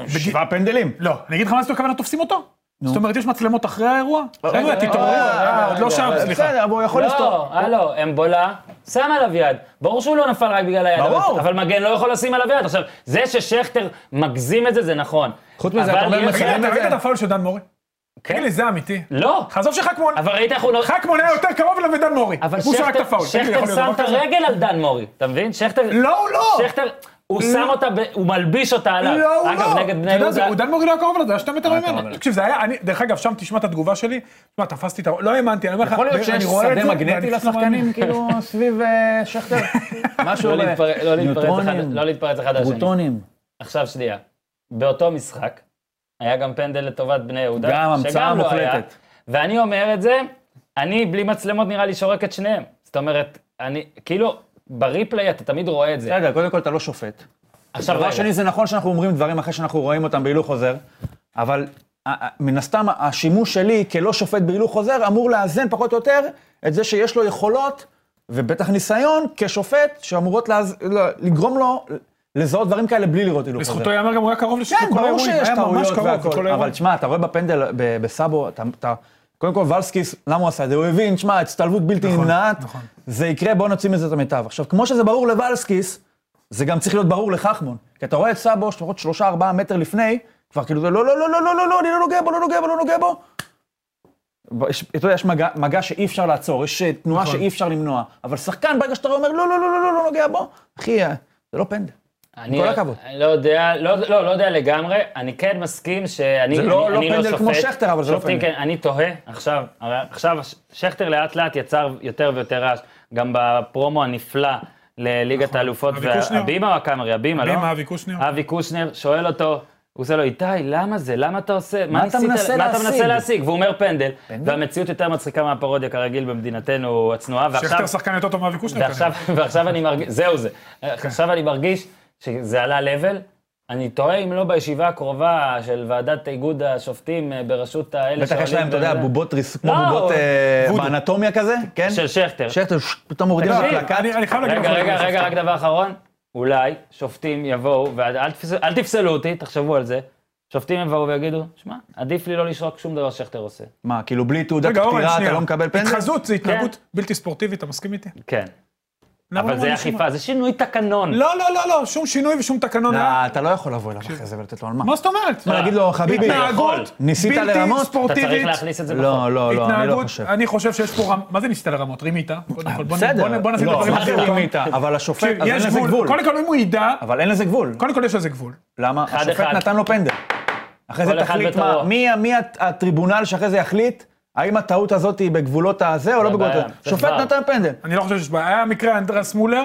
[SPEAKER 2] שבעה פנדלים.
[SPEAKER 3] לא, אני אגיד לך מה זאת הכוונה, תופסים אותו? זאת אומרת, יש מצלמות אחרי האירוע? חבר'ה,
[SPEAKER 2] רגע,
[SPEAKER 3] תתעוררו,
[SPEAKER 2] רגע,
[SPEAKER 3] אה, עוד לא שם, סליחה.
[SPEAKER 2] בסדר, אבל הוא יכול לפתור.
[SPEAKER 1] לא, הלו, אמבולה, שם עליו יד. ברור שהוא לא נפל רק בגלל היד.
[SPEAKER 2] ברור.
[SPEAKER 1] אבל- אבל מגן לא יכול לשים עליו יד. עכשיו, זה ששכטר מגזים את זה, זה נכון.
[SPEAKER 2] חוץ מזה, אתה
[SPEAKER 1] אבל
[SPEAKER 2] אומר
[SPEAKER 1] יש-
[SPEAKER 2] מחיר-
[SPEAKER 3] רגע, אתה
[SPEAKER 2] זה-
[SPEAKER 3] ראית את הפאול של דן מורי? תגיד לי, זה אמיתי.
[SPEAKER 1] לא,
[SPEAKER 3] עזוב שחכמון,
[SPEAKER 1] אבל ראית איך הוא לא...
[SPEAKER 3] חכמון היה יותר קרוב אליו ודן מורי.
[SPEAKER 1] אבל
[SPEAKER 3] הוא שרק את
[SPEAKER 1] שכטר
[SPEAKER 3] הפאול. תגיד לי,
[SPEAKER 1] שכטר
[SPEAKER 3] יכול להיות
[SPEAKER 1] שם את
[SPEAKER 3] דבר כזה?
[SPEAKER 1] הרגל על דן מורי, אתה מבין? שכטר...
[SPEAKER 3] לא, הוא לא!
[SPEAKER 1] שכטר, הוא שם אותה, ב- הוא מלביש אותה עליו.
[SPEAKER 3] לא, הוא לא.
[SPEAKER 1] אגב, נגד בני
[SPEAKER 3] אתה יודע, זה-
[SPEAKER 1] יהודה.
[SPEAKER 3] הוא דן מורי לא היה קרוב לזה, היה שתי מטר ממנו.
[SPEAKER 1] ממנו.
[SPEAKER 3] תקשיב, זה היה, אני, דרך אגב, שם תשמע את התגובה שלי, תשמע, תפסתי את ה... לא האמנתי, אני אומר לך,
[SPEAKER 2] יכול להיות
[SPEAKER 3] אני
[SPEAKER 2] שיש
[SPEAKER 3] רואה את
[SPEAKER 2] שדה
[SPEAKER 3] זה,
[SPEAKER 2] מגנטי
[SPEAKER 3] ואני פשוט לא
[SPEAKER 2] לשחקנים,
[SPEAKER 3] מאמין.
[SPEAKER 2] כאילו, סביב אה, שכטר? משהו...
[SPEAKER 1] לא
[SPEAKER 2] אה,
[SPEAKER 1] להתפרץ- לא להתפרץ אחד-
[SPEAKER 2] ניוטרונים,
[SPEAKER 1] לא להתפרץ אחד לשני.
[SPEAKER 2] פרוטונים.
[SPEAKER 1] עכשיו שנייה. באותו משחק, היה גם פנדל לטובת בני יהודה.
[SPEAKER 2] גם המצאה
[SPEAKER 1] שגם לא
[SPEAKER 2] מוחלטת.
[SPEAKER 1] היה. ואני אומר את זה, אני בלי מצלמות נראה לי שורק את שניהם. זאת אומרת, אני, כאילו, בריפליי אתה תמיד רואה את זה.
[SPEAKER 2] רגע, קודם כל אתה לא שופט.
[SPEAKER 1] עכשיו
[SPEAKER 2] דבר
[SPEAKER 1] רגע,
[SPEAKER 2] שני, זה נכון שאנחנו אומרים דברים אחרי שאנחנו רואים אותם בהילוך חוזר, אבל ה- ה- מן הסתם השימוש שלי כלא שופט בהילוך חוזר אמור לאזן פחות או יותר את זה שיש לו יכולות, ובטח ניסיון, כשופט, שאמורות להז... לא, לגרום לו לזהות דברים כאלה בלי לראות הילוך חוזר.
[SPEAKER 3] לזכותו ייאמר גם, הוא היה קרוב לשני
[SPEAKER 2] כן,
[SPEAKER 3] כל
[SPEAKER 2] ברור
[SPEAKER 3] כאילו האירועים,
[SPEAKER 2] שיש
[SPEAKER 3] היה ממש
[SPEAKER 2] טעויות
[SPEAKER 3] קרוב בכל
[SPEAKER 2] והכל, אבל
[SPEAKER 3] האירועים.
[SPEAKER 2] תשמע, אתה רואה בפנדל ב- בסאבו, אתה- אתה... קודם כל ולסקיס, למה הוא עשה את זה? הוא הבין, תשמע, הצטלבות בלתי
[SPEAKER 3] נכון,
[SPEAKER 2] נמנעת,
[SPEAKER 3] נכון.
[SPEAKER 2] זה יקרה, בואו נוציא מזה את המיטב. עכשיו, כמו שזה ברור לוולסקיס, זה גם צריך להיות ברור לחכמון. כי אתה רואה את סאבו, שלפחות שלושה, ארבעה מטר לפני, כבר כאילו, לא, לא, לא, לא, לא, לא, לא, אני לא נוגע בו, לא נוגע בו, לא נוגע בו. ב- יש- אתה יודע, יש מגע, מגע שאי אפשר לעצור, יש אה, תנועה
[SPEAKER 3] נכון.
[SPEAKER 2] שאי אפשר למנוע, אבל שחקן, ברגע שאתה אומר, לא, לא, לא, לא, לא, לא נוגע בו, אחי, אה, זה לא פנדל.
[SPEAKER 1] אני
[SPEAKER 2] כל הכבוד.
[SPEAKER 1] אני לא יודע, לא, לא, לא יודע לגמרי, אני כן מסכים שאני
[SPEAKER 2] זה לא-
[SPEAKER 1] אני,
[SPEAKER 2] לא
[SPEAKER 1] אני
[SPEAKER 2] פנדל
[SPEAKER 1] שופט.
[SPEAKER 2] כמו שכטר, אבל זה לא
[SPEAKER 1] שופטים,
[SPEAKER 2] פנדל.
[SPEAKER 1] כן, אני תוהה עכשיו, הרי עכשיו ש- שכטר לאט לאט יצר יותר ויותר רעש, גם בפרומו הנפלא לליגת
[SPEAKER 2] נכון.
[SPEAKER 1] האלופות,
[SPEAKER 3] אבי קושניר.
[SPEAKER 1] והבימה או הקאמרי? הבימה, לא?
[SPEAKER 3] אבימה, אבי קושניר.
[SPEAKER 1] אבי קושניר שואל אותו, הוא עושה לו, איתי, למה זה? למה אתה עושה?
[SPEAKER 2] מה אתה
[SPEAKER 1] ניסית-
[SPEAKER 2] מנסה
[SPEAKER 1] מה אתה
[SPEAKER 2] להשיג?"
[SPEAKER 1] מנסה להשיג? והוא אומר פנדל,
[SPEAKER 2] פנדל?
[SPEAKER 1] והמציאות יותר מצחיקה מהפרודיה כרגיל במדינתנו הצנועה,
[SPEAKER 3] שכטר
[SPEAKER 1] ועכשיו...
[SPEAKER 3] שחקן יותר טוב מאבי
[SPEAKER 2] אוקיי.
[SPEAKER 3] קושניר.
[SPEAKER 1] ועכשיו,
[SPEAKER 3] כנראה.
[SPEAKER 1] ועכשיו אני מרגיש, זהו זה. עכשיו אני מרגיש שזה עלה לבל. אני תוהה אם לא בישיבה הקרובה של ועדת איגוד השופטים אה, בראשות האלה
[SPEAKER 2] בטח יש להם, אתה יודע,
[SPEAKER 1] בזה-
[SPEAKER 2] בובות ריס, כמו
[SPEAKER 1] לא,
[SPEAKER 2] בובות אה,
[SPEAKER 3] וודו.
[SPEAKER 2] באנטומיה כזה, כן?
[SPEAKER 1] של שכטר.
[SPEAKER 2] שכטר, ש- פתאום מורידים
[SPEAKER 1] תקשיב,
[SPEAKER 2] לא, את הפלקט.
[SPEAKER 3] אני אני חייב להגיד לך...
[SPEAKER 1] רגע, רגע,
[SPEAKER 3] משהו.
[SPEAKER 1] רגע, רק דבר אחרון. אולי שופטים יבואו, ואל תפס- אל תפסלו אותי, תחשבו על זה. שופטים יבואו ויגידו, שמע, עדיף לי לא לשרוק שום דבר שכטר עושה.
[SPEAKER 2] מה, כאילו בלי תעודת
[SPEAKER 3] רגע, אורן,
[SPEAKER 2] פטירה
[SPEAKER 3] שנייה.
[SPEAKER 2] אתה לא מקבל פנדל? כן.
[SPEAKER 3] התחזות זה התנהגות בלתי ספורטיבית, אתה מסכים איתי?
[SPEAKER 1] כן.
[SPEAKER 3] למה
[SPEAKER 1] אבל
[SPEAKER 3] לא
[SPEAKER 1] זה
[SPEAKER 3] אנשים-
[SPEAKER 1] אכיפה, זה שינוי תקנון.
[SPEAKER 3] לא, לא, לא, לא, שום שינוי ושום תקנון.
[SPEAKER 2] לא, אתה לא יכול לבוא אליו אחרי זה ולתת לו על מה.
[SPEAKER 3] מה זאת אומרת? לא.
[SPEAKER 2] מה, להגיד לו, חביבי,
[SPEAKER 1] יכול.
[SPEAKER 3] התנהגות
[SPEAKER 2] ניסית לרמות?
[SPEAKER 3] בלתי
[SPEAKER 1] אתה צריך
[SPEAKER 3] ספורטיבית.
[SPEAKER 1] להכניס את זה בחוק.
[SPEAKER 2] לא, לא, לא, אני לא
[SPEAKER 3] התנהגות,
[SPEAKER 2] חושב.
[SPEAKER 3] אני חושב שיש פה רמ... מה זה ניסית לרמות? רימית? קודם כל, בוא נ-
[SPEAKER 2] בסדר.
[SPEAKER 3] בוא נ- בוא נשים את
[SPEAKER 2] לא,
[SPEAKER 3] הדברים
[SPEAKER 2] מה זה
[SPEAKER 3] על דיוקם.
[SPEAKER 2] רימית? אבל השופט,
[SPEAKER 3] תקשיב,
[SPEAKER 2] אז אין
[SPEAKER 3] יש
[SPEAKER 2] לזה
[SPEAKER 3] גבול.
[SPEAKER 2] גבול.
[SPEAKER 3] קודם כל, אם הוא ידע,
[SPEAKER 2] אבל אין לזה גבול.
[SPEAKER 3] קודם כל יש לזה גבול.
[SPEAKER 2] למה?
[SPEAKER 1] אחד,
[SPEAKER 2] השופט
[SPEAKER 1] אחד.
[SPEAKER 2] נתן לו פנדל. אחרי זה
[SPEAKER 1] כל אחד
[SPEAKER 2] תחליט מה,
[SPEAKER 1] בתורו.
[SPEAKER 2] מי מי הט- הטריבונל שאחרי זה יחליט האם הטעות הזאת היא בגבולות הזה או לא
[SPEAKER 1] זה
[SPEAKER 2] בגבולות
[SPEAKER 1] בעיה,
[SPEAKER 2] הזה.
[SPEAKER 1] זה
[SPEAKER 2] שופט
[SPEAKER 1] דבר.
[SPEAKER 2] נתן פנדל.
[SPEAKER 3] אני לא חושב שיש בעיה. היה מקרה אנדרס מולר,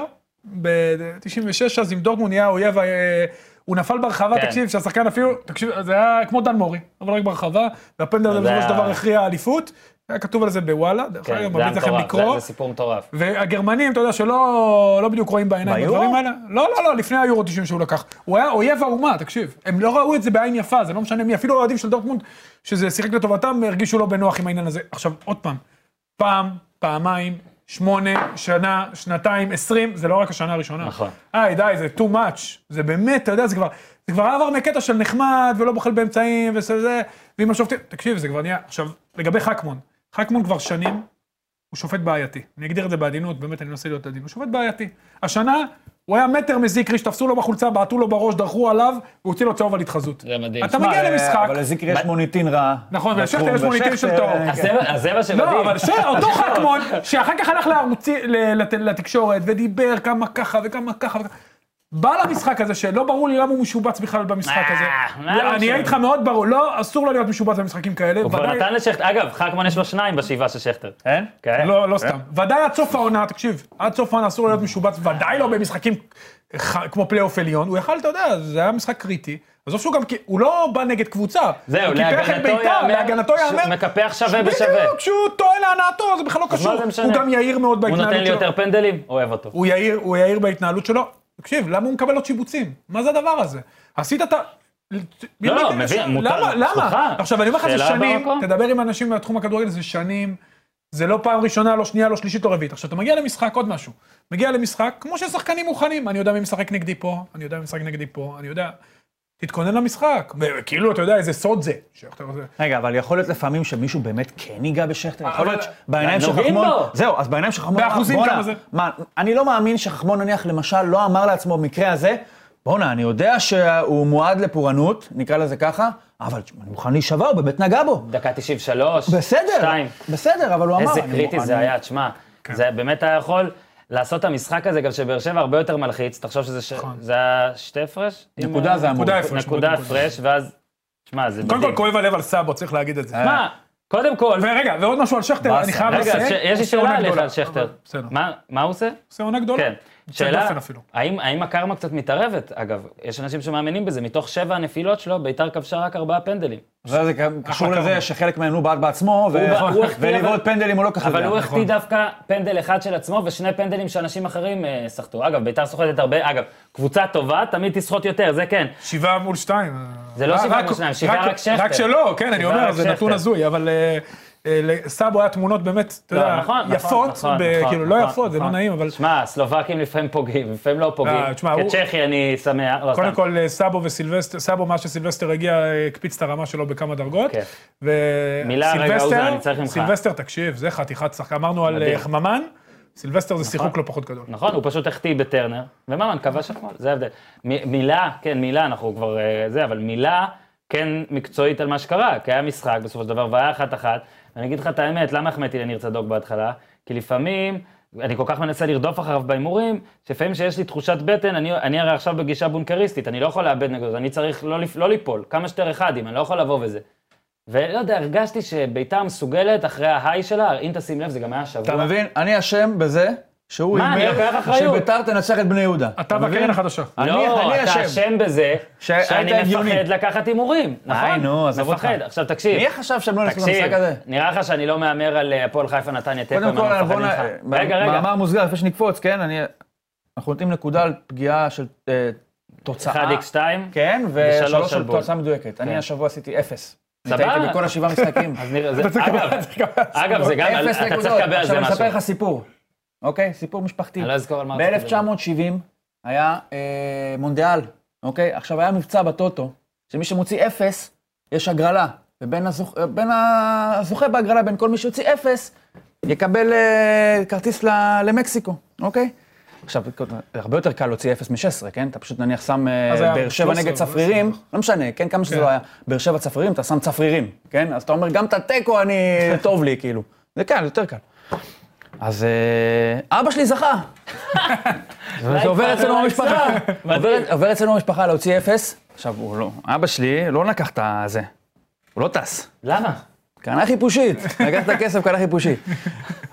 [SPEAKER 3] ב-96, אז עם דורטמונד נהיה האויב, אה, הוא נפל ברחבה,
[SPEAKER 1] כן.
[SPEAKER 3] תקשיב, שהשחקן אפילו, תקשיב, זה היה כמו דן מורי, אבל רק ברחבה, והפנדל
[SPEAKER 1] זה
[SPEAKER 3] הזה בסופו של
[SPEAKER 1] היה-
[SPEAKER 3] דבר הכריע אליפות, היה כתוב על זה בוואלה, דרך
[SPEAKER 1] כן,
[SPEAKER 3] אגב,
[SPEAKER 1] זה היה
[SPEAKER 3] ממליץ לכם
[SPEAKER 1] מטורף,
[SPEAKER 3] לקרוא. כן.
[SPEAKER 1] זה- זה סיפור מטורף.
[SPEAKER 3] והגרמנים, אתה יודע, שלא לא בדיוק רואים בעיניים
[SPEAKER 2] ביורו?
[SPEAKER 3] בדברים האלה. לא, לא, לא, לפני היורו 90 שהוא לקח. הוא היה אויב האומה, תקשיב. הם לא ראו את זה בעין יפה, זה לא משנה מי. אפילו האוהדים של דורטמונד, שזה שיחק לטובתם, הרגישו לא בנוח עם העניין הזה. עכשיו, עוד פעם, פעם, פעמיים, שמונה, שנה, שנתיים, עשרים, זה לא רק השנה הראשונה.
[SPEAKER 1] נכון.
[SPEAKER 3] היי, די, זה too much. זה באמת, אתה יודע, זה כבר, זה כבר עבר מקטע של נחמד, ולא בוחל באמצעים, וזה, ועם השופטים, תקשיב, זה כבר נהיה, עכשיו, לגבי חכמון, חכמון כבר שנים, הוא שופט בעייתי. אני אגדיר את זה בעדינות, באמת, אני מנסה להיות עדין. הוא שופט בעייתי. השנה, הוא היה מטר מזיקרי, שתפסו לו בחולצה, בעטו לו בראש, דרכו עליו, והוציא לו צהוב על התחזות.
[SPEAKER 1] זה מדהים.
[SPEAKER 3] אתה מגיע
[SPEAKER 2] אבל-
[SPEAKER 3] למשחק,
[SPEAKER 2] אה, אבל לזיקרי יש מוניטין רע.
[SPEAKER 3] נכון, ולשכטר
[SPEAKER 2] בתחום,
[SPEAKER 3] יש מוניטין
[SPEAKER 2] ושכטר,
[SPEAKER 3] של טהור.
[SPEAKER 2] אה,
[SPEAKER 1] אז
[SPEAKER 2] כן.
[SPEAKER 1] זה- אז זה מה שמדהים.
[SPEAKER 3] לא, אבל שאותו חכמון, שאחר כך הלך לערוצי, ל- לת- לתקשורת, ודיבר כמה ככה וכמה ככה וככה, בא למשחק הזה, שלא ברור לי למה הוא משובץ בכלל במשחק
[SPEAKER 1] אה,
[SPEAKER 3] הזה.
[SPEAKER 1] מה לא
[SPEAKER 3] אני אהיה
[SPEAKER 1] משנה?
[SPEAKER 3] איתך מאוד ברור, לא, אסור לו להיות משובץ במשחקים כאלה.
[SPEAKER 1] הוא כבר
[SPEAKER 3] ודאי-
[SPEAKER 1] נתן לשכטר, אגב, חכמן יש לו שניים בשבעה של שכטר.
[SPEAKER 2] כן?
[SPEAKER 1] כן?
[SPEAKER 3] לא, לא סתם. ודאי עד סוף העונה, תקשיב, עד סוף העונה אסור לו להיות משובץ, ודאי לא במשחקים ח- כמו פלייאוף עליון. הוא יכל, אתה יודע, זה היה משחק קריטי. עזוב שהוא גם, כי- הוא לא בא נגד קבוצה.
[SPEAKER 1] זהו,
[SPEAKER 3] הוא קיפח את
[SPEAKER 1] להגנתו
[SPEAKER 3] בית"ר,
[SPEAKER 1] ייאמר,
[SPEAKER 3] להגנתו
[SPEAKER 1] שהוא
[SPEAKER 3] ייאמר.
[SPEAKER 1] מקפח שווה בשווה.
[SPEAKER 3] בדיוק, כשהוא טועה להנאתו, זה בכלל לא
[SPEAKER 1] אז מה
[SPEAKER 3] קשור.
[SPEAKER 1] זה משנה?
[SPEAKER 3] הוא גם יהיר מאוד
[SPEAKER 1] הוא
[SPEAKER 3] בהתנהלות שלו.
[SPEAKER 1] נותן לי יותר פנדלים, אוהב אותו.
[SPEAKER 3] הוא יהיר, הוא יהיר בהתנהלות שלו. תקשיב, למה הוא מקבל עוד שיבוצים? מה זה הדבר הזה? עשית את ה...
[SPEAKER 1] לא, לא, מבין, מותר,
[SPEAKER 3] למה? למה?
[SPEAKER 1] סליחה,
[SPEAKER 3] עכשיו, אני אומר לך, זה
[SPEAKER 1] שאלה
[SPEAKER 3] שנים,
[SPEAKER 1] במקום.
[SPEAKER 3] תדבר עם אנשים מהתחום הכדורגל, זה שנים, זה לא פעם ראשונה, לא שנייה, לא שלישית, לא רביעית. עכשיו, אתה מגיע למשחק, עוד משהו. מגיע למשחק, כמו ששחקנים מוכנים, אני יודע מי משחק נגדי פה, אני יודע מי משחק נגדי פה, אני יודע. תתכונן למשחק. וכאילו, אתה יודע, איזה סוד זה. שאתה-
[SPEAKER 2] רגע, אבל יכול להיות לפעמים שמישהו באמת כן ייגע בשכטר? יכול
[SPEAKER 3] אה, אבל-
[SPEAKER 2] להיות שבעיניים של
[SPEAKER 1] נוגעים
[SPEAKER 2] חכמון...
[SPEAKER 1] בו.
[SPEAKER 2] זהו, אז בעיניים של חכמון...
[SPEAKER 3] באחוזים
[SPEAKER 2] בואנה,
[SPEAKER 3] כמה זה?
[SPEAKER 2] מה, אני לא מאמין שחכמון נניח למשל לא אמר לעצמו במקרה הזה, בואנה, אני יודע שהוא מועד לפורענות, נקרא לזה ככה, אבל תשמע, אני מוכן להישבע, הוא באמת נגע בו.
[SPEAKER 1] דקה 93,
[SPEAKER 2] בסדר,
[SPEAKER 1] 2.
[SPEAKER 2] בסדר, אבל הוא אמר...
[SPEAKER 1] איזה
[SPEAKER 2] אני
[SPEAKER 1] קריטי
[SPEAKER 2] מוכן-
[SPEAKER 1] זה היה, תשמע.
[SPEAKER 3] כן.
[SPEAKER 1] זה באמת היה יכול לעשות את המשחק הזה, גם שבאר שבע הרבה יותר מלחיץ, תחשוב שזה ש- זה היה שתי הפרש?
[SPEAKER 2] נקודה זה אמור.
[SPEAKER 3] נכון. נקודה הפרש.
[SPEAKER 1] נקודה
[SPEAKER 3] נקודה.
[SPEAKER 1] הפרש, ואז, תשמע, זה
[SPEAKER 3] קודם כל,
[SPEAKER 1] מדהים.
[SPEAKER 3] כואב הלב על סאבו, צריך להגיד את זה.
[SPEAKER 1] מה, קודם כל,
[SPEAKER 3] ורגע, ועוד משהו על שכטר, אני חייב
[SPEAKER 1] רגע,
[SPEAKER 3] לסיים.
[SPEAKER 1] ש- יש לי
[SPEAKER 3] עושה עונה
[SPEAKER 1] שאלה אליך
[SPEAKER 3] גדולה,
[SPEAKER 1] על שכטר.
[SPEAKER 3] אבל בסדר.
[SPEAKER 1] מה- מה הוא עושה?
[SPEAKER 3] עושה עונה גדולה.
[SPEAKER 1] כן.
[SPEAKER 3] יוצא
[SPEAKER 1] שאלה,
[SPEAKER 3] לא, דופן אפילו.
[SPEAKER 1] האם, האם הקרמה קצת מתערבת? אגב, יש אנשים שמאמינים בזה, מתוך שבע הנפילות שלו, ביתר כבשה רק ארבעה פנדלים.
[SPEAKER 2] זה זה גם קשור
[SPEAKER 3] אחלה
[SPEAKER 2] לזה
[SPEAKER 3] כמובן.
[SPEAKER 2] שחלק מהם הוא בעט בעצמו, ו-
[SPEAKER 1] הוא- הוא החטיא,
[SPEAKER 2] ולבעוט
[SPEAKER 1] אבל-
[SPEAKER 2] פנדלים הוא לא ככה
[SPEAKER 1] אבל
[SPEAKER 2] יודע.
[SPEAKER 1] הוא
[SPEAKER 3] נכון.
[SPEAKER 1] החטיא דווקא פנדל אחד של עצמו ושני פנדלים שאנשים אחרים אה, סחטו. אגב, ביתר סוחטת הרבה, אגב, קבוצה טובה תמיד תסחוט יותר, זה כן.
[SPEAKER 3] שבעה מול שתיים.
[SPEAKER 1] זה לא
[SPEAKER 3] רק-
[SPEAKER 1] שבעה
[SPEAKER 3] רק-
[SPEAKER 1] מול שניים, שבעה רק שכטר.
[SPEAKER 3] רק שלו, כן, אני
[SPEAKER 1] שבעה
[SPEAKER 3] אומר,
[SPEAKER 1] רק
[SPEAKER 3] זה
[SPEAKER 1] שכטר.
[SPEAKER 3] נתון הזוי, אבל אה, אה, לסאבו היה תמונות באמת, אתה
[SPEAKER 1] לא,
[SPEAKER 3] יודע,
[SPEAKER 1] נכון, נכון,
[SPEAKER 3] יפות,
[SPEAKER 1] נכון,
[SPEAKER 3] ב-
[SPEAKER 1] נכון,
[SPEAKER 3] כאילו לא
[SPEAKER 1] נכון,
[SPEAKER 3] יפות, זה לא
[SPEAKER 1] נכון.
[SPEAKER 3] נעים, אבל
[SPEAKER 1] שמע, הסלובקים לפעמים פוגעים, לפעמים לא פוגעים.
[SPEAKER 3] אה, תשמע, הוא-
[SPEAKER 1] כצ'כי אני שמח, לא
[SPEAKER 3] קודם
[SPEAKER 1] סתם.
[SPEAKER 3] כל אה, סאבו וסילבסטר, סאבו, מאז שסילבסטר הגיע, אה, הקפיץ את הרמה שלו בכמה דרגות.
[SPEAKER 1] כן. מילה רגע, אוזן, אני צריך
[SPEAKER 3] וסילבסטר,
[SPEAKER 1] ממך.
[SPEAKER 3] סילבסטר, תקשיב, זה חתיכת שחקן, אמרנו על
[SPEAKER 1] מדהים.
[SPEAKER 3] אה, חממן, סילבסטר זה שיחוק לא פחות גדול.
[SPEAKER 1] נכון, הוא פשוט החטיא בטרנר, וממן כבש אתמול, זה ההבדל. מ- מילה, כן, מילה, אנחנו כבר אה, זה, אבל מילה כן מקצועית על מה שקרה, כי היה משחק בסופו של דבר, והיה אחת-אחת. אני אגיד לך את האמת, למה החמאתי לניר צדוק בהתחלה? כי לפעמים, אני כל כך מנסה לרדוף אחריו בהימורים, שלפעמים שיש לי תחושת בטן, אני, אני הרי עכשיו בגישה בונקריסטית, אני לא יכול לאבד נגדו, אז אני צריך לא, לפ- לא ליפול, כמה שיותר אחדים, אני לא יכול לבוא וזה. ולא יודע, הרגשתי שביתר מסוגלת אחרי ההיי שלה, אם תשים לב, זה גם היה
[SPEAKER 2] אתה
[SPEAKER 1] שבוע.
[SPEAKER 2] מבין? אני אשם בזה שהוא
[SPEAKER 1] מה, אני לוקח
[SPEAKER 2] הימר
[SPEAKER 1] אחריות.
[SPEAKER 2] שביתר תנצח את בני יהודה.
[SPEAKER 3] אתה בקרן
[SPEAKER 2] מבין?
[SPEAKER 3] החדשה.
[SPEAKER 2] אני-
[SPEAKER 1] לא,
[SPEAKER 2] אני
[SPEAKER 1] אתה
[SPEAKER 2] אשם.
[SPEAKER 1] אשם בזה
[SPEAKER 2] שהיית
[SPEAKER 1] שאני
[SPEAKER 2] הגיוני.
[SPEAKER 1] מפחד לקחת הימורים, נכון?
[SPEAKER 2] היי, נו, עזוב אותך.
[SPEAKER 1] מפחד. עכשיו תקשיב,
[SPEAKER 2] מי חשב שהם לא נצחו
[SPEAKER 1] תקשיב,
[SPEAKER 2] במשחק הזה?
[SPEAKER 1] נראה לך שאני לא מהמר על אה, הפועל חיפה נתניה תיקו,
[SPEAKER 2] קודם
[SPEAKER 1] אם
[SPEAKER 2] כל,
[SPEAKER 1] אני
[SPEAKER 2] בוא
[SPEAKER 1] מפחד
[SPEAKER 2] נ...
[SPEAKER 1] ממך. רגע, רגע,
[SPEAKER 2] מאמר מוסגר, לפני שנקפוץ, כן? אני... אנחנו נותנים נקודה על פגיעה של אה, תוצאה.
[SPEAKER 1] 1x2,
[SPEAKER 2] כן,
[SPEAKER 1] ושלוש
[SPEAKER 2] ושלוש
[SPEAKER 1] על
[SPEAKER 2] של
[SPEAKER 1] בול. כן.
[SPEAKER 2] תוצאה מדויקת. אני השבוע עשיתי אפס.
[SPEAKER 1] סבבה.
[SPEAKER 2] הייתי בכל השבעה משחקים.
[SPEAKER 1] אז נראה, זה- אגב, אגב, זה גם,
[SPEAKER 2] אפס
[SPEAKER 1] אתה צריך
[SPEAKER 2] נקודות.
[SPEAKER 1] לקבל על
[SPEAKER 2] עכשיו
[SPEAKER 1] זה
[SPEAKER 2] אני
[SPEAKER 1] משהו.
[SPEAKER 2] אספר לך סיפור, אוקיי? סיפור משפחתי.
[SPEAKER 1] אני לא אזכור על מה רציתי לדבר.
[SPEAKER 2] ב-1970 היה אה, מונדיאל, אוקיי? עכשיו היה מבצע בטוטו, שמי שמוציא אפס, יש הגרלה. ובין הזוכ... אה, בין הזוכה בהגרלה, בין כל מי שיוציא אפס, יקבל אה, כרטיס ל... למקסיקו, אוקיי? עכשיו, הרבה יותר קל להוציא אפס מ-16, כן? אתה פשוט נניח שם אה,
[SPEAKER 3] אז היה
[SPEAKER 2] באר שבע
[SPEAKER 3] 13,
[SPEAKER 2] נגד צפרירים, לא משנה, כן? כמה שזה
[SPEAKER 3] כן.
[SPEAKER 2] לא היה. באר שבע צפרירים, אתה שם צפרירים, כן? אז אתה אומר, גם את התיקו אני... טוב לי, כאילו. זה קל, יותר קל. אז אה, אבא שלי זכה, זה עובר אצלנו במשפחה. עובר- עובר אצלנו במשפחה להוציא אפס. עכשיו, הוא לא, אבא שלי לא לקח את הזה, הוא לא טס.
[SPEAKER 1] למה?
[SPEAKER 2] קנה חיפושית, לקח את הכסף, קנה חיפושית.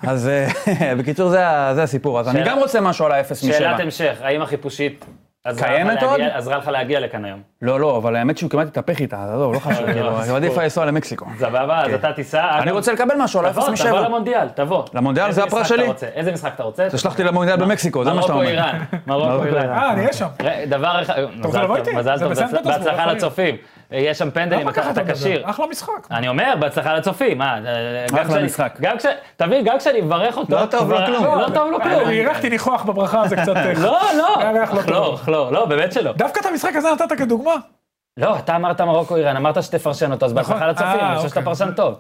[SPEAKER 2] אז אה, בקיצור, זה ה- זה הסיפור. אז אני
[SPEAKER 1] שאלה-
[SPEAKER 2] גם רוצה משהו על האפס משבע.
[SPEAKER 1] שאלת המשך, האם החיפושית עזרה לך
[SPEAKER 2] קיימת
[SPEAKER 1] להגיע-
[SPEAKER 2] עוד?
[SPEAKER 1] עזרה לך להגיע לכאן היום?
[SPEAKER 2] לא, לא, אבל האמת שהוא כמעט התהפך איתה, אז עזוב, לא חשוב,
[SPEAKER 1] לא,
[SPEAKER 2] כאילו,
[SPEAKER 1] הסיפור. לא-
[SPEAKER 2] עדיף היה לנסוע למקסיקו.
[SPEAKER 1] סבבה, אז אתה תיסע.
[SPEAKER 2] כן. אני
[SPEAKER 1] אגב,
[SPEAKER 2] רוצה לקבל משהו לא על האפס
[SPEAKER 1] תבוא, תבוא
[SPEAKER 2] משבע.
[SPEAKER 1] למונדיאל, תבוא.
[SPEAKER 2] למונדיאל
[SPEAKER 1] איזה
[SPEAKER 2] זה הפרס
[SPEAKER 1] משחק
[SPEAKER 2] שלי.
[SPEAKER 1] אתה רוצה? איזה משחק אתה רוצה?
[SPEAKER 2] תשלח אותי למונדיאל במקסיקו, זה מה שאתה
[SPEAKER 1] מרוקו
[SPEAKER 2] אומר.
[SPEAKER 1] איראן, מרוקו
[SPEAKER 2] מרוקו,
[SPEAKER 1] איראן.
[SPEAKER 2] איראן.
[SPEAKER 3] אה, אני אהיה שם.
[SPEAKER 1] ר- דבר אחד,
[SPEAKER 3] רוצה
[SPEAKER 1] מזל
[SPEAKER 3] לבוא
[SPEAKER 1] טוב,
[SPEAKER 3] איתי?
[SPEAKER 1] מזל
[SPEAKER 3] לא זה
[SPEAKER 1] טוב,
[SPEAKER 3] בסנט פטרסבורג,
[SPEAKER 1] בהצלחה
[SPEAKER 3] חברים.
[SPEAKER 1] לצופים. יש שם פנדלים,
[SPEAKER 3] למה
[SPEAKER 1] אתה
[SPEAKER 3] ככה
[SPEAKER 1] אתה
[SPEAKER 3] אתה
[SPEAKER 1] כשיר.
[SPEAKER 3] מדבר? אחלה משחק.
[SPEAKER 1] אני אומר, בהצלחה לצופים, מה, אה, גם
[SPEAKER 2] אחלה
[SPEAKER 1] כשאני-
[SPEAKER 2] משחק.
[SPEAKER 1] גם כש... תבין, גם כשאני מברך אותו...
[SPEAKER 2] לא טוב, לא
[SPEAKER 1] כבר-
[SPEAKER 2] כלום.
[SPEAKER 1] לא טוב, לא כלום.
[SPEAKER 3] אני אירחתי ניחוח בברכה, זה קצת... אה,
[SPEAKER 1] לא, לא.
[SPEAKER 3] היה ריח לא טוב.
[SPEAKER 1] לא, לא, לא, באמת שלא.
[SPEAKER 3] דווקא את המשחק הזה נתת כדוגמה.
[SPEAKER 1] לא, אתה אמרת מרוקו איראן, אמרת שתפרשן אותו, אז בהצלחה
[SPEAKER 3] נכון.
[SPEAKER 1] לצופים,
[SPEAKER 3] אה,
[SPEAKER 1] אני חושב שאתה
[SPEAKER 3] אוקיי.
[SPEAKER 1] פרשן טוב.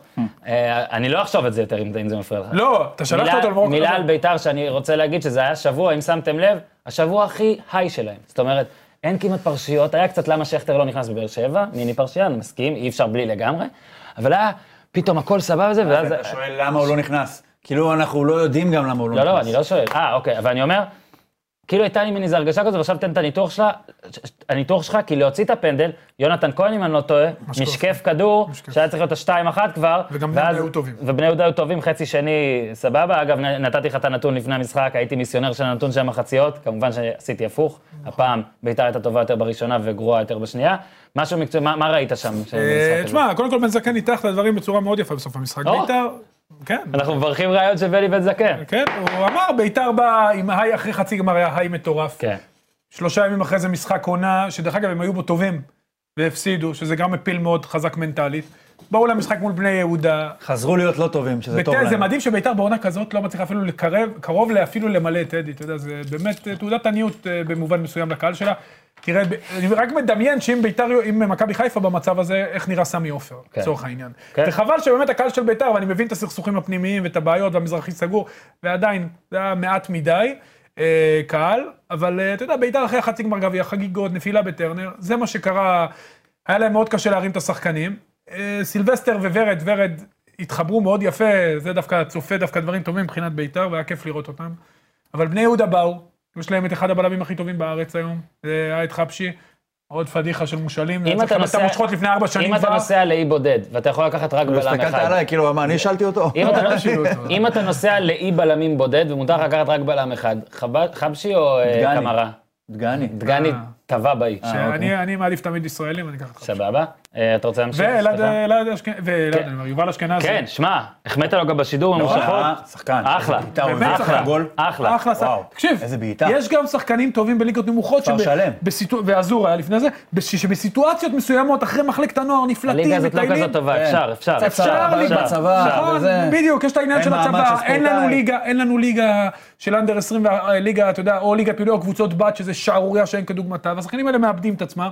[SPEAKER 1] אה, אני לא אחשוב את זה יותר, אם אם זה מפריע לך.
[SPEAKER 3] לא, אתה שלחת
[SPEAKER 1] מילה-
[SPEAKER 3] אותו למרוקו.
[SPEAKER 1] מילה על ביתר שאני רוצה להגיד שזה היה שבוע, אם שמתם לב, השבוע הכי היי שלהם. זאת אומרת, אין כמעט פרשיות, היה קצת למה שכטר לא נכנס בבאר שבע, מיני פרשייה, אני מסכים, אי אפשר בלי לגמרי, אבל היה פתאום הכל סבבה זה, ואז...
[SPEAKER 2] אתה שואל למה הוא לא נכנס. כאילו, אנחנו לא יודעים גם למה הוא לא
[SPEAKER 1] לא,
[SPEAKER 2] נכנס.
[SPEAKER 1] לא, אני לא שואל. אה, אוקיי, אבל אני אומר, כאילו הייתה לי מין איזו הרגשה כזו, ועכשיו תן את הניתוח שלה, ש- ש- הניתוח שלך, כי להוציא את הפנדל, יונתן כהן, אם אני לא טועה, משקף כדור,
[SPEAKER 3] משקף.
[SPEAKER 1] שהיה צריך להיות השתיים אחת כבר.
[SPEAKER 3] וגם בני
[SPEAKER 1] ואז-
[SPEAKER 3] יהודה היו טובים.
[SPEAKER 1] ובני יהודה היו טובים, חצי שני, סבבה. אגב, נ- נתתי לך את הנתון לפני המשחק, הייתי מיסיונר של הנתון של המחציות, כמובן שעשיתי הפוך. הפעם ביתר הייתה טובה יותר בראשונה וגרועה יותר בשנייה. משהו מקצועי, מה מה ראית שם? של המשחק
[SPEAKER 3] אה,
[SPEAKER 1] הזה?
[SPEAKER 3] תשמע, קודם כל בן זקן ניתח את הדברים בצורה מאוד יפה בסוף המשחק.
[SPEAKER 1] או.
[SPEAKER 3] ביתר, כן,
[SPEAKER 1] אנחנו מברכים ראיות של בני בן זקן.
[SPEAKER 3] כן, הוא אמר, ביתר בא עם היי אחרי חצי גמר, היה היי מטורף.
[SPEAKER 1] כן.
[SPEAKER 3] שלושה ימים אחרי זה משחק עונה, שדרך אגב, הם היו בו טובים, והפסידו, שזה גם מפיל מאוד חזק מנטלית. באו למשחק מול בני יהודה.
[SPEAKER 2] חזרו להיות לא טובים, שזה טוב
[SPEAKER 3] ביתר,
[SPEAKER 2] להם.
[SPEAKER 3] זה מדהים שביתר בעונה כזאת לא מצליחה אפילו לקרב, קרוב לאפילו למלא את אדי, אתה יודע, זה באמת אה, תעודת עניות אה, במובן מסוים לקהל שלה. תראה, ב- אני רק מדמיין שאם ביתר, אם מכבי חיפה במצב הזה, איך נראה סמי עופר,
[SPEAKER 1] כן.
[SPEAKER 3] לצורך העניין.
[SPEAKER 1] כן.
[SPEAKER 3] וחבל שבאמת הקהל של ביתר, ואני מבין את הסכסוכים הפנימיים ואת הבעיות והמזרחי סגור, ועדיין, זה היה מעט מדי. אה, קהל, אבל אה, אתה יודע, בית"ר אחרי החצי גמר גביע, חגיגות, נפילה בטרנר, זה מה שקרה, היה להם מאוד קשה להרים את השחקנים. אה, סילבסטר וורד, ורד התחברו מאוד יפה, זה דווקא צופה דווקא דברים טובים מבחינת בית"ר, והיה כיף לראות אותם. אבל בני יהודה באו, יש להם את אחד הבלמים הכי טובים בארץ היום, זה היה את חבשי, עוד פדיחה של מושאלים,
[SPEAKER 1] אם אתה נוסע...
[SPEAKER 3] מושכות לפני ארבע שנים
[SPEAKER 1] אם
[SPEAKER 3] כבר.
[SPEAKER 1] אתה נוסע לאי בודד, ואתה יכול לקחת רק בלם
[SPEAKER 2] הסתכלת
[SPEAKER 1] אחד.
[SPEAKER 2] עליי, כאילו, מה, אני שאלתי אותו?
[SPEAKER 1] אם אתה-
[SPEAKER 3] לא שינו אותו.
[SPEAKER 1] אם אתה נוסע לאי בלמים בודד, ומותר לך לקחת רק בלם אחד, חב- חבשי או אה,
[SPEAKER 2] דגני.
[SPEAKER 1] קמרה?
[SPEAKER 2] דגני.
[SPEAKER 1] דגני נכון.
[SPEAKER 3] אה.
[SPEAKER 1] טבע באי.
[SPEAKER 3] שאני אני מעדיף תמיד ישראלים, אני אקח את חבשי.
[SPEAKER 1] סבבה? אה, אתה רוצה להמשיך?
[SPEAKER 3] ואלעד אה,
[SPEAKER 1] סליחה?
[SPEAKER 3] אלעד אשכנזי, ואלעד, אני אומר, יובל אשכנזי.
[SPEAKER 1] כן, שמע, החמאת לו גם
[SPEAKER 2] לא,
[SPEAKER 1] בשידור המושכות.
[SPEAKER 2] שחקן.
[SPEAKER 1] אחלה.
[SPEAKER 2] בעיטה, הוא
[SPEAKER 3] באמת
[SPEAKER 2] הביא
[SPEAKER 3] שחקן.
[SPEAKER 2] לך גול.
[SPEAKER 1] אחלה.
[SPEAKER 3] אחלה שחקן.
[SPEAKER 2] וואו,
[SPEAKER 3] תקשיב,
[SPEAKER 2] איזה בעיטה.
[SPEAKER 3] יש גם שחקנים טובים בליגות נמוכות,
[SPEAKER 2] כפר
[SPEAKER 3] שב-
[SPEAKER 2] שלם.
[SPEAKER 3] בסיטו- ועזור היה לפני זה, בש- שבסיטואציות מסוימות, אחרי מחלקת הנוער, נפלטים,
[SPEAKER 1] הליגה הזאת לא
[SPEAKER 3] מטיילים.
[SPEAKER 1] כזאת טובה,
[SPEAKER 2] כן.
[SPEAKER 1] אפשר, אפשר.
[SPEAKER 2] קצת
[SPEAKER 1] אפשר,
[SPEAKER 2] צרה,
[SPEAKER 3] אפשר,
[SPEAKER 2] בצבא,
[SPEAKER 3] נכון,
[SPEAKER 2] וזה-
[SPEAKER 3] בדיוק, יש את העניין
[SPEAKER 2] אין
[SPEAKER 3] של
[SPEAKER 2] מעמד
[SPEAKER 3] הצבא,
[SPEAKER 2] של
[SPEAKER 3] אין לנו
[SPEAKER 2] ספורטאי.
[SPEAKER 3] ליגה, אין לנו ליגה של אנדר 20, אה, ליגה, אתה יודע, או ליגת פילוג, קבוצות בת, שזה שערורייה שאין כדוגמתה, והשחקנים האלה מאבדים את עצמם.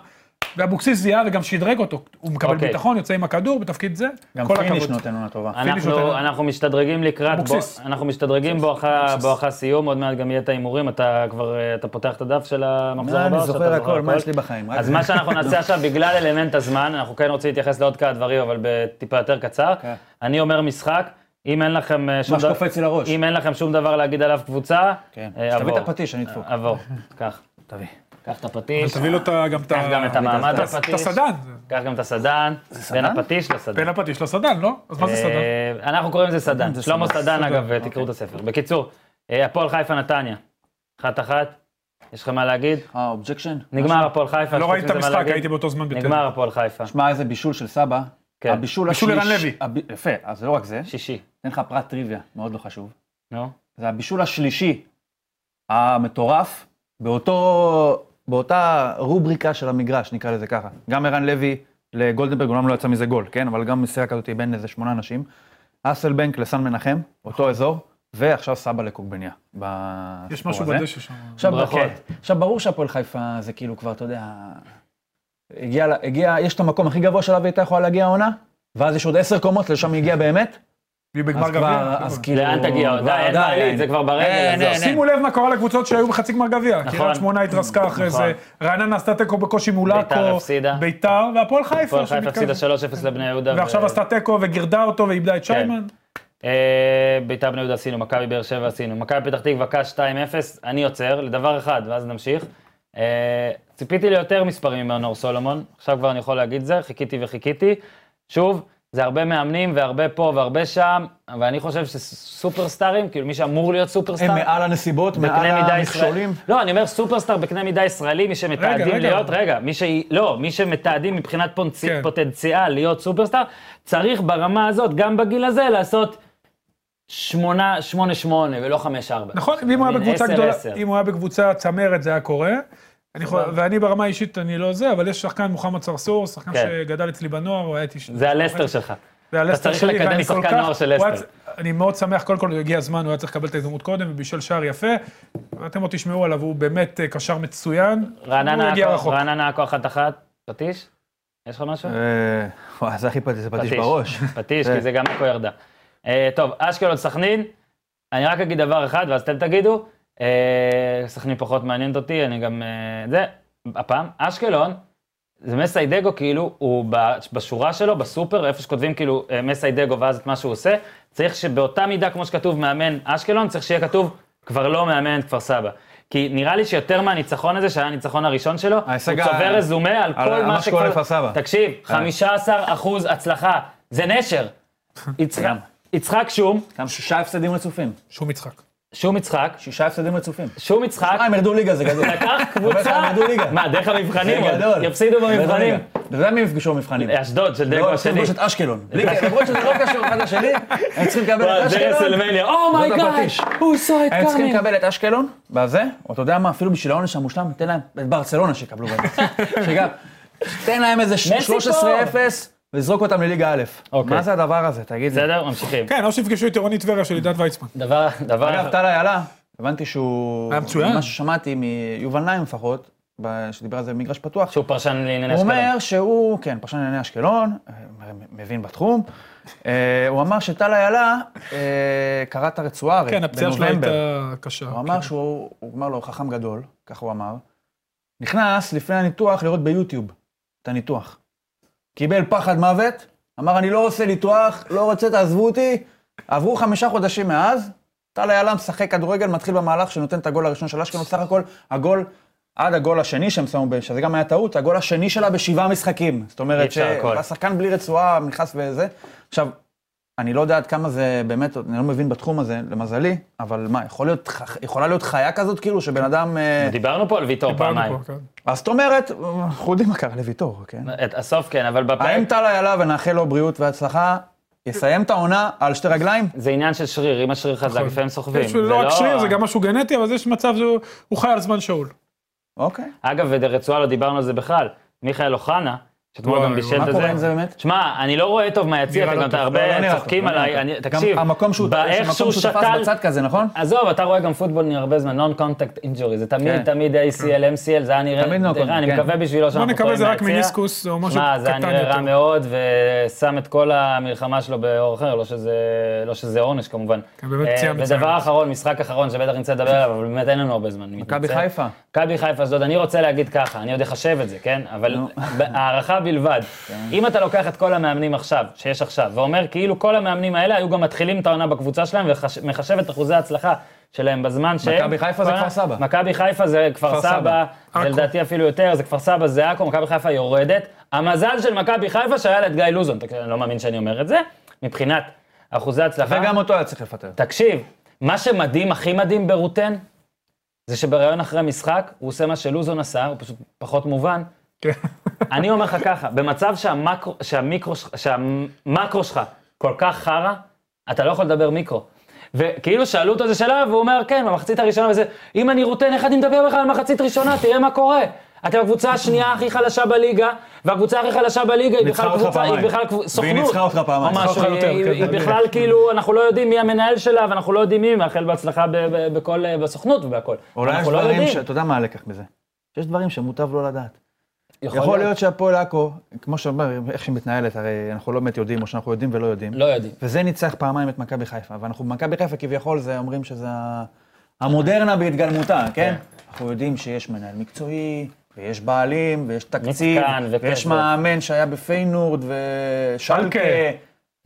[SPEAKER 3] ואבוקסיס זיהה וגם שדרג אותו, הוא מקבל
[SPEAKER 1] אוקיי.
[SPEAKER 3] ביטחון, יוצא עם הכדור, בתפקיד זה,
[SPEAKER 2] גם
[SPEAKER 3] כל
[SPEAKER 2] פיניש
[SPEAKER 3] הכבוד.
[SPEAKER 2] נותן עונה טובה.
[SPEAKER 1] אנחנו-
[SPEAKER 3] נותן-
[SPEAKER 1] אנחנו משתדרגים לקראת,
[SPEAKER 3] אבוקסיס.
[SPEAKER 1] בוא- אנחנו משתדרגים בואכה בואכה סיום, עוד מעט גם יהיה את ההימורים, אתה כבר, אה, אתה פותח את הדף של המחזור
[SPEAKER 2] אה,
[SPEAKER 1] הבא?
[SPEAKER 2] אני
[SPEAKER 1] או שאתה
[SPEAKER 2] זוכר הכל, מה יש לי בחיים? רק
[SPEAKER 1] אז
[SPEAKER 2] זה.
[SPEAKER 1] מה שאנחנו נעשה עכשיו, בגלל אלמנט הזמן, אנחנו כן רוצים להתייחס לעוד כמה דברים, אבל בטיפה יותר קצר.
[SPEAKER 2] כן.
[SPEAKER 1] אני אומר משחק, אם אין לכם אה, שום
[SPEAKER 2] מה
[SPEAKER 1] דבר...
[SPEAKER 2] שקופץ לי לראש.
[SPEAKER 1] אם אין לכם שום דבר להגיד עליו קבוצה,
[SPEAKER 2] כן.
[SPEAKER 1] אה,
[SPEAKER 2] שתביא את
[SPEAKER 1] עבור.
[SPEAKER 2] הפטיש, אני אדפוק.
[SPEAKER 1] עבור, קח, תביא. קח את הפטיש,
[SPEAKER 3] תביא לו את ה- גם את
[SPEAKER 1] קח כן, גם
[SPEAKER 3] ה-
[SPEAKER 1] את המעמד
[SPEAKER 3] את
[SPEAKER 1] הפטיש.
[SPEAKER 3] הסדן,
[SPEAKER 1] קח גם את הסדן, בין הפטיש לסדן.
[SPEAKER 3] בין הפטיש לסדן, לא? אז מה זה סדן?
[SPEAKER 1] אה, אנחנו קוראים לזה סדן.
[SPEAKER 2] זה
[SPEAKER 1] שלמה
[SPEAKER 2] סדן.
[SPEAKER 1] סדן, אגב, אה,
[SPEAKER 3] אוקיי.
[SPEAKER 1] תקראו את הספר. בקיצור, אה, הפועל חיפה נתניה. אחת אחת, יש לכם מה להגיד?
[SPEAKER 2] אה, אובג'קשן?
[SPEAKER 1] נגמר הפועל חיפה. יש
[SPEAKER 3] לא
[SPEAKER 1] לכם
[SPEAKER 3] ראיתי את
[SPEAKER 1] מה
[SPEAKER 3] המשחק,
[SPEAKER 1] להגיד?
[SPEAKER 3] הייתי באותו זמן בטלוויזיה.
[SPEAKER 1] נגמר הפועל חיפה.
[SPEAKER 2] שמע, איזה בישול של סבא.
[SPEAKER 1] כן.
[SPEAKER 2] הבישול
[SPEAKER 3] בישול
[SPEAKER 2] השליש...
[SPEAKER 3] ערן לוי.
[SPEAKER 2] הב- יפה, אז זה לא רק זה.
[SPEAKER 1] שישי,
[SPEAKER 2] אתן לך פרט טריוויה, מאוד לא חשוב.
[SPEAKER 1] נו.
[SPEAKER 2] זה הבישול השלישי המטורף באותו, באותה רובריקה של המגרש, נקרא לזה ככה. גם ערן לוי לגולדנברג, אומנם לא יצא מזה גול, כן? אבל גם מסירה כזאת בין איזה שמונה אנשים. אסלבנק לסן מנחם, אותו אזור, ועכשיו סבא לקוגבניה. בסיפור
[SPEAKER 3] יש משהו
[SPEAKER 2] הזה.
[SPEAKER 3] בדשא שם.
[SPEAKER 2] עכשיו,
[SPEAKER 1] ברכות.
[SPEAKER 2] כן. עכשיו, ברור שהפועל חיפה זה כאילו כבר, אתה יודע, הגיע, ל- הגיע, יש את המקום הכי גבוה שלו והייתה יכולה להגיע העונה, ואז יש עוד עשר קומות, לשם היא הגיעה באמת,
[SPEAKER 3] והיא
[SPEAKER 2] אז
[SPEAKER 3] בגמר
[SPEAKER 2] כבר,
[SPEAKER 3] גביע.
[SPEAKER 2] אז
[SPEAKER 3] לא.
[SPEAKER 2] כאילו...
[SPEAKER 1] לאן תגיע?
[SPEAKER 2] כבר- אה,
[SPEAKER 1] די, אין מעלית, זה כבר ברגל,
[SPEAKER 2] אין,
[SPEAKER 1] עזוב.
[SPEAKER 2] אין, אין.
[SPEAKER 3] שימו לב מה קרה לקבוצות שהיו בחצי גמר גביע. קריית שמונה התרסקה אחרי
[SPEAKER 1] נכון.
[SPEAKER 3] זה, רעננה עשתה תיקו בקושי מול עכו,
[SPEAKER 1] ביתר הפסידה.
[SPEAKER 3] ביתר, והפועל חיפה.
[SPEAKER 1] הפועל חיפה
[SPEAKER 3] שמתקרב.
[SPEAKER 1] הפסידה כן. 3-0 לבני יהודה. ו-
[SPEAKER 3] ועכשיו עשתה תיקו וגירדה אותו ואיבדה את שיימן.
[SPEAKER 1] אה, ביתר בני יהודה עשינו, מכבי באר שבע עשינו, מכבי פתח תקווה קש 2-0, אני עוצר לדבר אחד, ואז נמשיך. אה, ציפיתי ליותר מספרים ממנור סולומון, עכשיו כבר אני יכול להגיד זה, חיכיתי וחיכיתי. שוב, זה הרבה מאמנים והרבה פה והרבה שם, אבל אני חושב שסופרסטארים, כאילו מי שאמור להיות סופרסטאר,
[SPEAKER 2] אה, הם מעל הנסיבות, מעל
[SPEAKER 1] בקנה מידה ישראלי.
[SPEAKER 2] המכשולים.
[SPEAKER 1] לא, אני אומר סופרסטאר בקנה מידה ישראלי, מי
[SPEAKER 3] רגע,
[SPEAKER 1] שמתעדים
[SPEAKER 3] רגע.
[SPEAKER 1] להיות, רגע, מי ש... לא, מי שמתעדים מבחינת פונצ...
[SPEAKER 3] כן.
[SPEAKER 1] פוטנציאל להיות סופרסטאר, צריך ברמה הזאת, גם בגיל הזה, לעשות 8, 8, 8 ולא 5, 4.
[SPEAKER 3] נכון, ואם הוא היה בקבוצה
[SPEAKER 1] עשר,
[SPEAKER 3] גדולה,
[SPEAKER 1] עשר. נכון.
[SPEAKER 3] אם הוא היה בקבוצה צמרת זה היה קורה. אני יכול- ואני ברמה האישית, אני לא זה, אבל יש שחקן מוחמד צרצור, שחקן
[SPEAKER 1] כן.
[SPEAKER 3] שגדל אצלי בנוער, הוא היה איתי...
[SPEAKER 1] זה הלסטר שלך.
[SPEAKER 3] זה הלסטר
[SPEAKER 1] אתה צריך
[SPEAKER 3] שלי,
[SPEAKER 1] לקדם
[SPEAKER 3] ואני כל
[SPEAKER 1] שחקן
[SPEAKER 3] כך-
[SPEAKER 1] נוער של
[SPEAKER 3] הוא היה
[SPEAKER 1] לסטר.
[SPEAKER 3] צ- אני מאוד שמח, קודם כל הגיע הזמן, הוא היה צריך לקבל את ההזדמנות קודם, ובישל שער יפה. ואתם עוד תשמעו עליו, הוא באמת אה, קשר מצוין. הוא
[SPEAKER 1] רעננה
[SPEAKER 3] הגיע
[SPEAKER 1] עכו-
[SPEAKER 3] רחוק.
[SPEAKER 1] רעננה עכו אחת אחת, פטיש? יש לך משהו?
[SPEAKER 2] אה, וואי, זה הכי פטיש, זה פטיש בראש. כן.
[SPEAKER 1] פטיש,
[SPEAKER 2] זה-
[SPEAKER 1] כי זה גם עכו ירדה. אה, טוב, אשקלון סכנין, אני רק אגיד דבר אחד ואז אתם תגידו. אה, סכנין פחות מעניינת אותי, אני גם... אה, זה, הפעם, אשקלון, זה מסיידגו כאילו, הוא ב- בשורה שלו, בסופר, איפה שכותבים כאילו אה, מסיידגו ואז את מה שהוא עושה, צריך שבאותה מידה כמו שכתוב מאמן אשקלון, צריך שיהיה כתוב כבר לא מאמן את כפר סבא. כי נראה לי שיותר מהניצחון הזה, שהיה הניצחון הראשון שלו, הוא
[SPEAKER 2] ההישג ה-
[SPEAKER 1] צובר רזומה על
[SPEAKER 2] על
[SPEAKER 1] כל מה
[SPEAKER 2] מה שקורה
[SPEAKER 1] שכבר...
[SPEAKER 2] לכפר סבא. אה.
[SPEAKER 1] תקשיב, 15 אחוז הצלחה, זה נשר. יצחק-
[SPEAKER 2] גם.
[SPEAKER 1] יצחק שום,
[SPEAKER 2] גם שישה הפסדים רצופים.
[SPEAKER 3] שום יצחק.
[SPEAKER 1] שום יצחק,
[SPEAKER 2] שישה הפסדים רצופים.
[SPEAKER 1] שום יצחק,
[SPEAKER 2] אה, הם ירדו ליגה, זה גדול.
[SPEAKER 1] לקח
[SPEAKER 2] אומר לך,
[SPEAKER 1] קבוצה,
[SPEAKER 2] הם ירדו ליגה.
[SPEAKER 1] מה, דרך
[SPEAKER 2] זה
[SPEAKER 1] המבחנים, עוד?
[SPEAKER 2] גדול.
[SPEAKER 1] יפסידו במבחנים.
[SPEAKER 2] אתה יודע מי הם יפגשו במבחנים?
[SPEAKER 1] אשדוד של דגו
[SPEAKER 2] לא, הם צריכים
[SPEAKER 1] השני.
[SPEAKER 2] לפגוש את אשקלון. ליגה, למרות שזה לא קשור אחד לשני, הם צריכים לקבל את
[SPEAKER 1] וואי, זה
[SPEAKER 2] אשקלון.
[SPEAKER 1] רסלמניה, אומייגאד,
[SPEAKER 2] לא הפטיש.
[SPEAKER 1] הוא עושה את
[SPEAKER 2] הם צריכים
[SPEAKER 1] קאמינג.
[SPEAKER 2] לקבל את אשקלון, בזה, או אתה יודע מה, אפילו בשביל העונש המושלם, תן להם את ברצלונה שיקבלו בזה. שגם, תן להם איזה
[SPEAKER 1] מסי
[SPEAKER 2] 13-0, וזרוק אותם לליגה א'.
[SPEAKER 1] אוקיי.
[SPEAKER 2] מה זה הדבר הזה, תגיד לי.
[SPEAKER 1] בסדר, ממשיכים.
[SPEAKER 3] כן, או שיפגשו את עירוני טבריה של עידן ויצמן.
[SPEAKER 1] דבר, דבר,
[SPEAKER 2] אגב, טל איילה, הבנתי שהוא...
[SPEAKER 3] היה מצוין.
[SPEAKER 2] מה ששמעתי מיובל נעים לפחות, ב- שדיבר על זה במגרש פתוח,
[SPEAKER 1] שהוא פרשן לענייני
[SPEAKER 2] הוא
[SPEAKER 1] אשקלון.
[SPEAKER 2] אומר שהוא, כן, פרשן לענייני אשקלון, אה, מבין בתחום. אה, הוא אמר שטל איילה אה, קרע את הרצועה הרי,
[SPEAKER 3] כן, הפציעה שלו
[SPEAKER 2] בנובמבר.
[SPEAKER 3] הייתה קשה.
[SPEAKER 2] הוא
[SPEAKER 1] כן.
[SPEAKER 2] אמר שהוא, הוא אמר לו, חכם גדול, כך הוא אמר, נכנס לפני הניתוח לראות ביוטיוב את הניתוח. קיבל פחד מוות, אמר, אני לא עושה ניתוח, לא רוצה, תעזבו אותי. עברו חמישה חודשים מאז, טל איילה משחק כדורגל, מתחיל במהלך שנותן את הגול הראשון של אשקלון, סך הכל הגול, עד הגול השני שהם שמו, ב- שזה גם היה טעות, הגול השני שלה בשבעה משחקים. זאת
[SPEAKER 1] אי
[SPEAKER 2] אומרת,
[SPEAKER 1] אפשר הכל.
[SPEAKER 2] שהשחקן בלי רצועה נכנס וזה. עכשיו, אני לא יודע עד כמה זה באמת, אני לא מבין בתחום הזה, למזלי, אבל מה, יכול להיות, ח- יכולה להיות חיה כזאת, כאילו, שבן אדם... אה,
[SPEAKER 1] דיברנו פה על ויטור
[SPEAKER 3] דיברנו
[SPEAKER 1] פעמיים.
[SPEAKER 3] פה, כן.
[SPEAKER 2] אז זאת אומרת, אנחנו יודעים מה קרה לוויטור, כן?
[SPEAKER 1] את הסוף כן, אבל בפרק
[SPEAKER 2] האם טל איילה ונאחל לו בריאות והצלחה, יסיים את העונה על שתי רגליים?
[SPEAKER 1] זה עניין של שריר, אם השריר חזק
[SPEAKER 3] נכון.
[SPEAKER 1] לפעמים סוחבים.
[SPEAKER 3] יש לא רק שריר, זה גם משהו גנטי, אבל יש מצב שהוא חי על זמן שאול.
[SPEAKER 2] אוקיי.
[SPEAKER 1] אגב, ורצועה לא דיברנו על זה בכלל. מיכאל אוחנה, שאתמול
[SPEAKER 3] וואי,
[SPEAKER 1] גם
[SPEAKER 3] וואי,
[SPEAKER 1] בישל את
[SPEAKER 2] מה
[SPEAKER 1] זה.
[SPEAKER 2] קורה עם זה באמת?
[SPEAKER 1] שמע, אני לא רואה טוב מהיציע,
[SPEAKER 3] נראה
[SPEAKER 1] אתם
[SPEAKER 3] לא
[SPEAKER 1] גם
[SPEAKER 3] טוב.
[SPEAKER 1] הרבה
[SPEAKER 2] לא, לא נראה
[SPEAKER 1] צוחקים
[SPEAKER 2] טוב, לא
[SPEAKER 1] עליי.
[SPEAKER 2] נראה טוב.
[SPEAKER 1] אני-
[SPEAKER 2] גם
[SPEAKER 1] תקשיב,
[SPEAKER 2] המקום שהוא
[SPEAKER 1] באיך
[SPEAKER 2] המקום שהוא תפס
[SPEAKER 1] שתל-
[SPEAKER 2] בצד כזה, נכון?
[SPEAKER 1] עזוב, אתה רואה גם פוטבול נראה הרבה זמן, non contact injury, זה תמיד,
[SPEAKER 2] כן.
[SPEAKER 1] תמיד ACL, MCL, זה היה נראה,
[SPEAKER 2] תמיד non-contact,
[SPEAKER 1] תראה, אני
[SPEAKER 2] כן.
[SPEAKER 1] מקווה בשבילו
[SPEAKER 3] בוא
[SPEAKER 1] שאנחנו
[SPEAKER 3] נקווה
[SPEAKER 1] טועים
[SPEAKER 3] זה רק
[SPEAKER 1] מהיציע.
[SPEAKER 3] מיניסקוס או משהו
[SPEAKER 1] שמע, זה היה
[SPEAKER 3] קטן
[SPEAKER 1] נראה רע
[SPEAKER 3] יותר.
[SPEAKER 1] מאוד, ושם את כל המלחמה שלו באור אחר, לא שזה, לא שזה עונש כמובן.
[SPEAKER 3] כן, באמת
[SPEAKER 1] אה,
[SPEAKER 3] פציעה
[SPEAKER 1] ודבר
[SPEAKER 3] מצערת.
[SPEAKER 1] אחרון, משחק אחרון שבטח נצא לדבר עליו, אבל באמת אין לנו הרבה זמן. אני
[SPEAKER 2] מכבי
[SPEAKER 1] מתנצל.
[SPEAKER 2] חיפה.
[SPEAKER 1] מכבי חיפה אשדוד, אני רוצה להגיד ככה, אני עוד אחשב את זה, כן? אבל
[SPEAKER 2] נו. כן.
[SPEAKER 1] הערכה בלבד. אם אתה לוקח את כל המאמנים עכשיו, שיש עכשיו, ואומר כאילו כל המאמנים האלה היו גם מתחילים את העונה בקבוצה שלהם, ומחשב את אחוזי ההצלחה שלהם בזמן שהם...
[SPEAKER 2] מכבי חיפה זה כפר סבא.
[SPEAKER 1] מכבי חיפה זה כפר
[SPEAKER 2] כפר סבא.
[SPEAKER 1] סבא, זה
[SPEAKER 3] עכו.
[SPEAKER 1] לדעתי אפילו יותר, זה כפר סבא, זה עכו, מכבי חיפה יורדת. המזל של מכבי חיפה שהיה לה את גיא לוזון, תק- אני לא מאמין שאני אומר את זה, מבחינת אחוזי הצלחה.
[SPEAKER 2] וגם אותו היה צריך לפטר.
[SPEAKER 1] תקשיב, מה שמדהים, הכי מדהים ברוטן, זה שבריאיון אחרי משחק, הוא עושה מה שלוזון עשה, הוא פשוט פחות מובן.
[SPEAKER 3] כן.
[SPEAKER 1] אני אומר לך ככה, במצב שהמקרו, שהמיקרו, שלך- שהמקרו שלך כל כך חרא, אתה לא יכול לדבר מיקרו. וכאילו שאלו אותו איזה שאלה, והוא אומר, כן, במחצית הראשונה וזה, אם אני רוטן, איך אני מדבר בכלל על מחצית ראשונה, תראה מה קורה. אתם הקבוצה השנייה הכי חלשה בליגה, והקבוצה הכי חלשה בליגה היא
[SPEAKER 2] ניצחה
[SPEAKER 1] בכלל
[SPEAKER 2] אותך
[SPEAKER 1] קבוצה, היא
[SPEAKER 2] פעמיים.
[SPEAKER 1] בכלל קבוצ-
[SPEAKER 2] והיא
[SPEAKER 1] סוכנות.
[SPEAKER 2] ניצחה אותך פעמיים.
[SPEAKER 1] או
[SPEAKER 2] ניצחה
[SPEAKER 1] משהו,
[SPEAKER 3] אותך יותר,
[SPEAKER 1] היא-
[SPEAKER 3] כן,
[SPEAKER 1] היא
[SPEAKER 3] כן.
[SPEAKER 1] בכלל כאילו, אנחנו לא יודעים מי המנהל שלה, ואנחנו לא יודעים מי, מאחל בהצלחה ב- ב- בכל, בסוכנות ובהכל.
[SPEAKER 2] אולי יש
[SPEAKER 1] אנחנו לא
[SPEAKER 2] דברים ש...
[SPEAKER 1] יודעים.
[SPEAKER 2] אתה יודע מה הלקח מזה? שיש דברים שמוטב לא לדעת. יכול להיות שהפועל עכו, כמו שאומר, איך שהיא מתנהלת, הרי אנחנו לא באמת יודעים, או שאנחנו יודעים ולא יודעים.
[SPEAKER 1] לא יודעים.
[SPEAKER 2] וזה ניצח פעמיים את מכבי חיפה. ואנחנו במכבי חיפה כביכול, זה אומרים שזה ה- המודרנה בהתגלמותה, כן? אנחנו יודעים שיש מנהל מקצועי, ויש בעלים, ויש תקציב,
[SPEAKER 1] מתקן וכסף.
[SPEAKER 2] ויש מאמן שהיה בפיינורד, ושלקה,
[SPEAKER 3] שלקה.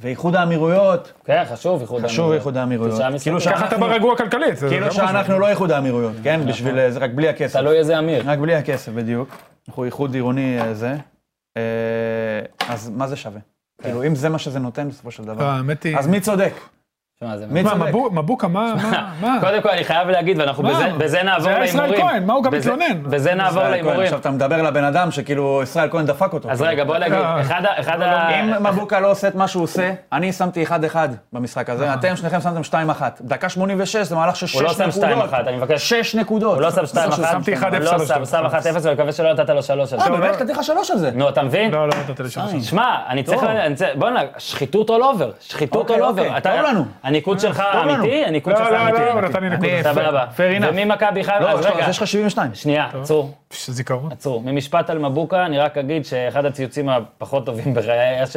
[SPEAKER 2] ואיחוד האמירויות.
[SPEAKER 1] כן, חשוב איחוד האמירויות.
[SPEAKER 2] חשוב איחוד האמירויות.
[SPEAKER 1] תשעה משחקים.
[SPEAKER 2] כאילו
[SPEAKER 3] ככה אתה
[SPEAKER 2] אנחנו-
[SPEAKER 3] ברגוע כלכלית. זה גם
[SPEAKER 2] כאילו שאנחנו לא איחוד האמירויות, כן? בשביל זה, רק בלי הכסף.
[SPEAKER 1] תלוי איזה אמיר.
[SPEAKER 2] רק בלי הכסף, בדיוק. אנחנו איחוד עירוני אה, זה. אה, אז מה זה שווה? כאילו, אם זה מה שזה נותן בסופו של
[SPEAKER 3] חשוב.
[SPEAKER 2] דבר.
[SPEAKER 3] האמת היא...
[SPEAKER 2] אז מי צודק?
[SPEAKER 1] שמע, זה
[SPEAKER 2] מי
[SPEAKER 1] מעניין.
[SPEAKER 3] מה,
[SPEAKER 2] צודק?
[SPEAKER 3] מבוק- מבוקה, מה, מה, מה?
[SPEAKER 1] קודם כל, אני חייב להגיד, ואנחנו
[SPEAKER 3] מה?
[SPEAKER 1] בזה- בזה נעבור
[SPEAKER 3] זה היה
[SPEAKER 1] להימורים.
[SPEAKER 3] ישראל כהן, מה, הוא גם
[SPEAKER 1] בזה-
[SPEAKER 3] מתלונן.
[SPEAKER 1] בזה נעבור
[SPEAKER 2] ישראל כהן,
[SPEAKER 1] להימורים.
[SPEAKER 2] עכשיו אתה מדבר לבן אדם שכאילו ישראל כהן דפק אותו. כאילו.
[SPEAKER 1] אז רגע, אה, בוא נגיד,
[SPEAKER 3] אה.
[SPEAKER 1] אחד ה- אחד ה...
[SPEAKER 2] אם מבוקה לא עושה את מה שהוא עושה, אני שמתי 1-1 במשחק הזה, אתם שניכם שמתם 2-1. דקה 86 זה מהלך של 6
[SPEAKER 1] אה. הוא לא
[SPEAKER 2] נקודות.
[SPEAKER 1] שם 2-1, אני מבקש.
[SPEAKER 2] 6 נקודות.
[SPEAKER 1] הוא לא שם 2-1,
[SPEAKER 2] שהוא שם
[SPEAKER 3] שמתי 1-0
[SPEAKER 1] לא
[SPEAKER 3] על
[SPEAKER 1] שם,
[SPEAKER 3] אשדוד.
[SPEAKER 1] שם 1-0, ואני מקווה שלא נתת לו 3 על
[SPEAKER 2] אה,
[SPEAKER 1] זה.
[SPEAKER 2] באמת? נתתי לך 3 על זה.
[SPEAKER 1] נו, אתה מבין?
[SPEAKER 3] לא, לא נתת לי שם.
[SPEAKER 2] שתיים.
[SPEAKER 1] שמע, אני צריך...
[SPEAKER 2] טוב.
[SPEAKER 1] ל- אני צריך- בוא'נה, שחיתות all over, שחיתות all
[SPEAKER 2] אוקיי,
[SPEAKER 1] over.
[SPEAKER 2] אוקיי,
[SPEAKER 1] אתה-
[SPEAKER 2] טוב לנו.
[SPEAKER 1] הניקוד שלך
[SPEAKER 2] טוב לנו.
[SPEAKER 1] אמיתי? הניקוד
[SPEAKER 3] לא,
[SPEAKER 1] שלך
[SPEAKER 3] לא,
[SPEAKER 1] אמיתי.
[SPEAKER 3] לא, הוא נתן לי
[SPEAKER 2] אני-
[SPEAKER 3] נקודות.
[SPEAKER 1] סבבה.
[SPEAKER 2] Fair enough.
[SPEAKER 1] וממכבי חיפה,
[SPEAKER 2] לא,
[SPEAKER 1] אז
[SPEAKER 2] יש לך-
[SPEAKER 1] רגע,
[SPEAKER 2] אז יש לך 72.
[SPEAKER 1] שנייה, צור.
[SPEAKER 3] פש, זיכרון.
[SPEAKER 1] עצור. ממשפט על מבוקה, אני רק אגיד שאחד הציוצים הפחות טובים בחיי היה ש...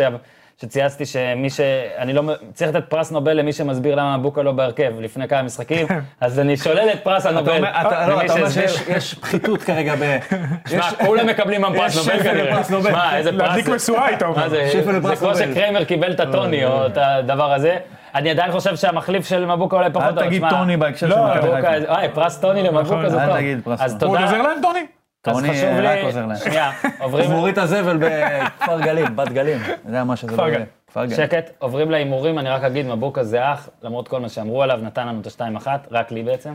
[SPEAKER 1] שצייצתי שמי ש... אני לא... מ- צריך לתת פרס נובל למי שמסביר למה מבוקה לא בהרכב לפני כמה משחקים, אז אני שולל את פרס
[SPEAKER 2] כן. אתה
[SPEAKER 1] הנובל.
[SPEAKER 2] אומר- אתה- לא,
[SPEAKER 1] למי
[SPEAKER 2] אתה אומר
[SPEAKER 1] שהסביר.
[SPEAKER 2] שיש יש פחיתות כרגע ב... יש-
[SPEAKER 1] שמע, כולם מקבלים גם פרס
[SPEAKER 2] יש
[SPEAKER 1] נובל
[SPEAKER 2] שפל
[SPEAKER 1] כנראה.
[SPEAKER 2] לפרס נובל.
[SPEAKER 1] שמע, איזה פרס...
[SPEAKER 3] להדליק
[SPEAKER 1] זה.
[SPEAKER 3] משואה, אתה
[SPEAKER 1] מה
[SPEAKER 3] אומר.
[SPEAKER 1] זה,
[SPEAKER 2] שפל
[SPEAKER 1] זה
[SPEAKER 2] לפרס
[SPEAKER 1] כמו
[SPEAKER 2] נובל. לא,
[SPEAKER 1] שקריימר קיבל את הטוני או את הדבר הזה. אני עדיין חושב שהמחליף של מבוקה עולה פחות.
[SPEAKER 2] אל
[SPEAKER 1] אבל
[SPEAKER 2] תגיד
[SPEAKER 1] שמע,
[SPEAKER 2] טוני בהקשר של
[SPEAKER 3] לא,
[SPEAKER 2] מכבי
[SPEAKER 1] מבוקה...
[SPEAKER 2] חיפה.
[SPEAKER 1] אוי, פרס טוני למבוקה
[SPEAKER 3] נכון,
[SPEAKER 1] זה טוב.
[SPEAKER 2] אל תגיד פרס
[SPEAKER 1] אז
[SPEAKER 2] טוני.
[SPEAKER 1] תודה.
[SPEAKER 3] הוא עוד עוזר להם, טוני?
[SPEAKER 1] אז
[SPEAKER 2] טוני,
[SPEAKER 1] חשוב
[SPEAKER 2] אה,
[SPEAKER 1] לי...
[SPEAKER 2] רק עוזר להם.
[SPEAKER 1] שנייה,
[SPEAKER 2] הוא
[SPEAKER 1] עוברים...
[SPEAKER 2] מוריד את הזבל בכפר גלים, בת גלים. אני יודע מה שזה לא
[SPEAKER 3] גלים.
[SPEAKER 2] יהיה. כפר גלים.
[SPEAKER 1] שקט, עוברים להימורים, אני רק אגיד, מבוקה זה אח, למרות כל מה שאמרו עליו, נתן לנו את השתיים אחת, רק לי בעצם.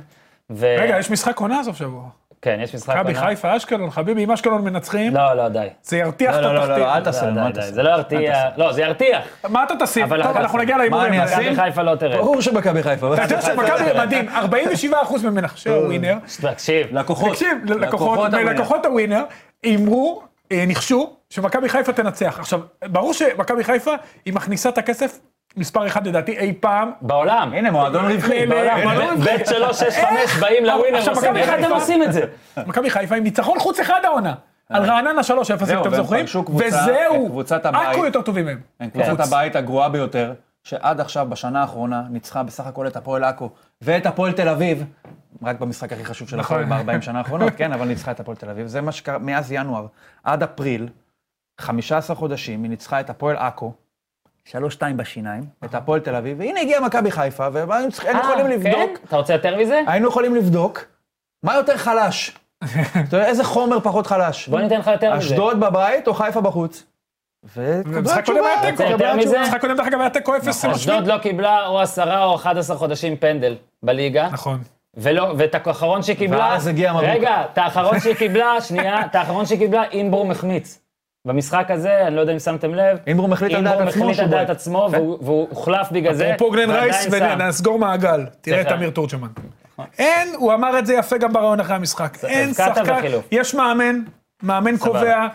[SPEAKER 1] ו...
[SPEAKER 3] רגע, יש משחק עונה סוף שבוע.
[SPEAKER 1] כן, יש משחק
[SPEAKER 3] מכבי
[SPEAKER 1] עונה.
[SPEAKER 3] חיפה, אשקלון, חביבי, אם אשקלון מנצחים,
[SPEAKER 1] לא, לא, די.
[SPEAKER 3] זה ירתיח
[SPEAKER 2] לא,
[SPEAKER 3] את
[SPEAKER 2] לא, לא, לא,
[SPEAKER 3] התחתית.
[SPEAKER 2] אל תעשה
[SPEAKER 1] די,
[SPEAKER 2] לנו,
[SPEAKER 1] די,
[SPEAKER 2] אל
[SPEAKER 1] די,
[SPEAKER 2] תעשה
[SPEAKER 1] זה לא ירתיע, לא, זה ירתיח.
[SPEAKER 3] מה אתה תשים?
[SPEAKER 1] אבל
[SPEAKER 3] טוב,
[SPEAKER 1] אתה-
[SPEAKER 3] אנחנו נגיע להימורים.
[SPEAKER 2] אני אשים?
[SPEAKER 1] מכבי חיפה לא תרד.
[SPEAKER 2] ברור שמכבי חיפה.
[SPEAKER 3] אתה יודע שמכבי מדהים, 47% ממנה, שהווינר.
[SPEAKER 1] תקשיב,
[SPEAKER 2] לקוחות.
[SPEAKER 3] תקשיב, ללקוחות,
[SPEAKER 2] הווינר.
[SPEAKER 3] ללקוחות הווינר, הימרו, אה, ניחשו, שמכבי חיפה תנצח. עכשיו, ברור שמכבי חיפה, היא מכניסה את הכסף מספר אחד לדעתי אי פעם.
[SPEAKER 1] בעולם.
[SPEAKER 2] הנה, מועדון רווחי, בעולם.
[SPEAKER 3] הנה, מועדון רווחי.
[SPEAKER 1] בית 365 באים לווינר,
[SPEAKER 3] עכשיו,
[SPEAKER 1] עושים,
[SPEAKER 3] מכבי
[SPEAKER 1] איך אתם
[SPEAKER 3] חיפה-
[SPEAKER 1] עושים את זה?
[SPEAKER 3] מכבי חיפה עם ניצחון חוץ אחד העונה. על רעננה 3-0, אם
[SPEAKER 2] אה. זהו,
[SPEAKER 3] אתם
[SPEAKER 2] והם
[SPEAKER 3] זוכרים.
[SPEAKER 2] פגשו קבוצה-
[SPEAKER 3] וזהו,
[SPEAKER 2] את קבוצת הבית.
[SPEAKER 3] עכו יותר טובים הם.
[SPEAKER 2] הם קבוצת הבית הגרועה ביותר, שעד עכשיו, בשנה האחרונה, ניצחה בסך הכל את הפועל עכו ואת הפועל תל אביב, רק במשחק הכי חשוב של הפועל
[SPEAKER 3] נכון.
[SPEAKER 2] ב-40 שנה האחרונות, כן, אבל ניצחה את הפועל תל אביב. זה מה שקרה מאז ינואר עד אפריל, 15 חודשים, היא ניצחה את הפועל עכו. 3-2 בשיניים, את הפועל תל אביב, והנה הגיעה מכבי חיפה, והם
[SPEAKER 1] אה,
[SPEAKER 2] יכולים
[SPEAKER 1] כן?
[SPEAKER 2] לבדוק
[SPEAKER 1] אתה רוצה יותר מזה?
[SPEAKER 2] היינו יכולים לבדוק מה יותר חלש. אתה יודע, איזה חומר פחות חלש?
[SPEAKER 1] בוא ניתן לך יותר מזה.
[SPEAKER 2] אשדוד בבית או חיפה בחוץ? ותקבלה
[SPEAKER 3] במשחק קודם היה תיקו.
[SPEAKER 1] רוצה יותר
[SPEAKER 2] תקבלה
[SPEAKER 1] מזה?
[SPEAKER 2] תשובה.
[SPEAKER 3] המשחק הקודם, דרך אגב, היה תיקו 0
[SPEAKER 1] אשדוד לא קיבלה או 10 או 11 חודשים פנדל בליגה.
[SPEAKER 3] נכון.
[SPEAKER 1] ולא, ואת האחרון שהיא קיבלה...
[SPEAKER 2] ואז הגיע מבוקה.
[SPEAKER 1] רגע, את האחרון שהיא קיבלה, שנייה, את האחרון שהיא קיבלה, אינברום החמיץ. במשחק הזה, אני לא יודע אם שמתם לב,
[SPEAKER 2] אינברום החליט על דעת
[SPEAKER 1] אינברום
[SPEAKER 2] עצמו
[SPEAKER 1] החליט
[SPEAKER 2] שהוא
[SPEAKER 1] על דעת
[SPEAKER 2] בועט.
[SPEAKER 1] עצמו, והוא- והוא הוחלף בגלל זה,
[SPEAKER 3] אפרופו גלן
[SPEAKER 1] ועדיין
[SPEAKER 3] רייס,
[SPEAKER 1] שם. נכון.
[SPEAKER 3] ונסגור מעגל. תראה את
[SPEAKER 1] סליחה.
[SPEAKER 3] אמיר תורג'מן. אין, הוא אמר את זה יפה גם בראיון אחרי המשחק. אין
[SPEAKER 1] הבקעת
[SPEAKER 3] שחקן,
[SPEAKER 1] בחילוף.
[SPEAKER 3] יש מאמן, מאמן קובע,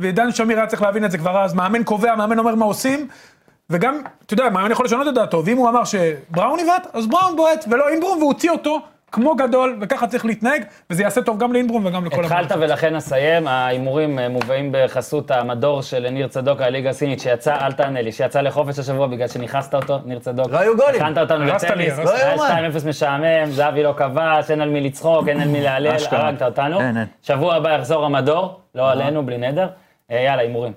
[SPEAKER 3] ודן שמיר היה צריך להבין את זה כבר אז, מאמן קובע, מאמן אומר מה עושים, וגם, אתה יודע, מאמן יכול לשנות את דעתו, ואם הוא אמר שבראון עיוות, אז בראון בועט, ולא אינברום, והוציא אותו כמו גדול, וככה צריך להתנהג, וזה יעשה טוב גם לאינברום וגם לכל
[SPEAKER 1] התחלת
[SPEAKER 3] המערכת.
[SPEAKER 1] ולכן אסיים, ההימורים אה, מובאים בחסות המדור של ניר צדוקה, הליגה הסינית, שיצא, אל תענה לי, שיצא לחופש השבוע בגלל שנכנסת אותו, ניר צדוק.
[SPEAKER 2] לא היו גולים.
[SPEAKER 1] הכנת אותנו
[SPEAKER 3] הרסת לי,
[SPEAKER 1] לטניס,
[SPEAKER 3] הרסת לי.
[SPEAKER 2] לא
[SPEAKER 1] היה
[SPEAKER 2] יאומן.
[SPEAKER 1] 2-0 משעמם, זהבי לא כבש, אין על מי לצחוק, אין על מי להלל,
[SPEAKER 2] אשכרה.
[SPEAKER 1] הרגת אותנו.
[SPEAKER 2] אין, אין.
[SPEAKER 1] שבוע הבא יחזור המדור, לא עלינו, בלי נדר. אה, יאללה, הימורים.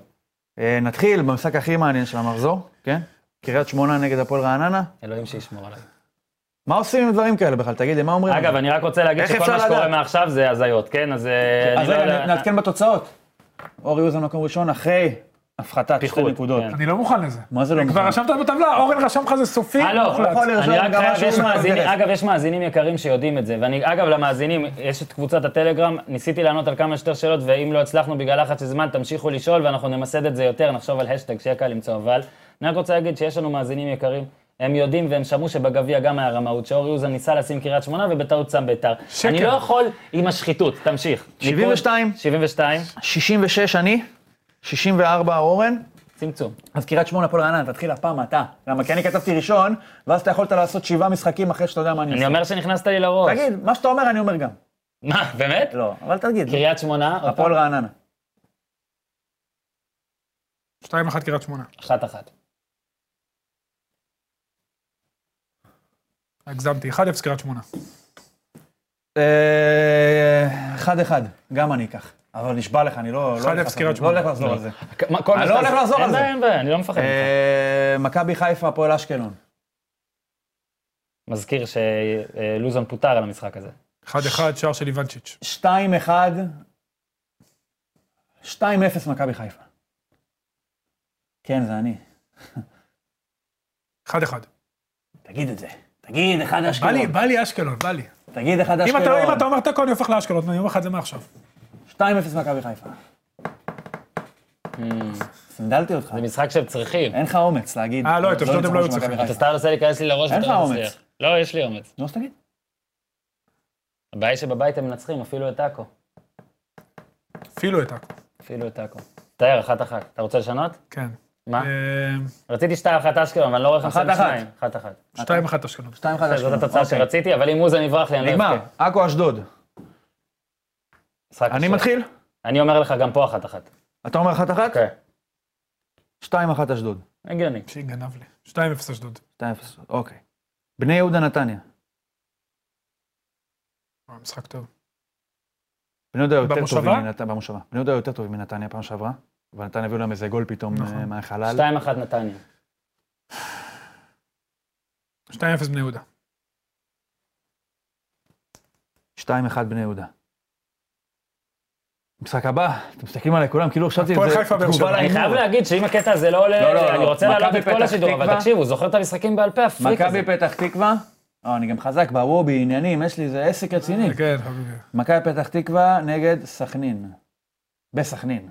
[SPEAKER 2] אה, נתחיל במשחק הכי מעניין של המחזור, כן? קריית שמונה נגד הפועל רעננה.
[SPEAKER 1] אלוהים שישמור עליי.
[SPEAKER 2] מה עושים עם דברים כאלה בכלל? תגיד לי, מה אומרים?
[SPEAKER 1] אגב, אני רק רוצה להגיד
[SPEAKER 2] איך
[SPEAKER 1] שכל
[SPEAKER 2] אפשר
[SPEAKER 1] מה שקורה
[SPEAKER 2] לדעת?
[SPEAKER 1] מעכשיו זה הזיות, כן? אז אה, אני
[SPEAKER 2] אז
[SPEAKER 1] לא
[SPEAKER 2] רגע,
[SPEAKER 1] יודע-
[SPEAKER 2] נעדכן בתוצאות. אורי אוזן מקום ראשון אחרי הפחתת שתי
[SPEAKER 1] פיחות,
[SPEAKER 2] נקודות.
[SPEAKER 1] כן.
[SPEAKER 3] אני לא מוכן לזה.
[SPEAKER 2] מה זה לא
[SPEAKER 3] כבר
[SPEAKER 2] מוכן?
[SPEAKER 3] רשמת בטבלה, אורן רשם לך זה סופי,
[SPEAKER 1] הלו,
[SPEAKER 3] מוחלט.
[SPEAKER 2] יכול לרשום
[SPEAKER 1] אני רק
[SPEAKER 2] גם
[SPEAKER 1] חייב,
[SPEAKER 2] משהו
[SPEAKER 1] יש
[SPEAKER 2] שהוא
[SPEAKER 1] מאזינים,
[SPEAKER 2] מתקרב.
[SPEAKER 1] אגב, יש מאזינים יקרים שיודעים את זה, ואני, אגב, למאזינים, יש את קבוצת הטלגרם, ניסיתי לענות על כמה שיותר שאלות, ואם לא הצלחנו בגלל לחץ של זמן, תמשיכו לשאול, ואנחנו נמסד את זה יותר, נחשוב על השטג, שיהיה קל למצוא, אבל אני רק רוצה להגיד שיש לנו מאזינים יקרים. הם יודעים והם שמעו שבגביע גם היה רמאות, שאורי אוזן ניסה לשים קריית שמונה ובטעות שם ביתר.
[SPEAKER 3] שקר.
[SPEAKER 1] אני לא יכול עם השחיתות, תמשיך.
[SPEAKER 2] 72.
[SPEAKER 1] ניקוד, 72,
[SPEAKER 2] 66 אני, 64 אורן.
[SPEAKER 1] צמצום.
[SPEAKER 2] אז קריית שמונה, הפועל רעננה, תתחיל הפעם אתה. למה? כי אני כתבתי ראשון, ואז אתה יכולת לעשות שבעה משחקים אחרי שאתה יודע מה אני
[SPEAKER 1] אני
[SPEAKER 2] עושה.
[SPEAKER 1] אומר שנכנסת לי לראש.
[SPEAKER 2] תגיד, מה שאתה אומר אני אומר גם.
[SPEAKER 1] מה, באמת?
[SPEAKER 2] לא, אבל תגיד.
[SPEAKER 1] קריית שמונה, עוד
[SPEAKER 2] הפועל
[SPEAKER 1] פעם,
[SPEAKER 2] רעננה.
[SPEAKER 3] 2-1 קריית שמונה.
[SPEAKER 1] אחת-אחת.
[SPEAKER 3] הגזמתי, 1-0 קריית שמונה.
[SPEAKER 2] אה, אחד אחד, גם אני אקח. אבל נשבע לך, אני לא... לא
[SPEAKER 3] אחד
[SPEAKER 2] הולך
[SPEAKER 3] אפס,
[SPEAKER 2] לעשות-
[SPEAKER 3] קריית
[SPEAKER 2] לא
[SPEAKER 3] שמונה.
[SPEAKER 2] הולך לחזור על זה.
[SPEAKER 1] מה, כל
[SPEAKER 2] אני
[SPEAKER 1] מה
[SPEAKER 2] לא
[SPEAKER 1] שאתה-
[SPEAKER 2] הולך לחזור על
[SPEAKER 1] אין
[SPEAKER 2] זה.
[SPEAKER 1] בעיה, אין בעיה, אני לא מפחד ממך.
[SPEAKER 2] אה, מכבי חיפה, הפועל אשקלון.
[SPEAKER 1] מזכיר שלוזון פוטר על המשחק הזה.
[SPEAKER 3] 1-1, שער של איוונצ'יץ'.
[SPEAKER 2] 2-1, 2-0 מכבי חיפה. כן, זה אני.
[SPEAKER 3] 1-1.
[SPEAKER 2] תגיד את זה. תגיד, אחד
[SPEAKER 3] בא לי,
[SPEAKER 2] אשקלון.
[SPEAKER 3] בא לי אשקלון, בא לי.
[SPEAKER 2] תגיד, אחד
[SPEAKER 3] אם אתה, אם אתה
[SPEAKER 2] אשקלון.
[SPEAKER 3] אומר תיקו, אני הופך לאשקלון, אני אומר לך את זה מעכשיו.
[SPEAKER 2] 2-0 מכבי חיפה. סנדלתי אותך.
[SPEAKER 1] זה משחק שהם צריכים.
[SPEAKER 2] אין לך אומץ להגיד.
[SPEAKER 3] אה, לא, את אשדוד הם
[SPEAKER 2] ניצחו
[SPEAKER 3] לא היו
[SPEAKER 2] של מכבי
[SPEAKER 3] צריכים.
[SPEAKER 1] אתה
[SPEAKER 2] חיפה.
[SPEAKER 1] סתם מנסה להיכנס לי לראש
[SPEAKER 2] אין
[SPEAKER 1] ואתה
[SPEAKER 2] לך
[SPEAKER 1] לא
[SPEAKER 2] אומץ.
[SPEAKER 1] מצליח. לא, יש לי אומץ.
[SPEAKER 2] נו, אז תגיד.
[SPEAKER 1] הבעיה היא שבבית הם מנצחים, אפילו את עכו.
[SPEAKER 3] אפילו את עכו.
[SPEAKER 1] אפילו את עכו. תאר, אחת-אחת. אתה רוצה לשנות?
[SPEAKER 3] כן.
[SPEAKER 1] מה?
[SPEAKER 3] אה,
[SPEAKER 1] רציתי שתיים אחת אשקלון, אבל אני לא רואה איך עושים
[SPEAKER 2] אחת-אחת.
[SPEAKER 1] שניים. אחת-אחת.
[SPEAKER 3] 2-1 אשקלון.
[SPEAKER 2] 2-1 אשקלון.
[SPEAKER 1] זאת התוצאה
[SPEAKER 2] אוקיי.
[SPEAKER 1] שרציתי, אבל אם אוזן יברח לי, אני לא
[SPEAKER 2] נגמר.
[SPEAKER 1] אבכה.
[SPEAKER 2] עכו אשדוד.
[SPEAKER 1] משחק
[SPEAKER 2] אני
[SPEAKER 1] קשה.
[SPEAKER 2] מתחיל?
[SPEAKER 1] אני אומר לך גם פה אחת-אחת.
[SPEAKER 2] אתה אומר אחת אחת?
[SPEAKER 1] אוקיי.
[SPEAKER 2] שתיים אחת אשדוד.
[SPEAKER 1] הגיוני.
[SPEAKER 3] שגנב לי. 2-0 אשדוד.
[SPEAKER 2] שתיים אפס. אוקיי. בני יהודה נתניה.
[SPEAKER 3] אה, משחק טוב.
[SPEAKER 2] בני יהודה יותר
[SPEAKER 3] במושבה?
[SPEAKER 2] טובים מנתניה. במושבה. בני יהודה יותר טובים מנתניה פעם שעברה. ונתניה הביאו להם איזה גול פתאום
[SPEAKER 3] נכון.
[SPEAKER 2] אה, מהחלל.
[SPEAKER 1] שתיים אחת נתניה.
[SPEAKER 3] 2-0 בני יהודה.
[SPEAKER 2] שתיים אחד בני יהודה. משחק הבא, אתם מסתכלים עליי כולם, כאילו חשבתי
[SPEAKER 3] הפועל חיפה, באר שבע.
[SPEAKER 1] אני
[SPEAKER 2] להימור.
[SPEAKER 1] חייב להגיד שאם הקטע הזה לא
[SPEAKER 2] לא, לא,
[SPEAKER 1] עולה, אני
[SPEAKER 2] לא.
[SPEAKER 1] רוצה
[SPEAKER 2] מכבי
[SPEAKER 1] להעלות את כל
[SPEAKER 2] פתח
[SPEAKER 1] השידור, אבל
[SPEAKER 2] תקווה.
[SPEAKER 1] תקשיבו, זוכר את המשחקים בעל פה, הפריק הזה.
[SPEAKER 2] מכבי פתח תקווה. אה, אני גם חזק בהוואו בעניינים, יש לי איזה עסק רציני.
[SPEAKER 3] כן, חביבי.
[SPEAKER 2] מכבי פתח תקווה נגד סכנין. בסכנין.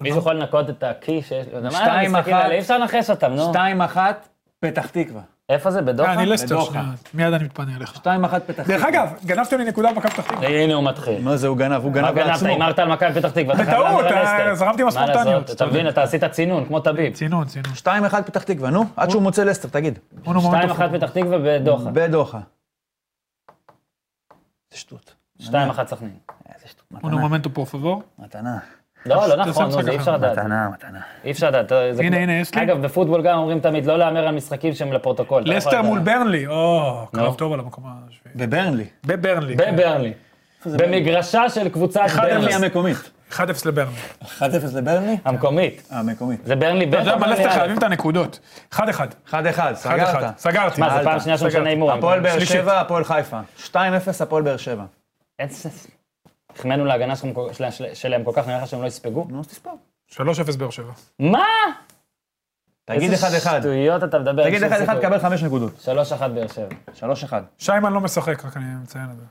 [SPEAKER 1] מישהו יכול לנקות את הקי שיש לו? מה,
[SPEAKER 2] שתיים,
[SPEAKER 1] המשחקים
[SPEAKER 2] אחת.
[SPEAKER 1] לא. האלה, אי אפשר לנחש אותם, נו.
[SPEAKER 2] 2-1, פתח תקווה.
[SPEAKER 1] איפה זה?
[SPEAKER 3] אה,
[SPEAKER 1] בדוחה?
[SPEAKER 3] אני לסטר
[SPEAKER 2] לדוחה.
[SPEAKER 3] שלך, מיד אני מתפנה אליך.
[SPEAKER 2] 2-1 פתח תקווה.
[SPEAKER 3] דרך אגב, גנבת לי נקודה במכבי פתח תקווה.
[SPEAKER 1] הנה הוא מתחיל.
[SPEAKER 2] מה זה, הוא גנב, הוא
[SPEAKER 1] מה
[SPEAKER 2] גנב
[SPEAKER 1] גנבת?
[SPEAKER 2] לעצמו.
[SPEAKER 1] הימרת על מכבי פתח תקווה. אתה חייב
[SPEAKER 3] בטעות,
[SPEAKER 1] להמר על
[SPEAKER 3] אה,
[SPEAKER 1] לסטר.
[SPEAKER 3] זרמתי עם
[SPEAKER 1] מה
[SPEAKER 3] הספונטניות,
[SPEAKER 1] לעשות? אתה
[SPEAKER 3] סתם.
[SPEAKER 1] מבין, אתה עשית צינון, כמו טביב.
[SPEAKER 3] צינון, צינון.
[SPEAKER 2] 2-1 פתח תקווה, נו, עד שהוא מוצא לסטר, תגיד.
[SPEAKER 3] אונו מומנטום.
[SPEAKER 1] 2-1 פתח תקווה בדוחה.
[SPEAKER 2] בדוחה. זה שטות.
[SPEAKER 1] 2-1 סכנין.
[SPEAKER 2] איזה שטות.
[SPEAKER 3] אונו
[SPEAKER 2] מתנה,
[SPEAKER 3] מומנטום פור פבור.
[SPEAKER 2] מתנה.
[SPEAKER 1] לא, לא
[SPEAKER 3] תעשה
[SPEAKER 1] נכון,
[SPEAKER 3] משחק
[SPEAKER 1] נו, זה אי
[SPEAKER 3] אחר.
[SPEAKER 1] אפשר לדעת.
[SPEAKER 2] מתנה, מתנה.
[SPEAKER 1] אי אפשר לדעת. אתה- זה
[SPEAKER 3] הנה,
[SPEAKER 1] כמו-
[SPEAKER 3] הנה, יש לי.
[SPEAKER 1] אגב, בפוטבול גם אומרים תמיד לא להמר על משחקים שהם לפרוטוקול. אתה לא יכול
[SPEAKER 3] לסטר
[SPEAKER 1] לדעת.
[SPEAKER 3] מול ברנלי, או,
[SPEAKER 1] נו.
[SPEAKER 3] קרב טוב על המקום השביעי.
[SPEAKER 2] בברנלי.
[SPEAKER 3] בברנלי. כן.
[SPEAKER 1] בברנלי. במגרשה של קבוצת ברנלי
[SPEAKER 2] ברנלי המקומית.
[SPEAKER 3] 1-0 לברנלי.
[SPEAKER 2] 1-0 לברנלי?
[SPEAKER 1] המקומית.
[SPEAKER 2] המקומית.
[SPEAKER 1] זה ברנלי ב'
[SPEAKER 3] אתה יודע,
[SPEAKER 1] או ברנלי
[SPEAKER 3] בלסטר
[SPEAKER 1] א'?
[SPEAKER 3] חייבים את הנקודות. 1-1.
[SPEAKER 2] 1-1, סגרת.
[SPEAKER 3] 1-1. סגרתי.
[SPEAKER 1] מה, זה פעם
[SPEAKER 2] שאלת.
[SPEAKER 1] שנייה שהוא משנה
[SPEAKER 3] סגרתי.
[SPEAKER 1] הימור.
[SPEAKER 2] הפועל באר
[SPEAKER 3] שלישית.
[SPEAKER 2] שבע, הפועל חיפה. 2-0 הפועל באר שבע.
[SPEAKER 1] אין ס- החמאנו להגנה שלהם כל- של- שלהם כל כך, נראה לך שהם לא יספגו?
[SPEAKER 2] נו, אז תספור.
[SPEAKER 3] 3-0 באר שבע.
[SPEAKER 1] מה?
[SPEAKER 2] תגיד 1-1.
[SPEAKER 1] איזה שטויות אתה מדבר.
[SPEAKER 2] תגיד
[SPEAKER 1] אין שום
[SPEAKER 2] 1-1,
[SPEAKER 1] סיכוי.
[SPEAKER 2] קבל 5 נקודות.
[SPEAKER 1] 3-1 באר שבע.
[SPEAKER 2] 3-1.
[SPEAKER 3] שיימן לא משחק, רק אני מציין את זה.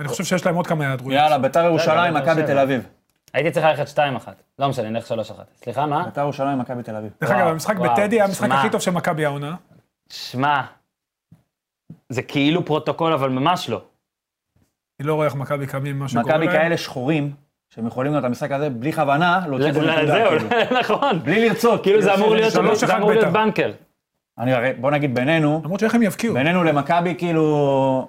[SPEAKER 3] אני חושב שיש להם עוד כמה היעדרויות.
[SPEAKER 2] יאללה, ביתר ירושלים,
[SPEAKER 1] באר
[SPEAKER 2] מכבי
[SPEAKER 1] שבע.
[SPEAKER 2] תל אביב.
[SPEAKER 1] הייתי צריך ללכת 2-1. לא משנה, נלך 3-1. סליחה, מה?
[SPEAKER 2] ביתר ירושלים, מכבי תל אביב.
[SPEAKER 3] דרך אגב,
[SPEAKER 1] וואו,
[SPEAKER 3] המשחק
[SPEAKER 1] וואו,
[SPEAKER 3] בטדי היה המשחק
[SPEAKER 1] שמע.
[SPEAKER 3] הכי טוב של מכבי העונה.
[SPEAKER 1] שמע, זה כאילו פרוטוקול, אבל ממש לא.
[SPEAKER 3] אני לא רואה איך מכבי קמים ממה שקורה להם.
[SPEAKER 2] מכבי כאלה שחורים, שהם יכולים להיות המשחק הזה בלי כוונה להוציא את הנקודה.
[SPEAKER 1] זהו,
[SPEAKER 2] כאילו.
[SPEAKER 1] נכון.
[SPEAKER 2] בלי לרצות.
[SPEAKER 1] כאילו זה אמור להיות
[SPEAKER 3] שלוש
[SPEAKER 1] זה
[SPEAKER 3] אחת
[SPEAKER 1] אמור להיות
[SPEAKER 3] בית"ר.
[SPEAKER 1] בנקר.
[SPEAKER 2] אני הרי, בוא נגיד בינינו,
[SPEAKER 3] למרות שאיך הם יבקיעו.
[SPEAKER 2] בינינו למכבי, כאילו...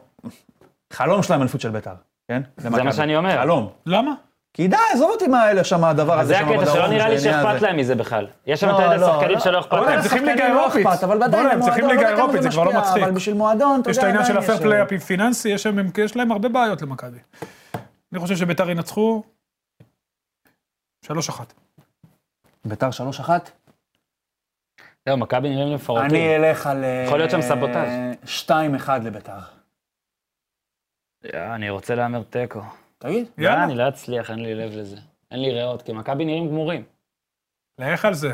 [SPEAKER 2] חלום שלהם אליפות של ביתר, כן?
[SPEAKER 1] זה מה שאני אומר.
[SPEAKER 2] חלום.
[SPEAKER 3] למה?
[SPEAKER 2] כי די, עזוב אותי מה אלה שם, הדבר הזה
[SPEAKER 1] זה
[SPEAKER 2] שם
[SPEAKER 1] הקטע שלא
[SPEAKER 2] בדרום,
[SPEAKER 1] נראה לי
[SPEAKER 2] זה העניין
[SPEAKER 1] שאכפת
[SPEAKER 2] הזה.
[SPEAKER 1] להם מזה בכלל. יש שם
[SPEAKER 2] לא,
[SPEAKER 1] את
[SPEAKER 2] לא,
[SPEAKER 1] השחקנים
[SPEAKER 2] לא.
[SPEAKER 1] שלא אכפת
[SPEAKER 3] בוא'נה,
[SPEAKER 1] להם.
[SPEAKER 3] הם צריכים
[SPEAKER 2] לשחקנים
[SPEAKER 3] ליגה
[SPEAKER 2] לא
[SPEAKER 3] אירופית.
[SPEAKER 2] אכפת, אבל
[SPEAKER 3] בוא'נה,
[SPEAKER 2] בוודאי,
[SPEAKER 3] הם צריכים
[SPEAKER 2] למועדון,
[SPEAKER 3] ליגה
[SPEAKER 2] לא יודע כמה
[SPEAKER 3] אירופית, זה כבר לא
[SPEAKER 2] משפיע,
[SPEAKER 3] מצחיק.
[SPEAKER 2] אבל בשביל מועדון, אתה
[SPEAKER 3] יש
[SPEAKER 2] יודע,
[SPEAKER 3] את העניין של
[SPEAKER 2] עדיין
[SPEAKER 3] הפייר
[SPEAKER 2] יש,
[SPEAKER 3] פליי
[SPEAKER 2] אה,
[SPEAKER 3] הפיננסי, יש להם- יש להם הרבה בעיות למכבי. אני חושב שביתר ינצחו 3-1.
[SPEAKER 2] ביתר 3-1?
[SPEAKER 1] זהו, מכבי נראים לי מפורקים.
[SPEAKER 2] אני אלך על... אה,
[SPEAKER 1] יכול להיות שם סבוטאז'.
[SPEAKER 2] 2-1 לביתר.
[SPEAKER 1] אה, אני רוצה להמר תיקו.
[SPEAKER 2] תגיד.
[SPEAKER 1] יאללה.
[SPEAKER 3] יאללה.
[SPEAKER 1] אני לא אצליח, אין לי לב לזה. אין לי ריאות, כי מכבי נראים גמורים.
[SPEAKER 3] לך על זה.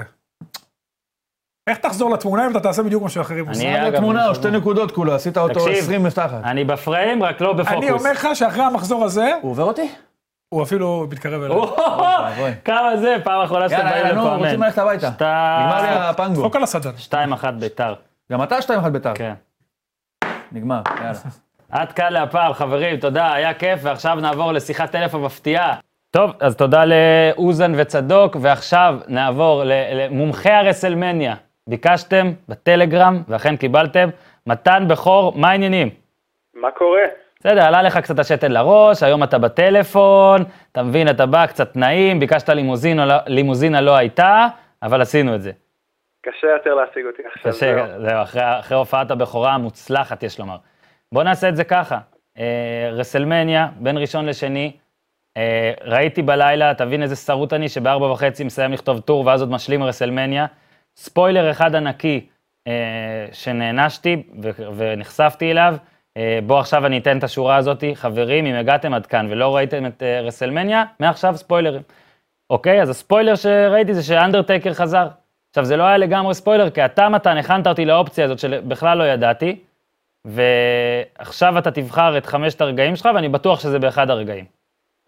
[SPEAKER 3] איך תחזור לתמונה אם אתה תעשה בדיוק מה שאחרים עושים?
[SPEAKER 1] אני, אגב,
[SPEAKER 2] תמונה
[SPEAKER 1] אני-
[SPEAKER 2] או שתי נקודות כולה, עשית אותו
[SPEAKER 1] תקשיב. אה,
[SPEAKER 2] 20 מתחת.
[SPEAKER 1] אני בפריים, רק לא
[SPEAKER 3] אני
[SPEAKER 1] בפוקוס.
[SPEAKER 3] אומר לך שאחרי המחזור הזה,
[SPEAKER 2] הוא עובר אותי?
[SPEAKER 3] הוא אפילו מתקרב אליי.
[SPEAKER 1] אוהו, כמה זה, פעם אחרונה שאתם
[SPEAKER 2] יאללה,
[SPEAKER 1] באים
[SPEAKER 2] יאללה, נו, רוצים
[SPEAKER 1] לפרמן.
[SPEAKER 2] ללכת הביתה. נגמר לי
[SPEAKER 1] שתיים
[SPEAKER 2] הפנגו.
[SPEAKER 3] דפוק על הסדן.
[SPEAKER 1] אחת ביתר,
[SPEAKER 2] גם אתה 2-1 ביתר.
[SPEAKER 1] כן.
[SPEAKER 2] נגמר, יאללה.
[SPEAKER 1] עד כאן להפעם, חברים, תודה, היה כיף, ועכשיו נעבור לשיחת טלפון מפתיעה. טוב, אז תודה לאוזן וצדוק, ועכשיו נעבור ל- למומחי הרסלמניה. ביקשתם בטלגרם, ואכן קיבלתם, מתן בכור, מה העניינים?
[SPEAKER 5] מה קורה?
[SPEAKER 1] בסדר, עלה לך קצת השתן לראש, היום אתה בטלפון, אתה מבין, אתה בא קצת נעים, ביקשת לימוזינה, לא- לימוזינה לא הייתה, אבל עשינו את זה.
[SPEAKER 5] קשה יותר להשיג אותי עכשיו. זהו.
[SPEAKER 1] קשה, זהו, אחרי, אחרי הופעת הבכורה המוצלחת, יש לומר. בואו נעשה את זה ככה. אה, רסלמניה, בין ראשון לשני, אה, ראיתי בלילה, תבין איזה שרוט אני, שבארבע וחצי מסיים לכתוב טור, ואז עוד משלים רסלמניה. ספוילר אחד ענקי אה, שנענשתי ו- ונחשפתי אליו. אה, בואו עכשיו אני אתן את השורה הזאת. חברים, אם הגעתם עד כאן ולא ראיתם את אה, רסלמניה, מעכשיו ספוילרים. אוקיי, אז הספוילר שראיתי זה שאנדרטקר חזר. עכשיו, זה לא היה לגמרי ספוילר, כי אתה, מתן, הכנת אותי לאופציה הזאת שבכלל לא ידעתי, ועכשיו אתה תבחר את חמשת הרגעים שלך, ואני בטוח שזה באחד הרגעים.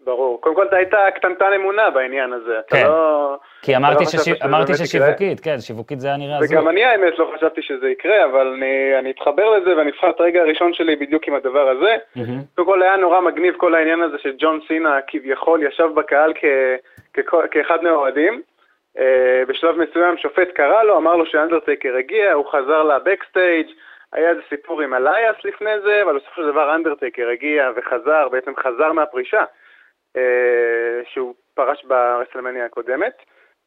[SPEAKER 5] ברור. קודם כל, אתה היית קטנטן אמונה בעניין הזה. אתה
[SPEAKER 1] כן.
[SPEAKER 5] לא...
[SPEAKER 1] כי
[SPEAKER 5] אתה לא
[SPEAKER 1] אמרתי,
[SPEAKER 5] חשבת
[SPEAKER 1] שש...
[SPEAKER 5] שזה
[SPEAKER 1] אמרתי
[SPEAKER 5] באמת יקרה?
[SPEAKER 1] ששיווקית, כן, שיווקית זה היה נראה הזוי.
[SPEAKER 5] וגם אני, האמת, לא חשבתי שזה יקרה, אבל אני, אני אתחבר לזה ואני אבחר את הרגע הראשון שלי בדיוק עם הדבר הזה.
[SPEAKER 1] מהמם.
[SPEAKER 5] קודם כל, היה נורא מגניב כל העניין הזה שג'ון סינה כביכול ישב בקהל כ, כ, כאחד מהאוהדים. אה, בשלב מסוים שופט קרא לו, אמר לו שאנדרטייקר הגיע, הוא חזר לבקסטייג', היה איזה סיפור עם אלייס לפני זה, אבל בסופו של דבר אנדרטייקר הגיע וחזר, בעצם חזר מהפרישה. אה, שהוא פרש ברסלמניה הקודמת,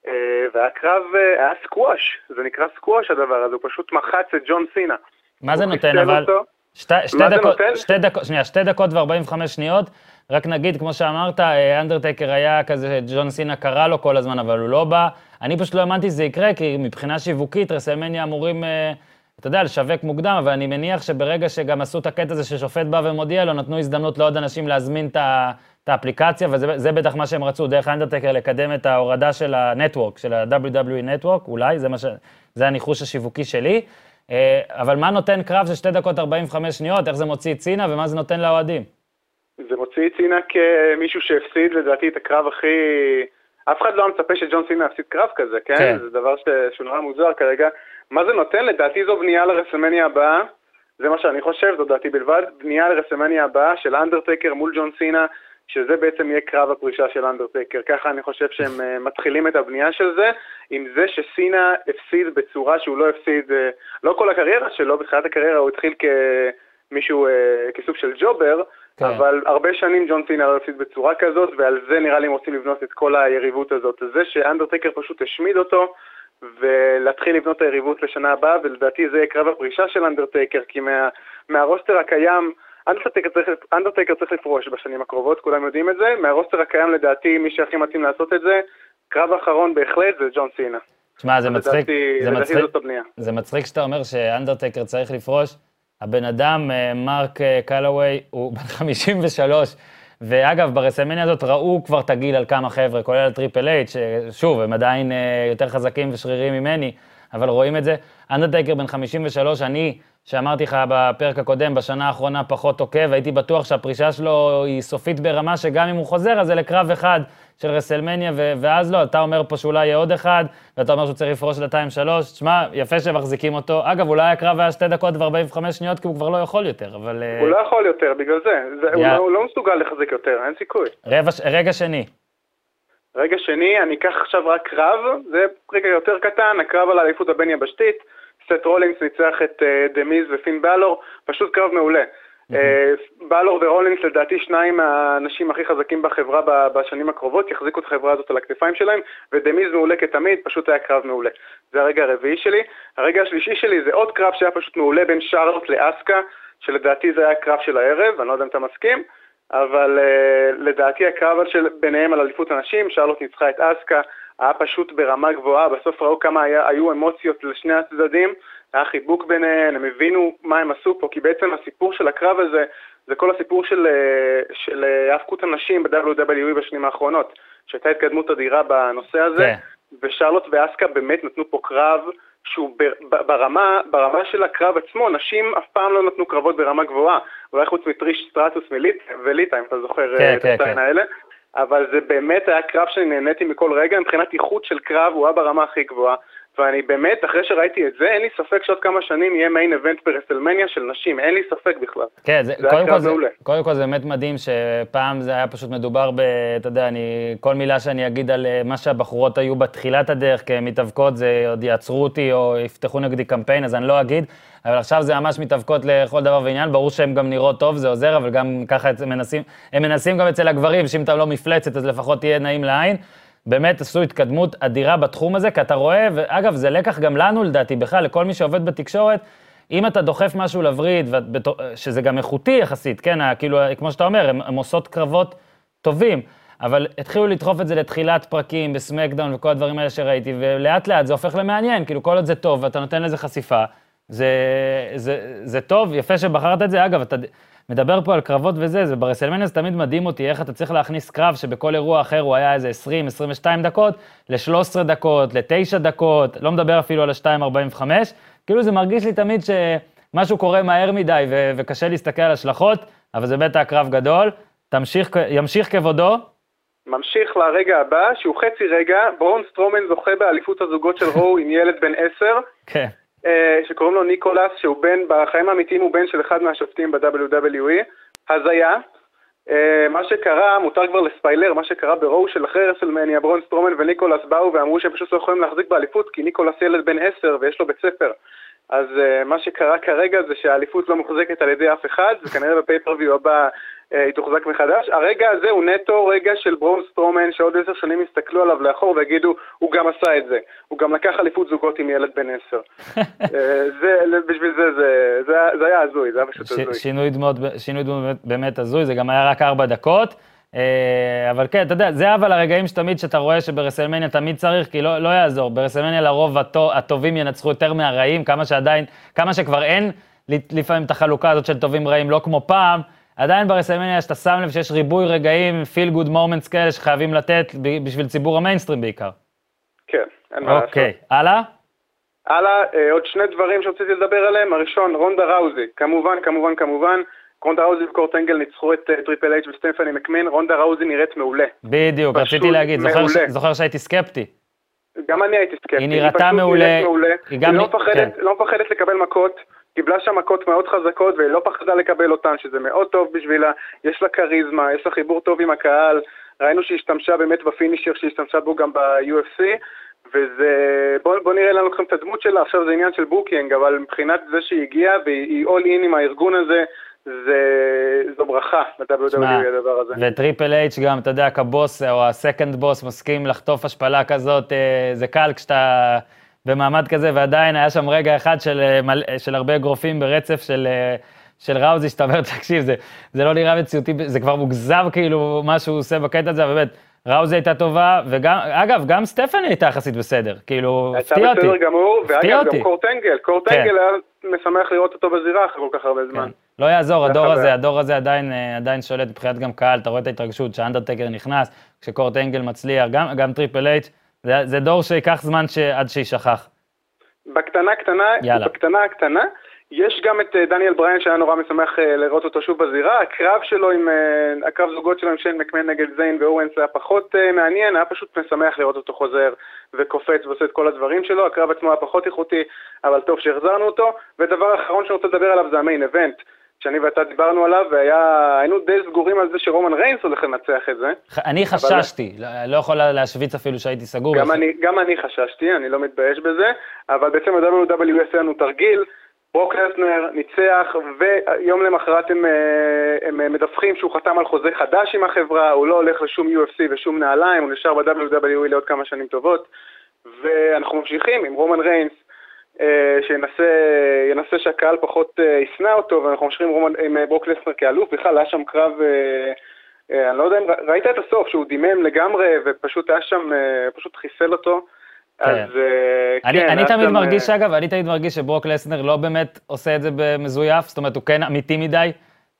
[SPEAKER 5] אה, והקרב אה, היה סקווש, זה נקרא סקווש הדבר הזה, הוא פשוט מחץ את ג'ון סינה.
[SPEAKER 1] מה זה
[SPEAKER 5] הוא
[SPEAKER 1] נותן,
[SPEAKER 5] חיסל
[SPEAKER 1] אבל...
[SPEAKER 5] אותו.
[SPEAKER 1] שתי, שתי
[SPEAKER 5] מה זה
[SPEAKER 1] דקות,
[SPEAKER 5] נותן?
[SPEAKER 1] שתי דקות, שנייה, שתי דקות וארבעים וחמש שניות. רק נגיד, כמו שאמרת, אה, אנדרטקר היה כזה, ג'ון סינה קרא לו כל הזמן, אבל הוא לא בא. אני פשוט לא האמנתי שזה יקרה, כי מבחינה שיווקית, רסלמניה אמורים, אה, אתה יודע, לשווק מוקדם, אבל אני מניח שברגע שגם עשו את הקטע הזה ששופט בא ומודיע לו, נתנו הזדמנות לעוד אנשים להזמין את ה- את האפליקציה, וזה זה בטח מה שהם רצו, דרך אנדרטקר לקדם את ההורדה של הנטוורק, של ה-WWE נטוורק, אולי, זה, מה ש... זה הניחוש השיווקי שלי. אה, אבל מה נותן קרב של 2 דקות 45 שניות, איך זה מוציא את צינה ומה זה נותן לאוהדים?
[SPEAKER 5] זה מוציא את סינה כמישהו שהפסיד לדעתי את הקרב הכי, אף אחד לא היה מצפה שג'ון סינה יפסיד קרב כזה, כן?
[SPEAKER 1] כן.
[SPEAKER 5] כן. זה דבר ש... שהוא נורא מוזר כרגע. מה זה נותן? לדעתי זו בנייה לרסמניה הבאה, זה מה שאני חושב, זו דעתי בלבד, בנייה לרסמניה הבאה של אנדרטקר מול ג'ון סינה, שזה בעצם יהיה קרב הפרישה של אנדרטקר. ככה אני חושב שהם אה, מתחילים את הבנייה של זה, עם זה שסינה הפסיד בצורה שהוא לא הפסיד, אה, לא כל הקריירה שלו, בתחילת הקריירה הוא התחיל כמישהו, אה, כסוג של ג'ובר,
[SPEAKER 1] כן.
[SPEAKER 5] כן. אבל הרבה שנים ג'ון סינה לא הפסיד בצורה כזאת, ועל זה נראה לי הם רוצים לבנות את כל היריבות הזאת. זה שאנדרטקר פשוט השמיד אותו, ולהתחיל לבנות את היריבות לשנה הבאה, ולדעתי זה יהיה קרב הפרישה של אנדרטקר, כי מה, מהרוסטר הקיים, אנדרטקר צריך, אנדרטקר צריך לפרוש בשנים הקרובות, כולם יודעים את זה, מהרוסטר הקיים לדעתי מי שהכי מתאים לעשות את זה, קרב אחרון בהחלט זה ג'ון סינה.
[SPEAKER 1] שמע, זה מצחיק,
[SPEAKER 5] לדעתי,
[SPEAKER 1] זה
[SPEAKER 5] לדעתי
[SPEAKER 1] מצחיק,
[SPEAKER 5] זאת הבנייה.
[SPEAKER 1] זה מצחיק שאתה אומר שאנדרטקר צריך לפרוש. הבן אדם, אה, מרק אה, קלווי, הוא בן 53. ואגב, ברסמניה הזאת ראו כבר את הגיל על כמה חבר'ה, כולל על טריפל אייט, ששוב, הם עדיין אה, יותר חזקים ושרירים ממני, אבל רואים את זה. אנדרטקר בן 53, אני, שאמרתי לך בפרק הקודם, בשנה האחרונה פחות עוקב, הייתי בטוח שהפרישה שלו היא סופית ברמה שגם אם הוא חוזר, אז זה לקרב אחד של רסלמניה, ו- ואז לא, אתה אומר פה שאולי יהיה עוד אחד, ואתה אומר שהוא צריך לפרוש לתיים שלוש, תשמע, יפה שמחזיקים אותו. אגב, אולי הקרב היה שתי דקות ו-45 שניות, כי הוא כבר לא יכול יותר, אבל... אה,
[SPEAKER 5] הוא לא יכול יותר, בגלל זה. זה הוא,
[SPEAKER 1] יא.
[SPEAKER 5] לא, הוא לא מסוגל לחזק יותר, אין סיכוי.
[SPEAKER 1] רבע, ש- רגע שני.
[SPEAKER 5] רגע שני, אני אקח עכשיו רק קרב, זה רגע יותר קטן, הקרב על האליפות הבין יבשתית, סט רולינס ניצח את אה, דה מיז ופין בלור, פשוט קרב מעולה. אה, בלור ורולינס לדעתי שניים מהאנשים הכי חזקים בחברה ב- בשנים הקרובות, יחזיקו את החברה הזאת על הכתפיים שלהם, ודה מיז מעולה כתמיד, פשוט היה קרב מעולה. זה הרגע הרביעי שלי. הרגע השלישי שלי זה עוד קרב שהיה פשוט מעולה בין שרלוט לאסקה, שלדעתי זה היה הקרב של הערב, אני לא יודע אם אתה מסכים. אבל uh, לדעתי הקרב של, ביניהם על אליפות הנשים, שרלוט ניצחה את אסקה, היה פשוט ברמה גבוהה, בסוף ראו כמה היה, היו אמוציות לשני הצדדים, היה חיבוק ביניהם, הם הבינו מה הם עשו פה, כי בעצם הסיפור של הקרב הזה, זה כל הסיפור של, אה, של אה, האבקות הנשים ב-WWE בשנים האחרונות, שהייתה התקדמות אדירה בנושא הזה.
[SPEAKER 1] כן.
[SPEAKER 5] ושרלוט ואסקה באמת נתנו פה קרב שהוא בר- ב- ברמה, ברמה של הקרב עצמו, נשים אף פעם לא נתנו קרבות ברמה גבוהה, אולי חוץ מטריש סטרטוס מליטה וליטה, אם אתה זוכר
[SPEAKER 1] כן,
[SPEAKER 5] אה, את
[SPEAKER 1] כן,
[SPEAKER 5] השתיים
[SPEAKER 1] כן.
[SPEAKER 5] האלה, אבל זה באמת היה קרב שאני נהניתי מכל רגע, מבחינת איכות של קרב הוא היה ברמה הכי גבוהה, ואני באמת, אחרי שראיתי את זה, אין לי ספק שעוד כמה שנים יהיה מיין אבנט ברסלמניה של נשים, אין לי ספק בכלל.
[SPEAKER 1] כן, זה,
[SPEAKER 5] זה היה
[SPEAKER 1] קודם, כל
[SPEAKER 5] קרב
[SPEAKER 1] זה,
[SPEAKER 5] מעולה.
[SPEAKER 1] קודם כל זה באמת מדהים שפעם זה היה פשוט מדובר ב... אתה יודע, אני, כל מילה שאני אגיד על אה, מה שהבחורות היו בתחילת הדרך כמתאבקות, זה עוד יעצרו אותי או יפתחו נגדי קמפיין, אז אני לא אגיד, אבל עכשיו זה ממש מתאבקות לכל דבר ועניין, ברור שהן גם נראות טוב, זה עוזר, אבל גם ככה הם מנסים, הם מנסים גם אצל הגברים, שאם אתה לא מפלצת אז לפחות תהיה נעים לעין. באמת עשו התקדמות אדירה בתחום הזה, כי אתה רואה, ואגב, זה לקח גם לנו לדעתי, בכלל, לכל מי שעובד בתקשורת, אם אתה דוחף משהו לווריד, ואת בתו- שזה גם איכותי יחסית, כן, ה- כאילו, כמו שאתה אומר, הם, הם עושות קרבות טובים, אבל התחילו לדחוף את זה לתחילת פרקים בסמקדאון וכל הדברים האלה שראיתי, ולאט לאט זה הופך למעניין, כאילו, כל עוד זה טוב ואתה נותן לזה חשיפה, זה, זה, זה טוב, יפה שבחרת את זה. אגב, אתה ד- מדבר פה על קרבות וזה, זה ברסלמניה זה תמיד מדהים אותי, איך אתה צריך להכניס קרב שבכל אירוע אחר הוא היה איזה 20, 22 דקות, ל-13 דקות, ל-9 דקות, לא מדבר אפילו על ה-2.45, כאילו זה מרגיש לי תמיד שמשהו קורה מהר מדי ו- וקשה להסתכל על השלכות, אבל זה בטח קרב גדול, תמשיך, כ- ימשיך כבודו,
[SPEAKER 5] ממשיך לרגע הבא, שהוא חצי רגע, ברון סטרומן זוכה באליפות הזוגות של רו עם ילד בן עשר,
[SPEAKER 1] כן,
[SPEAKER 5] אה, שקוראים לו ניקולס, שהוא בן, בחיים האמיתיים הוא בן של אחד מהשופטים ב-WWE, הזיה. אה, מה שקרה, מותר כבר לספיילר, מה שקרה ברואו של אחרי רסלמניה, ברון סטרומן וניקולס באו ואמרו שהם פשוט לא יכולים להחזיק באליפות כי ניקולס ילד בן עשר ויש לו בית ספר. אז אה, מה שקרה כרגע זה שהאליפות לא מוחזקת על ידי אף אחד, וכנראה בפייפריוויו הבא אה, היא תוחזק מחדש. הרגע הזה הוא נטו רגע של ברון סטרומן, שעוד עשר שנים יסתכלו עליו לאחור ויגידו, הוא גם עשה את זה. הוא גם לקח אליפות זוגות עם ילד בן עשר. אה, זה, בשביל זה, זה, זה, היה- זה היה הזוי, זה היה פשוט הזוי.
[SPEAKER 1] ש- שינוי דמות, ב- שינוי דמות באמת- באמת הזוי, זה גם היה רק ארבע דקות. אה, אבל כן, אתה יודע, זה אבל הרגעים שתמיד, שאתה רואה שברסלמניה תמיד צריך, כי לא, לא יעזור, ברסלמניה לרוב הטו, הטובים ינצחו יותר מהרעים, כמה שעדיין, כמה שכבר אין ל- לפעמים את החלוקה הזאת של טובים רעים, לא כמו פעם, עדיין ברסלמניה שאתה שם לב שיש ריבוי רגעים, פיל גוד מומנטס כאלה שחייבים לתת ב- בשביל ציבור המיינסטרים בעיקר.
[SPEAKER 5] כן, אין מה לעשות.
[SPEAKER 1] אוקיי, הלאה?
[SPEAKER 5] הלאה, אה, עוד שני דברים שרציתי לדבר עליהם. הראשון, רונדה ראוזי. כמובן, כמובן, כמובן, רונדה ראוזי וקורט אנגל ניצחו את אה, טריפל אייץ' וסטפני מקמין, רונדה ראוזי נראית מעולה.
[SPEAKER 1] בדיוק,
[SPEAKER 5] פשוט
[SPEAKER 1] רציתי להגיד, זוכר ש-
[SPEAKER 5] מעולה.
[SPEAKER 1] זוכר שהייתי סקפטי.
[SPEAKER 5] גם אני הייתי סקפטי.
[SPEAKER 1] היא נראתה
[SPEAKER 5] פשוט
[SPEAKER 1] מעולה,
[SPEAKER 5] נראית מעולה.
[SPEAKER 1] היא
[SPEAKER 5] היא
[SPEAKER 1] גם
[SPEAKER 5] לא
[SPEAKER 1] נ-
[SPEAKER 5] מפחדת-
[SPEAKER 1] כן.
[SPEAKER 5] לא מפחדת לקבל מכות, קיבלה שם מכות מאוד חזקות והיא לא פחדה לקבל אותן, שזה מאוד טוב בשבילה, יש לה כריזמה, יש לה חיבור טוב עם הקהל, ראינו שהיא השתמשה באמת בפינישר שהשתמשה בו גם ב-UFC, וזה... בוא, בוא נראה לאן לוקחים את הדמות שלה, עכשיו זה עניין של בוקינג, אבל מבחינת זה שהיא הגיעה והיא אול אין עם הארגון הזה, זה... זו ברכה ל-WWE
[SPEAKER 1] שמע,
[SPEAKER 5] הדבר הזה.
[SPEAKER 1] וטריפל אייץ' גם, אתה יודע, כבוס אה, או הסקנד בוס מסכים לחטוף השפלה כזאת, אה, זה קל כשאתה במעמד כזה, ועדיין היה שם רגע אחד של, אה, מלא- של הרבה אגרופים ברצף של, אה, של ראוזי, שאתה אומר, תקשיב, זה, זה לא נראה מציאותי, זה כבר מוגזם כאילו מה שהוא עושה בקטע הזה, אבל באמת, ראוזי הייתה טובה, וגם, אגב, גם סטפני הייתה יחסית בסדר, כאילו,
[SPEAKER 5] הייתה
[SPEAKER 1] הפתיע אותי.
[SPEAKER 5] בסדר גמור,
[SPEAKER 1] הפתיע
[SPEAKER 5] ואגב
[SPEAKER 1] אותי.
[SPEAKER 5] גם קורטנגל, קורטנגל היה משמח לראות אותו בזירה אחרי כל כך הרבה זמן.
[SPEAKER 1] כן. לא יעזור,
[SPEAKER 5] זה
[SPEAKER 1] הדור
[SPEAKER 5] חבר.
[SPEAKER 1] הזה, הדור הזה עדיין, אה, עדיין שולט מבחינת גם קהל, אתה רואה את ההתרגשות, כשאנדרטקר נכנס, כשקורט אנגל מצליח, גם, גם טריפל אייץ', זה, זה דור שייקח זמן ש, עד שיישכח.
[SPEAKER 5] בקטנה קטנה,
[SPEAKER 1] יאללה.
[SPEAKER 5] בקטנה קטנה, יש גם את אה, דניאל בריין שהיה נורא משמח אה, לראות אותו שוב בזירה, הקרב שלו עם, אה, הקרב זוגות שלו עם שיין מקמן נגד זיין ואורנס היה פחות אה, מעניין, היה פשוט משמח לראות אותו חוזר וקופץ ועושה את כל הדברים שלו, הקרב עצמו היה פחות איכותי, אבל טוב שהחזרנו אותו, ודבר אחרון שאני רוצה לדבר עליו זה המיין אבנט. שאני ואתה דיברנו עליו, והיינו די סגורים על זה שרומן ריינס הולך לנצח את זה.
[SPEAKER 1] ח- אני חששתי, לא, לא יכול להשוויץ אפילו שהייתי סגור.
[SPEAKER 5] גם אני, גם אני חששתי, אני לא מתבייש בזה, אבל בעצם ה-WW עשה לנו תרגיל, ברוק לסנר ניצח, ויום למחרת הם, אה, הם אה, מדווחים שהוא חתם על חוזה חדש עם החברה, הוא לא הולך לשום UFC ושום נעליים, הוא נשאר ב-WWE לעוד כמה שנים טובות, ואנחנו ממשיכים עם רומן ריינס. אה, שינסה ינסה שהקהל פחות אה, ישנא אותו, ואנחנו ממשיכים עם, רומן- עם אה, ברוק לסנר כאלוף, בכלל היה שם קרב אה, אה, אני לא יודע אם ר- ראית את הסוף, שהוא דימם לגמרי, ופשוט היה שם, אה, פשוט חיסל אותו. אז אה, כן,
[SPEAKER 1] אני, אני
[SPEAKER 5] היה
[SPEAKER 1] תמיד
[SPEAKER 5] שם,
[SPEAKER 1] מרגיש,
[SPEAKER 5] אה,
[SPEAKER 1] אגב, אני תמיד מרגיש שברוק לסנר לא באמת עושה את זה במזויף, זאת אומרת, הוא כן אמיתי מדי,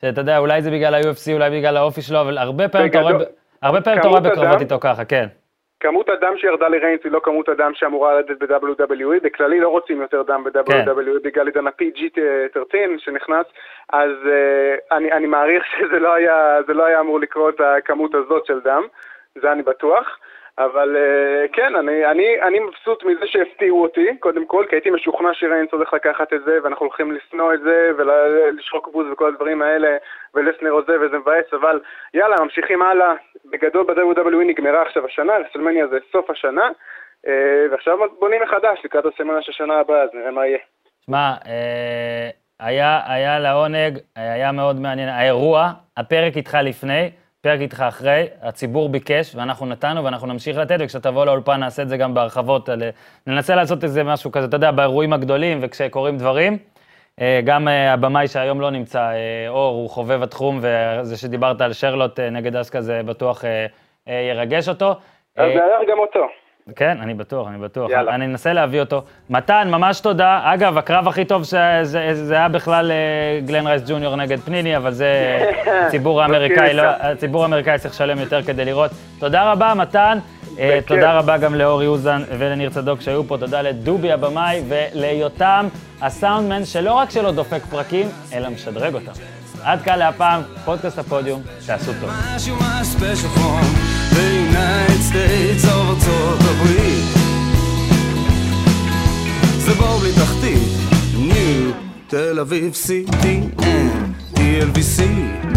[SPEAKER 1] שאתה יודע, אולי זה בגלל ה-UFC, אולי בגלל האופי שלו, אבל הרבה פעמים אתה רואה, ב-
[SPEAKER 5] בגדול,
[SPEAKER 1] הרבה פעמים אתה רואה
[SPEAKER 5] כמות
[SPEAKER 1] בקרבות
[SPEAKER 5] אדם-
[SPEAKER 1] איתו ככה, כן.
[SPEAKER 5] כמות הדם שירדה לריינס היא לא כמות הדם שאמורה לרדת ב-WWE, בכללי לא רוצים יותר דם
[SPEAKER 1] כן.
[SPEAKER 5] ב-WWE בגלל עידן ה-PG-13 שנכנס, אז אה, אני אני מעריך שזה לא היה- זה לא היה אמור לקרות, הכמות הזאת של דם, זה אני בטוח. אבל אה, כן, אני, אני, אני מבסוט מזה שהפתיעו אותי, קודם כל, כי הייתי משוכנע שריינס הולך לקחת את זה, ואנחנו הולכים לשנוא את זה, ולשחוק בוז וכל הדברים האלה, ולסנר עוזב, וזה מבאס, אבל יאללה, ממשיכים הלאה. בגדול ב-WWE נגמרה עכשיו השנה, רסלמניה זה סוף השנה, אה, ועכשיו בונים מחדש לקראת הסמנה של שנה הבאה, אז נראה מה יהיה.
[SPEAKER 1] שמע, אה, היה, היה לעונג, אה, היה מאוד מעניין. האירוע, הפרק איתך לפני, פרק איתך אחרי, הציבור ביקש, ואנחנו נתנו, ואנחנו נמשיך לתת, וכשתבוא לאולפן נעשה את זה גם בהרחבות. על, ננסה לעשות איזה משהו כזה, אתה יודע, באירועים הגדולים, וכשקורים דברים. אה, גם אה, הבמאי שהיום לא נמצא, אה, אור, הוא חובב התחום, וזה שדיברת על שרלוט אה, נגד אסקה, זה בטוח אה, אה, ירגש אותו.
[SPEAKER 5] אז
[SPEAKER 1] אה,
[SPEAKER 5] נארח גם אותו.
[SPEAKER 1] כן, אני בטוח, אני בטוח. יאללה.
[SPEAKER 5] יאללה.
[SPEAKER 1] אני אנסה להביא אותו. מתן, ממש תודה. אגב, הקרב הכי טוב זה, זה, זה היה בכלל אה, גלן רייס ג'וניור נגד פניני, אבל זה הציבור האמריקאי, לא,
[SPEAKER 5] מסכים איתך.
[SPEAKER 1] הציבור האמריקאי צריך לשלם יותר כדי לראות. תודה רבה, מתן. אה,
[SPEAKER 5] בכיף.
[SPEAKER 1] תודה רבה גם לאורי אוזן ולניר צדוק שהיו פה. תודה לדובי הבמאי וליותם הסאונדמן, שלא רק שלא דופק פרקים, אלא משדרג אותם. עד כאן להפעם, פודקאסט הפודיום, תעשו טוב.
[SPEAKER 4] משהו מה special from the United States of ארצות הברית. זה בור בלי תחתית, ניו, תל אביב, CTN, TLVC.